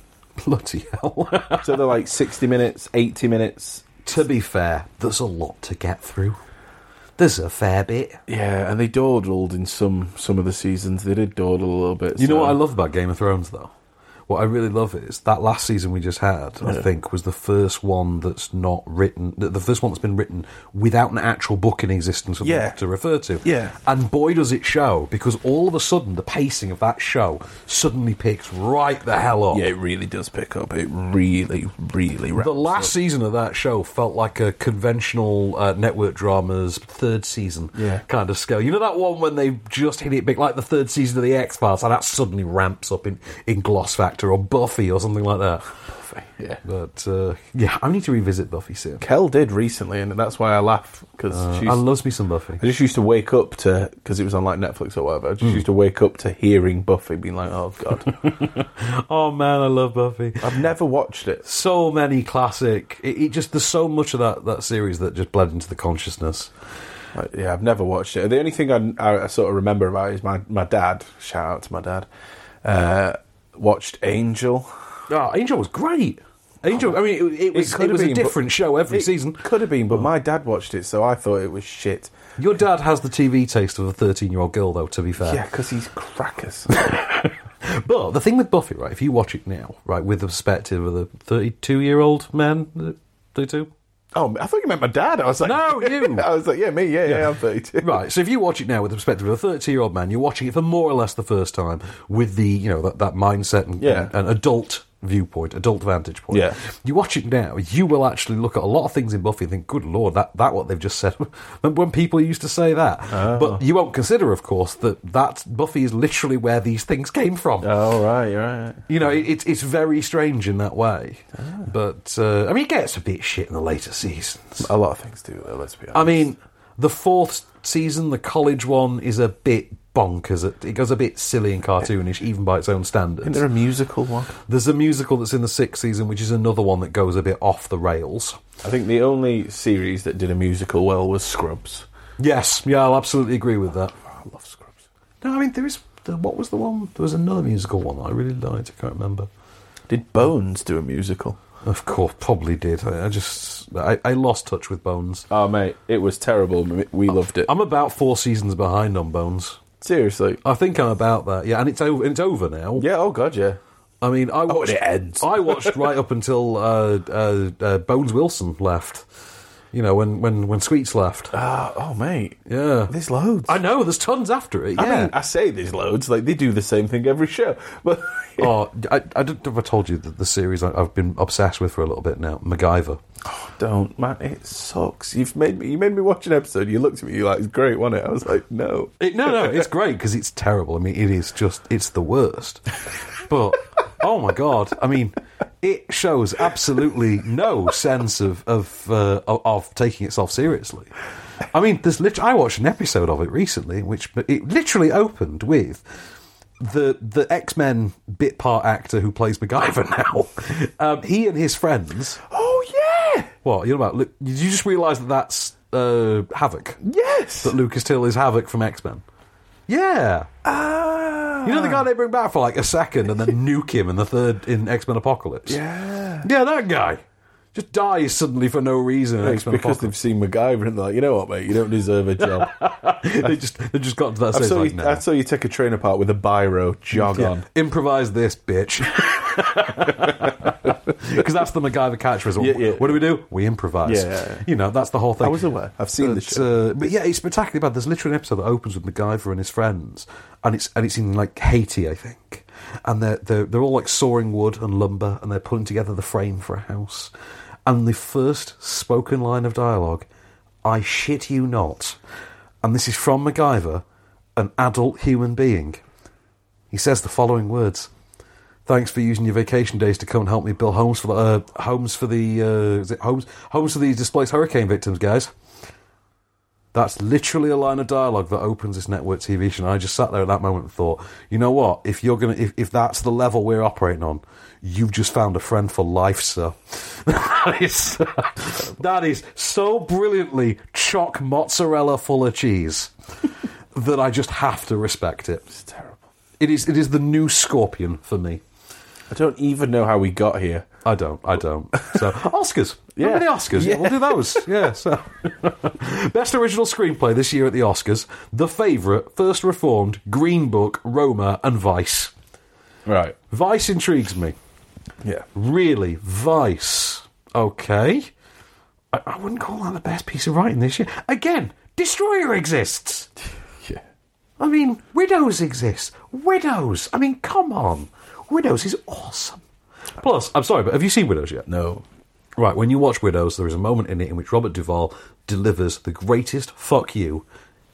Speaker 1: Bloody hell.
Speaker 2: so they're like sixty minutes, eighty minutes.
Speaker 1: to be fair, there's a lot to get through. There's a fair bit.
Speaker 2: Yeah, and they dawdled in some some of the seasons. They did dawdle a little bit.
Speaker 1: You know
Speaker 2: so-
Speaker 1: what I love about Game of Thrones, though? What I really love is that last season we just had, I
Speaker 2: Yeah.
Speaker 1: think, was the first one that's not written, the the first one that's been written without an actual book in existence for
Speaker 2: Yeah.
Speaker 1: them to refer to.
Speaker 2: Yeah.
Speaker 1: And boy, does it show, because all of a sudden the pacing of that show suddenly picks right the hell up.
Speaker 2: Yeah, it really does pick up. It really, really. Ramps
Speaker 1: The last season of that show felt like a conventional uh, network drama's third season
Speaker 2: Yeah.
Speaker 1: kind of scale. You know that one when they just hit it big, like the third season of the X Files, and that suddenly ramps up in, in Gloss Factor or Buffy or something like that.
Speaker 2: Buffy, yeah.
Speaker 1: But uh, yeah, I need to revisit Buffy soon.
Speaker 2: Kel did recently, and that's why I laugh because
Speaker 1: Uh,
Speaker 2: she's.
Speaker 1: I love me some Buffy.
Speaker 2: I just used to wake up to because it was on like Netflix or whatever. I just used to wake up to hearing Buffy, being like, "Oh God,
Speaker 1: Oh man, I love Buffy.
Speaker 2: I've never watched it."
Speaker 1: So many classic. It, it just there's so much of that that series that just bled into the consciousness.
Speaker 2: Uh, Yeah, I've never watched it. The only thing I, I, I sort of remember about it is my, my dad, shout out to my dad, uh, watched Angel.
Speaker 1: Ah, Angel was great. Angel. I mean, it, it was, it
Speaker 2: could've
Speaker 1: was a
Speaker 2: been, but-
Speaker 1: different show every
Speaker 2: it
Speaker 1: season.
Speaker 2: Could have been, but my dad watched it, so I thought it was shit.
Speaker 1: Your dad has the TV taste of a 13 year old girl, though, to be fair.
Speaker 2: Yeah, because he's crackers.
Speaker 1: But the thing with Buffy, right, if you watch it now, right, with the perspective of the 32 year old man, uh, 32?
Speaker 2: Oh, I thought you meant my dad. I was like,
Speaker 1: no, you.
Speaker 2: I was like, yeah, me, yeah, yeah, I'm 32.
Speaker 1: Right, so if you watch it now with the perspective of a 32 year old man, you're watching it for more or less the first time with the, you know, that, that mindset and,
Speaker 2: Yeah.
Speaker 1: and, and adult viewpoint, adult vantage point.
Speaker 2: Yeah.
Speaker 1: You watch it now, you will actually look at a lot of things in Buffy and think, good lord, that, that what they've just said. Remember when people used to say that?
Speaker 2: Oh.
Speaker 1: But you won't consider, of course, that, that Buffy is literally where these things came from.
Speaker 2: Oh, right, you're right.
Speaker 1: You know, it, it's it's very strange in that way.
Speaker 2: Ah.
Speaker 1: But uh, I mean, it gets a bit shit in the later seasons.
Speaker 2: A lot of things do, though, let's be honest.
Speaker 1: I mean, the fourth season, the college one, is a bit bonkers. It, it goes a bit silly and cartoonish, even by its own standards.
Speaker 2: Isn't there a musical one?
Speaker 1: There's a musical that's in the sixth season, which is another one that goes a bit off the rails.
Speaker 2: I think the only series that did a musical well was Scrubs.
Speaker 1: Yes, yeah, I'll absolutely agree with that.
Speaker 2: I love Scrubs.
Speaker 1: No, I mean, there is. the- What was the one? There was another musical one that I really liked. I can't remember.
Speaker 2: Did Bones do a musical?
Speaker 1: Of course, probably did. I I just I, I lost touch with Bones.
Speaker 2: Oh, mate, it was terrible. M- We loved it.
Speaker 1: I'm about four seasons behind on Bones.
Speaker 2: Seriously.
Speaker 1: I think I'm about that. Yeah, and it's over. It's over now.
Speaker 2: Yeah, oh, God, yeah.
Speaker 1: I mean, I watched.
Speaker 2: Oh, it ends.
Speaker 1: I watched right up until uh, uh, uh, Bones Wilson left. You know, when when when Sweets left.
Speaker 2: Ah, oh, mate.
Speaker 1: Yeah,
Speaker 2: There's loads.
Speaker 1: I know. There's tons after it. Yeah.
Speaker 2: I mean, I say there's loads. Like, they do the same thing every show. But
Speaker 1: Oh, I, I don't know if I told you that the series I- I've been obsessed with for a little bit now, MacGyver.
Speaker 2: don't, man. It sucks. You've made me, you made me watch an episode. You looked at me, you like, it's great, wasn't it? I was like, no.
Speaker 1: It, no, no, it's great because it's terrible. I mean, it is just, it's the worst. But, oh my God, I mean, it shows absolutely no sense of, of, uh, of- of taking itself seriously. I mean, there's lit- I watched an episode of it recently, in which it literally opened with the the X Men bit part actor who plays MacGyver now. Um, he and his friends.
Speaker 2: Oh, yeah.
Speaker 1: What you know about? Luke, did you just realise that that's uh, Havoc?
Speaker 2: Yes.
Speaker 1: That Lucas Till is Havoc from X Men. Yeah.
Speaker 2: Ah.
Speaker 1: You know the guy they bring back for like a second and then nuke him in the third in X Men Apocalypse.
Speaker 2: Yeah.
Speaker 1: Yeah, that guy just dies suddenly for no reason in
Speaker 2: It's
Speaker 1: X Men
Speaker 2: because
Speaker 1: Apocalypse.
Speaker 2: they've seen MacGyver and they're like, you know what, mate, you don't deserve a job.
Speaker 1: they just they just got to that
Speaker 2: I
Speaker 1: stage
Speaker 2: saw,
Speaker 1: like
Speaker 2: you,
Speaker 1: now.
Speaker 2: I saw you take a train apart with a biro, jog on.
Speaker 1: Improvise this, bitch. Because that's the MacGyver catchphrase.
Speaker 2: Yeah, yeah.
Speaker 1: What do we do? We improvise.
Speaker 2: Yeah, yeah, yeah.
Speaker 1: You know, that's the whole thing.
Speaker 2: I was aware. I've seen the
Speaker 1: but,
Speaker 2: show.
Speaker 1: Uh, but yeah, it's spectacularly bad. There's literally an episode that opens with MacGyver and his friends, and it's and it's in like Haiti, I think. And they're they're, they're all like sawing wood and lumber, and they're putting together the frame for a house. And the first spoken line of dialogue, I shit you not, and this is from MacGyver, an adult human being. He says the following words: "Thanks for using your vacation days to come and help me build homes for the uh, homes for the uh, is it homes homes for these displaced hurricane victims, guys." That's literally a line of dialogue that opens this network TV show. And I just sat there at that moment and thought, you know what? If you're gonna, if, if that's the level we're operating on, you've just found a friend for life, sir. that is, that is so brilliantly chock mozzarella full of cheese that I just have to respect it.
Speaker 2: It's terrible.
Speaker 1: It is it is the new Scorpion for me.
Speaker 2: I don't even know how we got here.
Speaker 1: I don't. I don't. So Oscars.
Speaker 2: Yeah.
Speaker 1: Remember the Oscars?
Speaker 2: Yeah.
Speaker 1: We'll do those. Yeah. So best original screenplay this year at the Oscars: The Favorite, First Reformed, Green Book, Roma, and Vice.
Speaker 2: Right.
Speaker 1: Vice intrigues me.
Speaker 2: Yeah.
Speaker 1: Really, Vice. Okay. I, I wouldn't call that the best piece of writing this year. Again, Destroyer exists.
Speaker 2: Yeah.
Speaker 1: I mean, Widows exists. Widows. I mean, come on. Widows is awesome. Plus, I'm sorry, but have you seen Widows yet?
Speaker 2: No.
Speaker 1: Right, when you watch Widows, there is a moment in it in which Robert Duvall delivers the greatest fuck you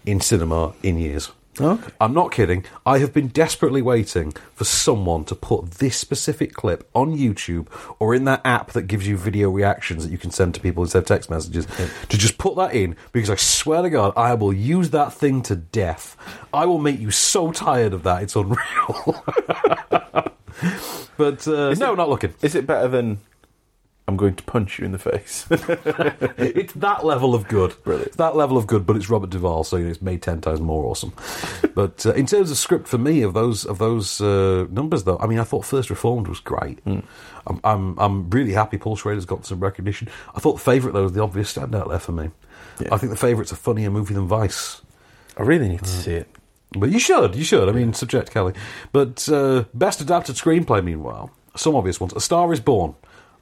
Speaker 1: in cinema in years.
Speaker 2: Okay.
Speaker 1: I'm not kidding. I have been desperately waiting for someone to put this specific clip on YouTube or in that app that gives you video reactions that you can send to people instead of text messages to just put that in because I swear to God, I will use that thing to death. I will make you so tired of that, it's unreal. but uh, no, not looking.
Speaker 2: Is it better than I'm going to punch you in the face.
Speaker 1: it's that level of good. It's that level of good, but it's Robert Duvall, so it's made ten times more awesome. but uh, in terms of script for me of those of those uh, numbers, though, I mean, I thought First Reformed was great. I'm, I'm I'm really happy Paul Schrader's got some recognition. I thought Favorite though was the obvious standout there for me. I think the Favorite's a funnier movie than Vice.
Speaker 2: I really need to see it.
Speaker 1: But you should, you should. I mean, subject Kelly. But uh, best adapted screenplay, meanwhile, some obvious ones. A Star is Born.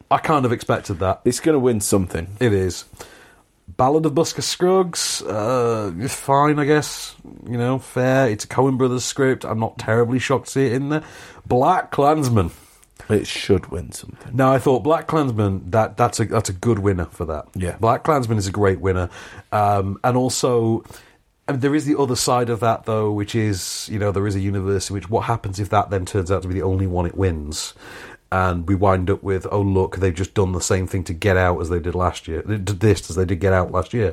Speaker 1: I kind of expected that.
Speaker 2: It's going to win something.
Speaker 1: It is. Ballad of Busker Scruggs, uh, fine, I guess. You know, fair. It's a Coen Brothers script. I'm not terribly shocked to see it in there. Black Klansman.
Speaker 2: It should win something.
Speaker 1: Now I thought Black Klansman that that's a that's a good winner for that.
Speaker 2: Yeah.
Speaker 1: Black Klansman is a great winner, um, and also. I mean, there is the other side of that, though, which is you know there is a universe in which what happens if that then turns out to be the only one it wins, and we wind up with oh look they've just done the same thing to Get Out as they did last year, they did this as they did Get Out last year,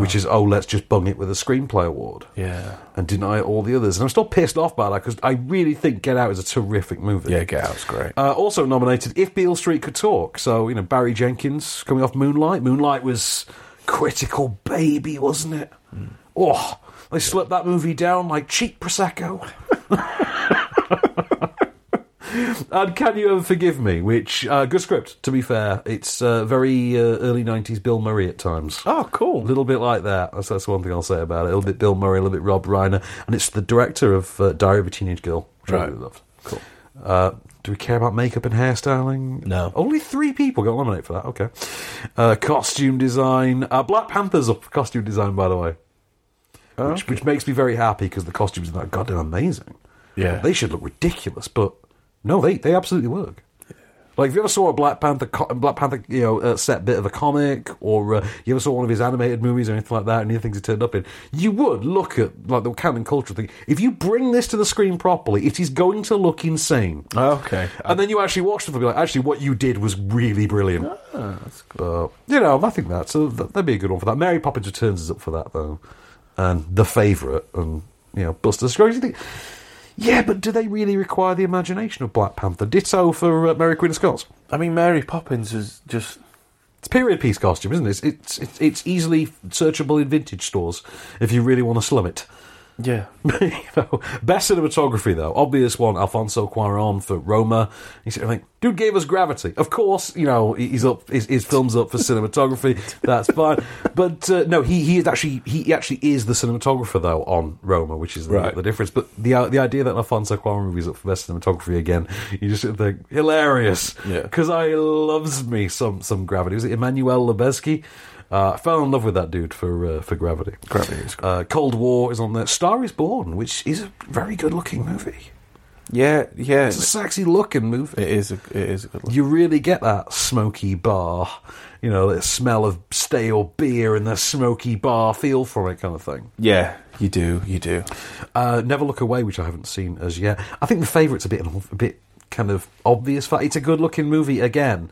Speaker 1: which is oh let's just bung it with a screenplay award
Speaker 2: Ah. Yeah.
Speaker 1: and deny all the others. And I'm still pissed off by that because I really think Get Out is a terrific movie.
Speaker 2: Yeah, Get Out's great.
Speaker 1: Uh, also nominated If Beale Street Could Talk. So, you know, Barry Jenkins coming off Moonlight. Moonlight was critical baby, wasn't it? Oh, they slipped that movie down like cheap Prosecco. and Can You Ever Forgive Me? Which, uh, good script, to be fair. It's uh, very uh, early 90s Bill Murray at times.
Speaker 2: Oh, cool.
Speaker 1: A little bit like that. That's, that's one thing I'll say about it. A little bit Bill Murray, a little bit Rob Reiner. And it's the director of uh, Diary of a Teenage Girl, which I
Speaker 2: Right.
Speaker 1: really loved. Cool. Uh, do we care about makeup and hairstyling?
Speaker 2: No.
Speaker 1: Only three people got nominated for that. Okay. Uh, costume design. Uh, Black Panther's up for costume design, by the way. which, which makes me very happy because the costumes in that goddamn amazing.
Speaker 2: Yeah.
Speaker 1: They should look ridiculous, but no, they, they absolutely work. Like, if you ever saw a Black Panther, co- Black Panther, you know, uh, set bit of a comic, or uh, you ever saw one of his animated movies or anything like that, and the things he turned up in, you would look at like the canon culture thing. If you bring this to the screen properly, it is going to look insane.
Speaker 2: Oh, Okay.
Speaker 1: And then you actually watch the film, you're like, actually, what you did was really brilliant. But, you know, I think that's a, that- that'd be a good one for that. Mary Poppins Returns is up for that, though. And The Favourite, and, you know, Buster Scruggs. You think, yeah, but do they really require the imagination of Black Panther? Ditto for uh, Mary Queen of Scots.
Speaker 2: I mean, Mary Poppins is just.
Speaker 1: It's a period piece costume, isn't it? It's, it's, it's, it's easily searchable in vintage stores if you really want to slum it.
Speaker 2: Yeah.
Speaker 1: you know, best cinematography though, obvious one, Alfonso Cuarón for Roma. You sort of think, dude gave us Gravity. Of course, you know he- he's up, his, his film's up for cinematography. That's fine, but uh, no, he he is actually he actually is the cinematographer though on Roma, which is the,
Speaker 2: Right.
Speaker 1: the difference. But the uh, the idea that an Alfonso Cuarón movie is up for best cinematography again, you just sort of think hilarious
Speaker 2: Yeah.
Speaker 1: because I loves me some some Gravity. Was it Emmanuel Lubezki? Uh, I fell in love with that dude for uh, for Gravity.
Speaker 2: Gravity is
Speaker 1: Uh, Cold War is on there. Star is Born, which is a very good looking movie.
Speaker 2: Yeah, yeah.
Speaker 1: It's a sexy looking movie.
Speaker 2: It is a, it is a good one.
Speaker 1: You really get that smoky bar, you know, the smell of stale beer and the smoky bar feel from it kind of thing.
Speaker 2: Yeah, you do, you do.
Speaker 1: Uh, Never Look Away, which I haven't seen as yet. I think the favourite's a bit, a bit kind of obvious. fact It's a good looking movie again,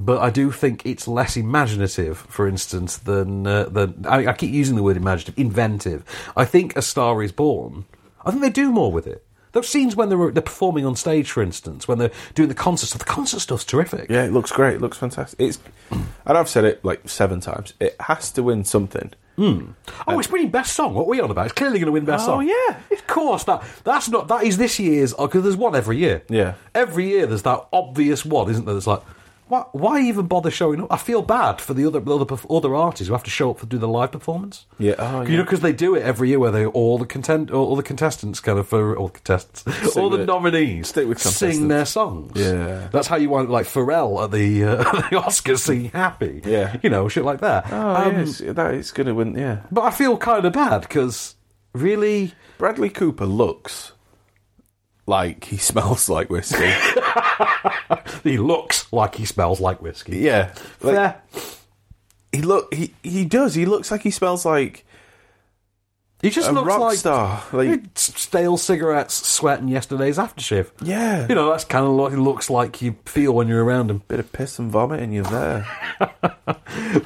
Speaker 1: but I do think it's less imaginative, for instance, than. Uh, than I, I keep using the word imaginative, inventive. I think A Star is Born, I think they do more with it. Those scenes when they're, they're performing on stage, for instance, when they're doing the concert stuff, the concert stuff's terrific.
Speaker 2: Yeah, it looks great. It looks fantastic. It's, and I've said it like seven times. It has to win something.
Speaker 1: Oh, it's winning best song. What are we on about? It's clearly going to win best
Speaker 2: Uh, Oh,
Speaker 1: song.
Speaker 2: yeah.
Speaker 1: of course. That that's not that is this year's because there's one every year.
Speaker 2: Yeah.
Speaker 1: every year there's that obvious one, isn't there? That's like, why, why even bother showing up? I feel bad for the other the other, perf- other artists who have to show up for do the live performance.
Speaker 2: Yeah, oh,
Speaker 1: you know
Speaker 2: yeah.
Speaker 1: because they do it every year where they all the content all, all the contestants kind of for all contestants all
Speaker 2: with
Speaker 1: the
Speaker 2: it.
Speaker 1: nominees
Speaker 2: Stick with
Speaker 1: sing their songs.
Speaker 2: Yeah.
Speaker 1: that's how you want like Pharrell at the uh, the Oscars singing happy.
Speaker 2: Yeah.
Speaker 1: you know shit like that.
Speaker 2: Oh,
Speaker 1: Um,
Speaker 2: yes, that is going to win. Yeah,
Speaker 1: but I feel kind of bad because really,
Speaker 2: Bradley Cooper looks like he smells like whiskey.
Speaker 1: he looks like he smells like whiskey.
Speaker 2: yeah, like,
Speaker 1: Fair.
Speaker 2: he look he he does. He looks like he smells like
Speaker 1: He just
Speaker 2: A
Speaker 1: looks
Speaker 2: rock
Speaker 1: like,
Speaker 2: star, like-
Speaker 1: stale cigarettes, sweat, and yesterday's aftershave.
Speaker 2: Yeah.
Speaker 1: you know that's kind of what he looks like. You feel when you're around him.
Speaker 2: Bit of piss and vomit, and you're there.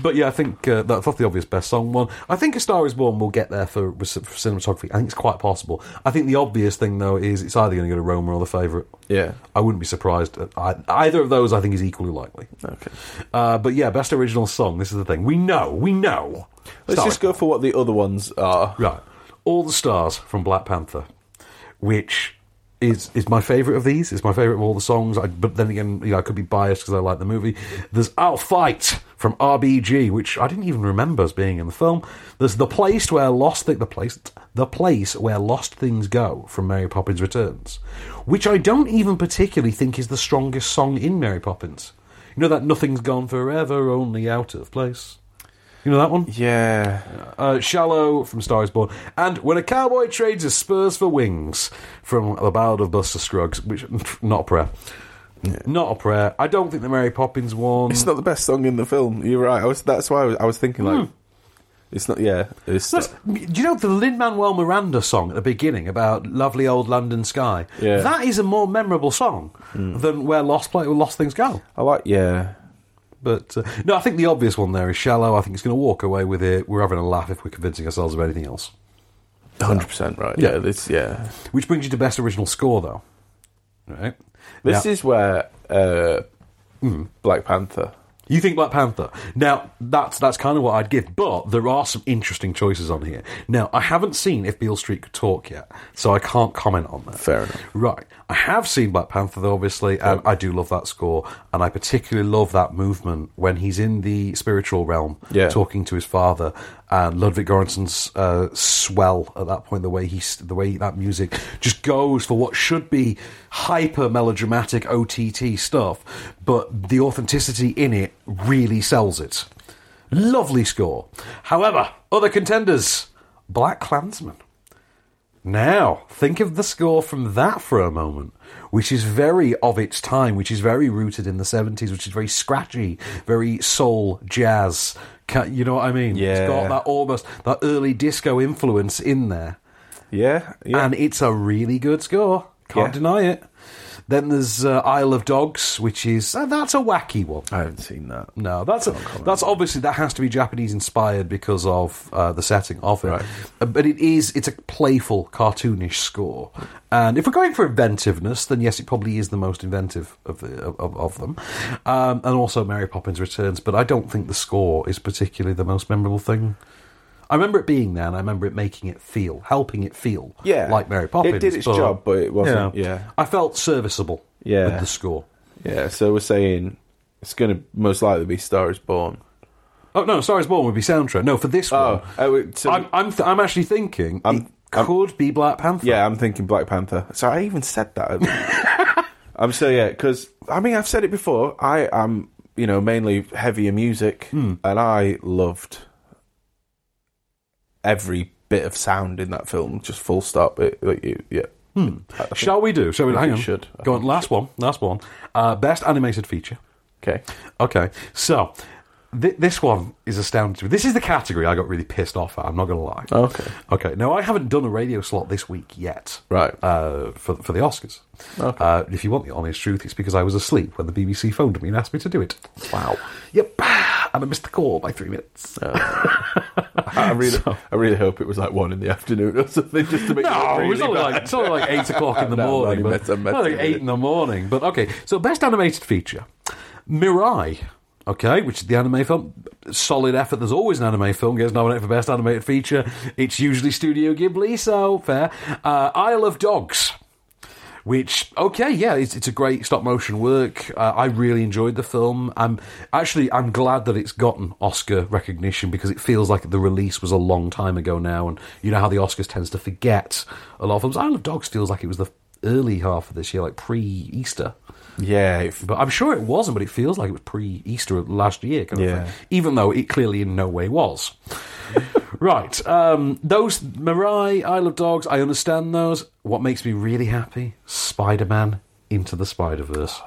Speaker 1: but yeah, I think uh, that, that's the obvious best song one. I think A Star Is Born will get there for, for cinematography. I think it's quite possible. I think the obvious thing though is it's either going to go to Roma or the favourite.
Speaker 2: Yeah.
Speaker 1: I wouldn't be surprised. At, I, either of those, I think, is equally likely.
Speaker 2: Okay.
Speaker 1: Uh, but yeah, best original song. This is the thing. We know. We know.
Speaker 2: Let's just go for what the other ones are.
Speaker 1: Right. All the Stars from Black Panther, which is is my favourite of these. It's my favourite of all the songs. I, but then again, you know, I could be biased because I like the movie. There's I'll Fight from RBG, which I didn't even remember as being in the film. There's The Place Where Lost Thi- the Place The Place Where Lost Things Go from Mary Poppins Returns, which I don't even particularly think is the strongest song in Mary Poppins. You know that nothing's gone forever, only out of place. You know that one?
Speaker 2: Yeah.
Speaker 1: Uh, Shallow from Star is Born. And When a Cowboy Trades His Spurs for Wings from The Ballad of Buster Scruggs, which, not a prayer. Not a prayer. I don't think the Mary Poppins one.
Speaker 2: It's not the best song in the film. You're right. I was. That's why I was, I was thinking like, it's not. Yeah. Hmm. It's.
Speaker 1: That's- do you know the Lin Manuel Miranda song at the beginning about lovely old London sky?
Speaker 2: Yeah.
Speaker 1: That is a more memorable song than Where Lost Play Lost Things Go.
Speaker 2: I like. Yeah.
Speaker 1: But uh, no, I think the obvious one there is Shallow. I think it's going to walk away with it. We're having a laugh if we're convincing ourselves of anything else.
Speaker 2: Hundred percent right. Yeah. This. Yeah.
Speaker 1: Which brings you to best original score, though. Right.
Speaker 2: This
Speaker 1: Now-
Speaker 2: is where uh, Black Panther.
Speaker 1: You think Black Panther? Now that's that's kind of what I'd give, but there are some interesting choices on here. Now I haven't seen if Beale Street could talk yet, so I can't comment on that.
Speaker 2: Fair enough.
Speaker 1: Right, I have seen Black Panther though, obviously, and I do love that score, and I particularly love that movement when he's in the spiritual realm,
Speaker 2: Yeah.
Speaker 1: talking to his father, and Ludwig Göransson's uh, swell at that point, the way he, the way that music just goes for what should be hyper melodramatic OTT stuff, but the authenticity in it really sells it. Lovely score. However, other contenders: Black Klansman. Now, think of the score from that for a moment, which is very of its time, which is very rooted in the 70s, which is very scratchy, very soul, jazz. Ca- You know what I mean?
Speaker 2: Yeah.
Speaker 1: It's got that almost, that early disco influence in there.
Speaker 2: Yeah. Yeah.
Speaker 1: And it's a really good score. Can't
Speaker 2: Yeah.
Speaker 1: deny it. Then there's uh, Isle of Dogs, which is uh, that's a wacky one.
Speaker 2: I haven't seen that.
Speaker 1: No, that's that's obviously that has to be Japanese inspired because of uh, the setting of it. Uh, But it is it's a playful, cartoonish score, and if we're going for inventiveness, then yes, it probably is the most inventive of the of, of them, um, and also Mary Poppins Returns. But I don't think the score is particularly the most memorable thing. I remember it being there, and I remember it making it feel, helping it feel,
Speaker 2: Yeah.
Speaker 1: like Mary Poppins.
Speaker 2: It did its job, but it wasn't- yeah.
Speaker 1: I felt serviceable.
Speaker 2: Yeah.
Speaker 1: with the score.
Speaker 2: Yeah. So we're saying it's going to most likely be Star is Born.
Speaker 1: Oh no, Star is Born would be soundtrack. No, for this one,
Speaker 2: Oh, wait, so-
Speaker 1: I'm I'm, th- I'm actually thinking it could be Black Panther.
Speaker 2: Yeah, I'm thinking Black Panther. So I even said that. I'm so yeah, because I mean I've said it before. I am you know mainly heavier music,
Speaker 1: Hmm.
Speaker 2: and I loved every bit of sound in that film. Just full stop. It, it- it- yeah.
Speaker 1: Shall we do? Shall we?
Speaker 2: I
Speaker 1: Hang
Speaker 2: think
Speaker 1: on.
Speaker 2: we should. I
Speaker 1: Go on. Last one. Last one. Uh, best animated feature.
Speaker 2: Okay.
Speaker 1: Okay. So th- this one is astounding to me. This is the category I got really pissed off at. I'm not going to lie.
Speaker 2: Okay.
Speaker 1: Okay. Now I haven't done a radio slot this week yet.
Speaker 2: Right.
Speaker 1: Uh, for for the Oscars. Okay. Uh, if you want the honest truth, it's because I was asleep when the BBC phoned me and asked me to do it.
Speaker 2: Wow. Uh,
Speaker 1: Yep. And I missed the call by three minutes.
Speaker 2: I really, I really hope it was like one in the afternoon or something, just to make
Speaker 1: No,
Speaker 2: it
Speaker 1: it was
Speaker 2: really
Speaker 1: only
Speaker 2: bad.
Speaker 1: like, it's only like eight o'clock in the
Speaker 2: No,
Speaker 1: morning.
Speaker 2: I'm only
Speaker 1: But,
Speaker 2: messing- I'm
Speaker 1: well, like
Speaker 2: messing with
Speaker 1: eight
Speaker 2: it.
Speaker 1: in the morning. But okay, so best animated feature, Mirai. Okay, which is the anime film. Solid effort. There's always an anime film gets nominated for best animated feature. It's usually Studio Ghibli, so fair. Uh, Isle of Dogs. Which okay, yeah, it's, it's a great stop motion work. Uh, I really enjoyed the film. I'm actually I'm glad that it's gotten Oscar recognition because it feels like the release was a long time ago now, and you know how the Oscars tends to forget a lot of films. Isle of Dogs feels like it was the early half of this year, like pre Easter.
Speaker 2: yeah, it-
Speaker 1: But I'm sure it wasn't, but it feels like it was pre Easter last year, kind
Speaker 2: Yeah.
Speaker 1: of thing. Even though it clearly in no way was. right. Um, those, Mirai, Isle of Dogs, I understand those. What makes me really happy Spider Man Into the Spider Verse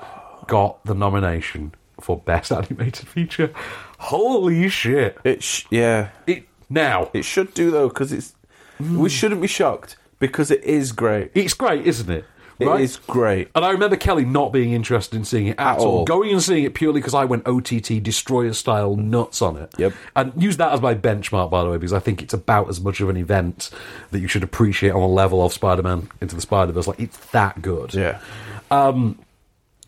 Speaker 1: got the nomination for Best Animated Feature. Holy shit.
Speaker 2: it sh- yeah.
Speaker 1: It, now.
Speaker 2: It should do though, because it's
Speaker 1: Hmm.
Speaker 2: We shouldn't be shocked because it is great.
Speaker 1: It's great, isn't it?
Speaker 2: It is great.
Speaker 1: And I remember Kelly not being interested in seeing it at,
Speaker 2: At all.
Speaker 1: Going and seeing it purely because I went OTT Destroyer style nuts on it. Yep. And use that as my benchmark, by the way, because I think it's about as much of an event that you should appreciate on a level of Spider Man Into the Spider Verse. Like, it's that good.
Speaker 2: Yeah.
Speaker 1: Um,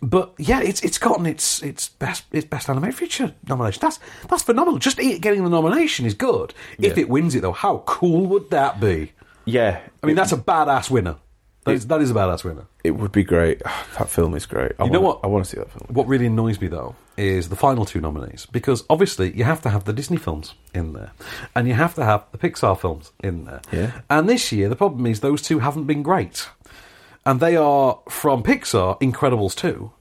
Speaker 1: but yeah, it's it's gotten its its best its best animated feature nomination. That's that's phenomenal. Just it getting the nomination is good. If
Speaker 2: Yeah.
Speaker 1: it wins it though, how cool would that be?
Speaker 2: Yeah,
Speaker 1: I mean that's a badass winner. That is, that is a badass winner.
Speaker 2: It would be great. That film is great. I
Speaker 1: You know
Speaker 2: wanna-
Speaker 1: what?
Speaker 2: I want to see that film.
Speaker 1: What really annoys me though is the final two nominees because obviously you have to have the Disney films in there, and you have to have the Pixar films in there.
Speaker 2: Yeah.
Speaker 1: And this year the problem is those two haven't been great, and they are from Pixar Incredibles two,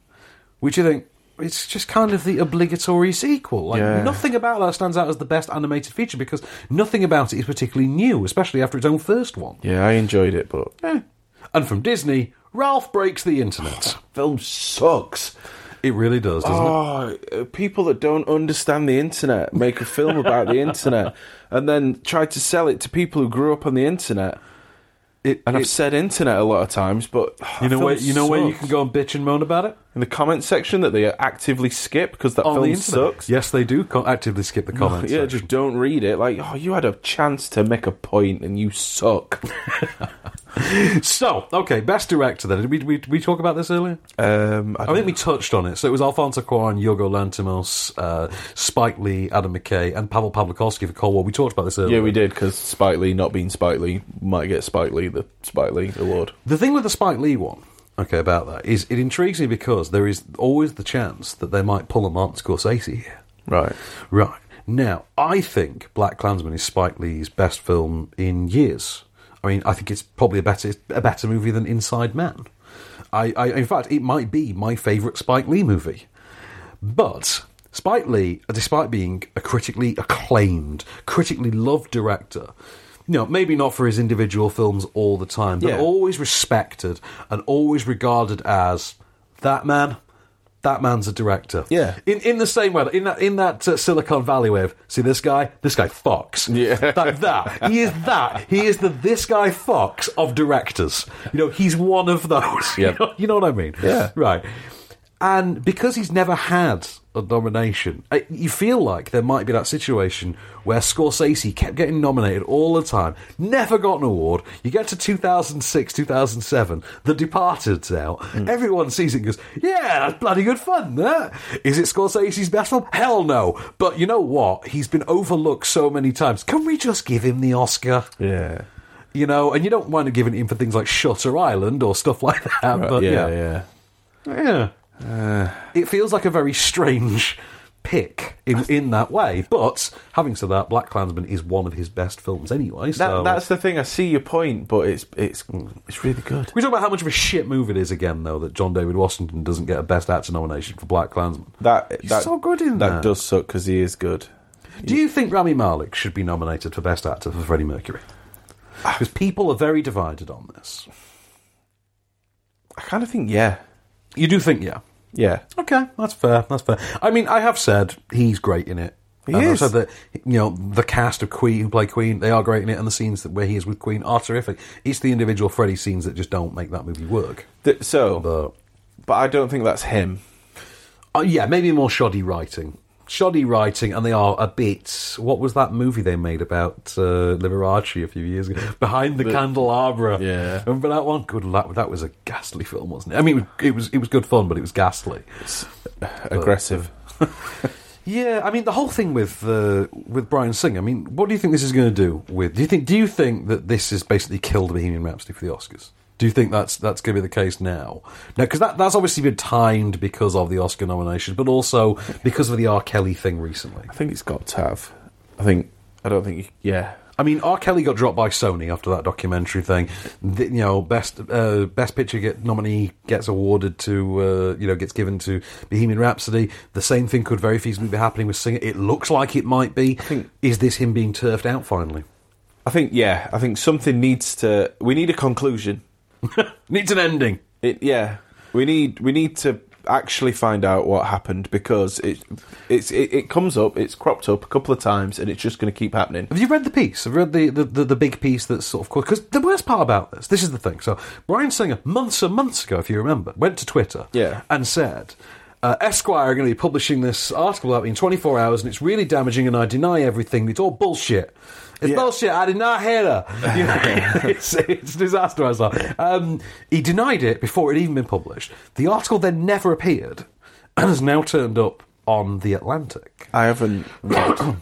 Speaker 1: which you think it's just kind of the obligatory sequel. Like
Speaker 2: Yeah.
Speaker 1: nothing about that stands out as the best animated feature because nothing about it is particularly new, especially after its own first one.
Speaker 2: Yeah, I enjoyed it, but
Speaker 1: And from Disney, Ralph breaks the internet.
Speaker 2: film sucks.
Speaker 1: It really does, doesn't it?
Speaker 2: oh, uh, people that don't understand the internet make a film about the internet and then try to sell it to people who grew up on the internet. and I've
Speaker 1: it-
Speaker 2: said internet a lot of times, but
Speaker 1: You know
Speaker 2: film
Speaker 1: where you know where you
Speaker 2: sucks.
Speaker 1: can go and bitch and moan about it
Speaker 2: in the comment section that they actively skip because that
Speaker 1: on Oh, the
Speaker 2: film
Speaker 1: internet.
Speaker 2: sucks.
Speaker 1: Yes, they do co- actively skip the
Speaker 2: No,
Speaker 1: comments.
Speaker 2: yeah,
Speaker 1: section.
Speaker 2: just don't read it. Like, oh, you had a chance to make a point and you suck.
Speaker 1: so okay, best director then. Did we, we we talk about this earlier?
Speaker 2: Um,
Speaker 1: I, think we touched on it. So it was Alfonso Cuarón, Yorgo Lantimos, uh, Spike Lee, Adam McKay, and Pavel Pavlikovsky for Cold War. We talked about this earlier.
Speaker 2: yeah, we did because Spike Lee not being Spike Lee might get Spike Lee the Spike Lee award.
Speaker 1: The thing with the Spike Lee one, okay, about that is it intrigues me because there is always the chance that they might pull a Martin Scorsese here.
Speaker 2: Right.
Speaker 1: Right. Now, I think Black Klansman is Spike Lee's best film in years. I mean, I think it's probably a better a better movie than Inside Man. I, I in fact, it might be my favourite Spike Lee movie. But Spike Lee, uh, despite being a critically acclaimed, critically loved director, you know, maybe not for his individual films all the time, but
Speaker 2: Yeah.
Speaker 1: always respected and always regarded as that man. That man's a director.
Speaker 2: Yeah.
Speaker 1: In in the same way, in that in that uh, Silicon Valley way of see this guy, this guy fucks. Yeah. That that he is that he is the this guy fucks of directors. You know, he's one of those. You
Speaker 2: Yep.
Speaker 1: know- you know what I mean?
Speaker 2: Yeah.
Speaker 1: Right. And because he's never had a nomination, I- you feel like there might be that situation where Scorsese kept getting nominated all the time, never got an award. You get to 2006, 2007, The Departed's out.
Speaker 2: Hmm.
Speaker 1: Everyone sees it and goes, yeah, that's bloody good fun, that. Is it Scorsese's best film? Hell no. But you know what? He's been overlooked so many times. Can we just give him the Oscar?
Speaker 2: Yeah.
Speaker 1: You know, and you don't mind giving it in for things like Shutter Island or stuff like that. But
Speaker 2: yeah,
Speaker 1: yeah.
Speaker 2: yeah.
Speaker 1: Yeah. it feels like a very strange pick in, in that way. But having said that, Black Klansman is one of his best films anyway.
Speaker 2: That,
Speaker 1: So.
Speaker 2: That's the thing. I see your point, but it's it's it's really good.
Speaker 1: we talk about how much of a shit move it is again, though, that John David Washington doesn't get a Best Actor nomination for Black Klansman.
Speaker 2: That
Speaker 1: He's
Speaker 2: that
Speaker 1: so good in that.
Speaker 2: that does suck because he is good.
Speaker 1: Do you think Rami Malek should be nominated for Best Actor for Freddie Mercury?
Speaker 2: Ah.
Speaker 1: Because people are very divided on this.
Speaker 2: I kind of think yeah,
Speaker 1: You do think, yeah.
Speaker 2: yeah.
Speaker 1: Okay, that's fair. That's fair. I mean, I have said he's great in it.
Speaker 2: He
Speaker 1: and
Speaker 2: is.
Speaker 1: I've said that you know the cast of Queen who play Queen, they are great in it, and the scenes that where he is with Queen are terrific. It's the individual Freddy scenes that just don't make that movie work.
Speaker 2: Th- so,
Speaker 1: But
Speaker 2: but I don't think that's him.
Speaker 1: oh yeah, maybe more shoddy writing, shoddy writing, and they are a bit. What was that movie they made about uh, Liberace a few years ago? Behind the, Candelabra.
Speaker 2: Yeah.
Speaker 1: remember that one? Good luck. That was a ghastly film, wasn't it? I mean, it was it was good fun, but it was ghastly.
Speaker 2: Aggressive.
Speaker 1: Yeah, I mean the whole thing with uh, with Brian Singer. I mean, what do you think this is going to do with? Do you think do you think that this has basically killed Bohemian Rhapsody for the Oscars? Do you think that's that's going to be the case now? Now, because that, that's obviously been timed because of the Oscar nomination, but also because of the R. Kelly thing recently.
Speaker 2: I think it's got to have. I think I don't think. Yeah,
Speaker 1: I mean, R. Kelly got dropped by Sony after that documentary thing. The, you know, best uh, best picture get, nominee gets awarded to uh, you know gets given to Bohemian Rhapsody. The same thing could very feasibly be happening with Singer. It looks like it might be. Is this him being turfed out finally?
Speaker 2: I think yeah. I think something needs to. We need a conclusion.
Speaker 1: Needs an ending.
Speaker 2: It, yeah, we need we need to actually find out what happened because it it's it, it comes up, it's cropped up a couple of times, and it's just going to keep happening.
Speaker 1: Have you read the piece? Have you read the, the, the, the big piece that's sort of because the worst part about this, this is the thing. So Brian Singer, months and months ago, if you remember, went to Twitter
Speaker 2: Yeah.
Speaker 1: and said. Uh, Esquire are going to be publishing this article out in 24 hours, and it's really damaging, and I deny everything. It's all bullshit. It's bullshit. I did not hear her. You know, it's, it's disaster. I was like, um, he denied it before it had even been published. The article then never appeared, and has now turned up on the Atlantic.
Speaker 2: I haven't read.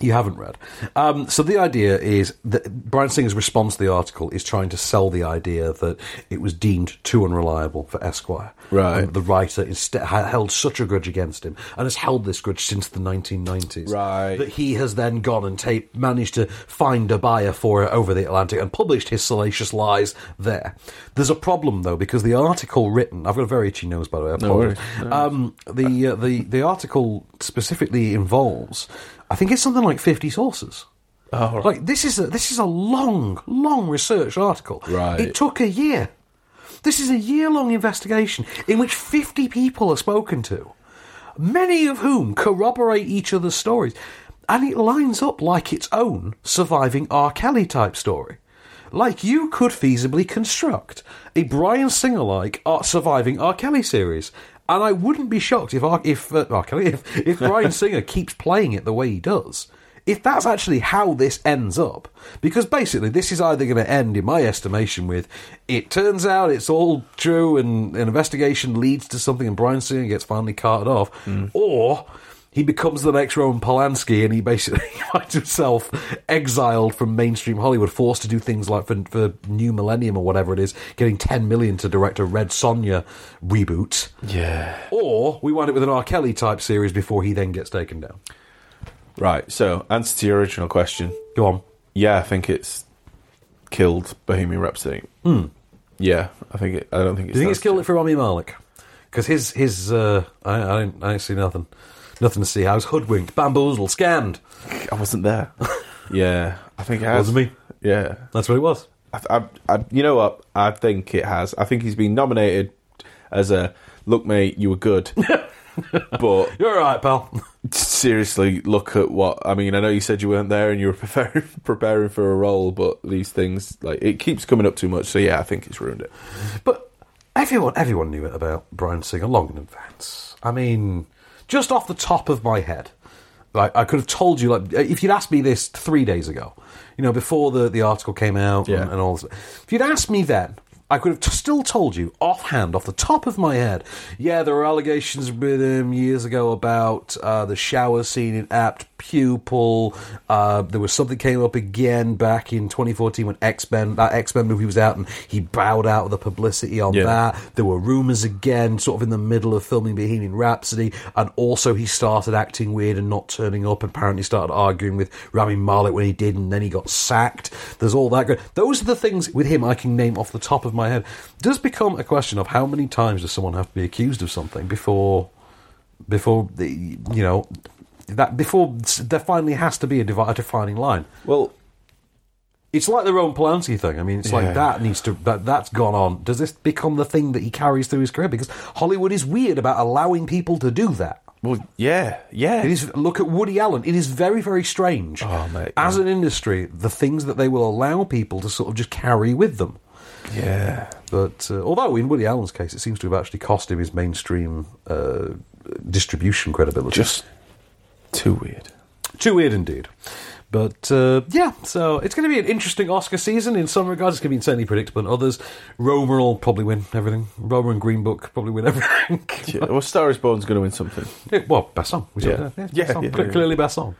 Speaker 1: You haven't read. Um, so the idea is that Brian Singer's response to the article is trying to sell the idea that it was deemed too unreliable for Esquire.
Speaker 2: Right.
Speaker 1: And the writer is st- ha- held such a grudge against him and has held this grudge since the 1990s. Right. That he has then gone and tape, managed to find a buyer for it over the Atlantic and published his salacious lies there. There's a problem though because the article written, I've got a very itchy nose by the way. I
Speaker 2: No worries.
Speaker 1: apologize. Um, the uh, the the article specifically involves, I think it's something like fifty sources. Oh, Like this is a, this is a long, long research article.
Speaker 2: Right.
Speaker 1: It took a year. This is a year long investigation in which fifty people are spoken to, many of whom corroborate each other's stories, and it lines up like its own surviving R. Kelly type story. Like you could feasibly construct a Brian Singer like surviving R. Kelly series. And I wouldn't be shocked if R. If, uh, R. Kelly, if, if Brian Singer keeps playing it the way he does. If that's actually how this ends up, because basically this is either going to end, in my estimation, with it turns out it's all true and an investigation leads to something and Brian Singer gets finally carted off, or he becomes the next Roman Polanski, and he basically finds himself exiled from mainstream Hollywood, forced to do things like for, for New Millennium or whatever it is, getting 10 million to direct a Red Sonja reboot.
Speaker 2: Yeah.
Speaker 1: Or we wind up with an R. Kelly type series before he then gets taken down.
Speaker 2: Right. So, answer to your original question.
Speaker 1: Go on.
Speaker 2: Yeah, I think it's killed Bohemian Rhapsody.
Speaker 1: Hmm.
Speaker 2: Yeah, I think it. I don't think
Speaker 1: Do
Speaker 2: it's.
Speaker 1: you think
Speaker 2: that
Speaker 1: it's killed it for Rami Malik? Because his, his uh, I, I, don't, I don't see nothing. Nothing to see. I was hoodwinked, bamboozled, scammed.
Speaker 2: I wasn't there. Yeah, I think it
Speaker 1: It
Speaker 2: has.
Speaker 1: wasn't me.
Speaker 2: Yeah,
Speaker 1: that's what it was.
Speaker 2: I, I, I, you know what? I think it has. I think he's been nominated as a look, mate. You were good, but
Speaker 1: you're all right, pal.
Speaker 2: Seriously, look at what I mean. I know you said you weren't there and you were preparing preparing for a role, but these things like it keeps coming up too much. So yeah, I think it's ruined it.
Speaker 1: Everyone, everyone knew it about Brian Singer long in advance. I mean, just off the top of my head, like I could have told you. Like if you'd asked me this three days ago, you know, before the, the article came out and, and all this, if you'd asked me then, I could have t- still told you offhand, off the top of my head. Yeah, there were allegations with him years ago about uh, the shower scene in Apt Pupil. Uh, there was something came up again back in 2014 when X Men that X Men movie was out, and he bowed out of the publicity on
Speaker 2: Yeah.
Speaker 1: that. There were rumours again, sort of in the middle of filming Bohemian Rhapsody, and also he started acting weird and not turning up. Apparently, started arguing with Rami Malek when he did, and then he got sacked. There's all that. Go- Those are the things with him I can name off the top of my head. Does become a question of how many times does someone have to be accused of something before, before the you know that before s- there finally has to be a, devi- a defining line.
Speaker 2: Well.
Speaker 1: It's like the Roman Polanski thing. I mean, it's like
Speaker 2: Yeah.
Speaker 1: that needs to that that's gone on. Does this become the thing that he carries through his career? Because Hollywood is weird about allowing people to do that.
Speaker 2: Well, yeah, yeah.
Speaker 1: It is. Look at Woody Allen. It is very, very strange. Oh, mate. As an industry, the things that they will allow people to sort of just carry with them.
Speaker 2: Yeah.
Speaker 1: But uh, although in Woody Allen's case, it seems to have actually cost him his mainstream uh, distribution credibility. Just
Speaker 2: too weird.
Speaker 1: Too weird indeed. But uh, yeah, so it's going to be an interesting Oscar season in some regards. It's going to be insanely predictable in others. Roma will probably win everything. Roma and Green Book probably win everything.
Speaker 2: Yeah, well, Star is Born's going to win something.
Speaker 1: Yeah, well, best song. We
Speaker 2: Yeah.
Speaker 1: yeah. Yeah, best
Speaker 2: Yeah,
Speaker 1: song.
Speaker 2: yeah,
Speaker 1: Cle-
Speaker 2: yeah.
Speaker 1: clearly best song.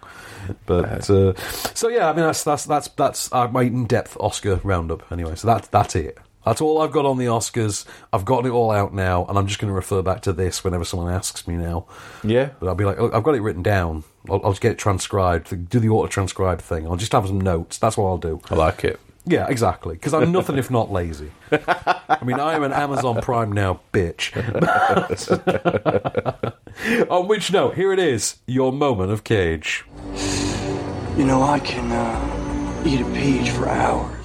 Speaker 1: But uh, so yeah, I mean that's that's that's that's uh, my in-depth Oscar roundup. Anyway, so that's that's it. That's all I've got on the Oscars. I've gotten it all out now, and I'm just going to refer back to this whenever someone asks me now.
Speaker 2: Yeah,
Speaker 1: but I'll be like, oh, I've got it written down. I'll, I'll just get it transcribed. Do the auto transcribe thing. I'll just have some notes. That's what I'll do.
Speaker 2: I like it.
Speaker 1: Yeah, exactly. Because I'm nothing if not lazy. I mean, I am an Amazon Prime now, bitch. On which note, here it is your moment of cage.
Speaker 14: You know, I can uh, eat a peach for hours.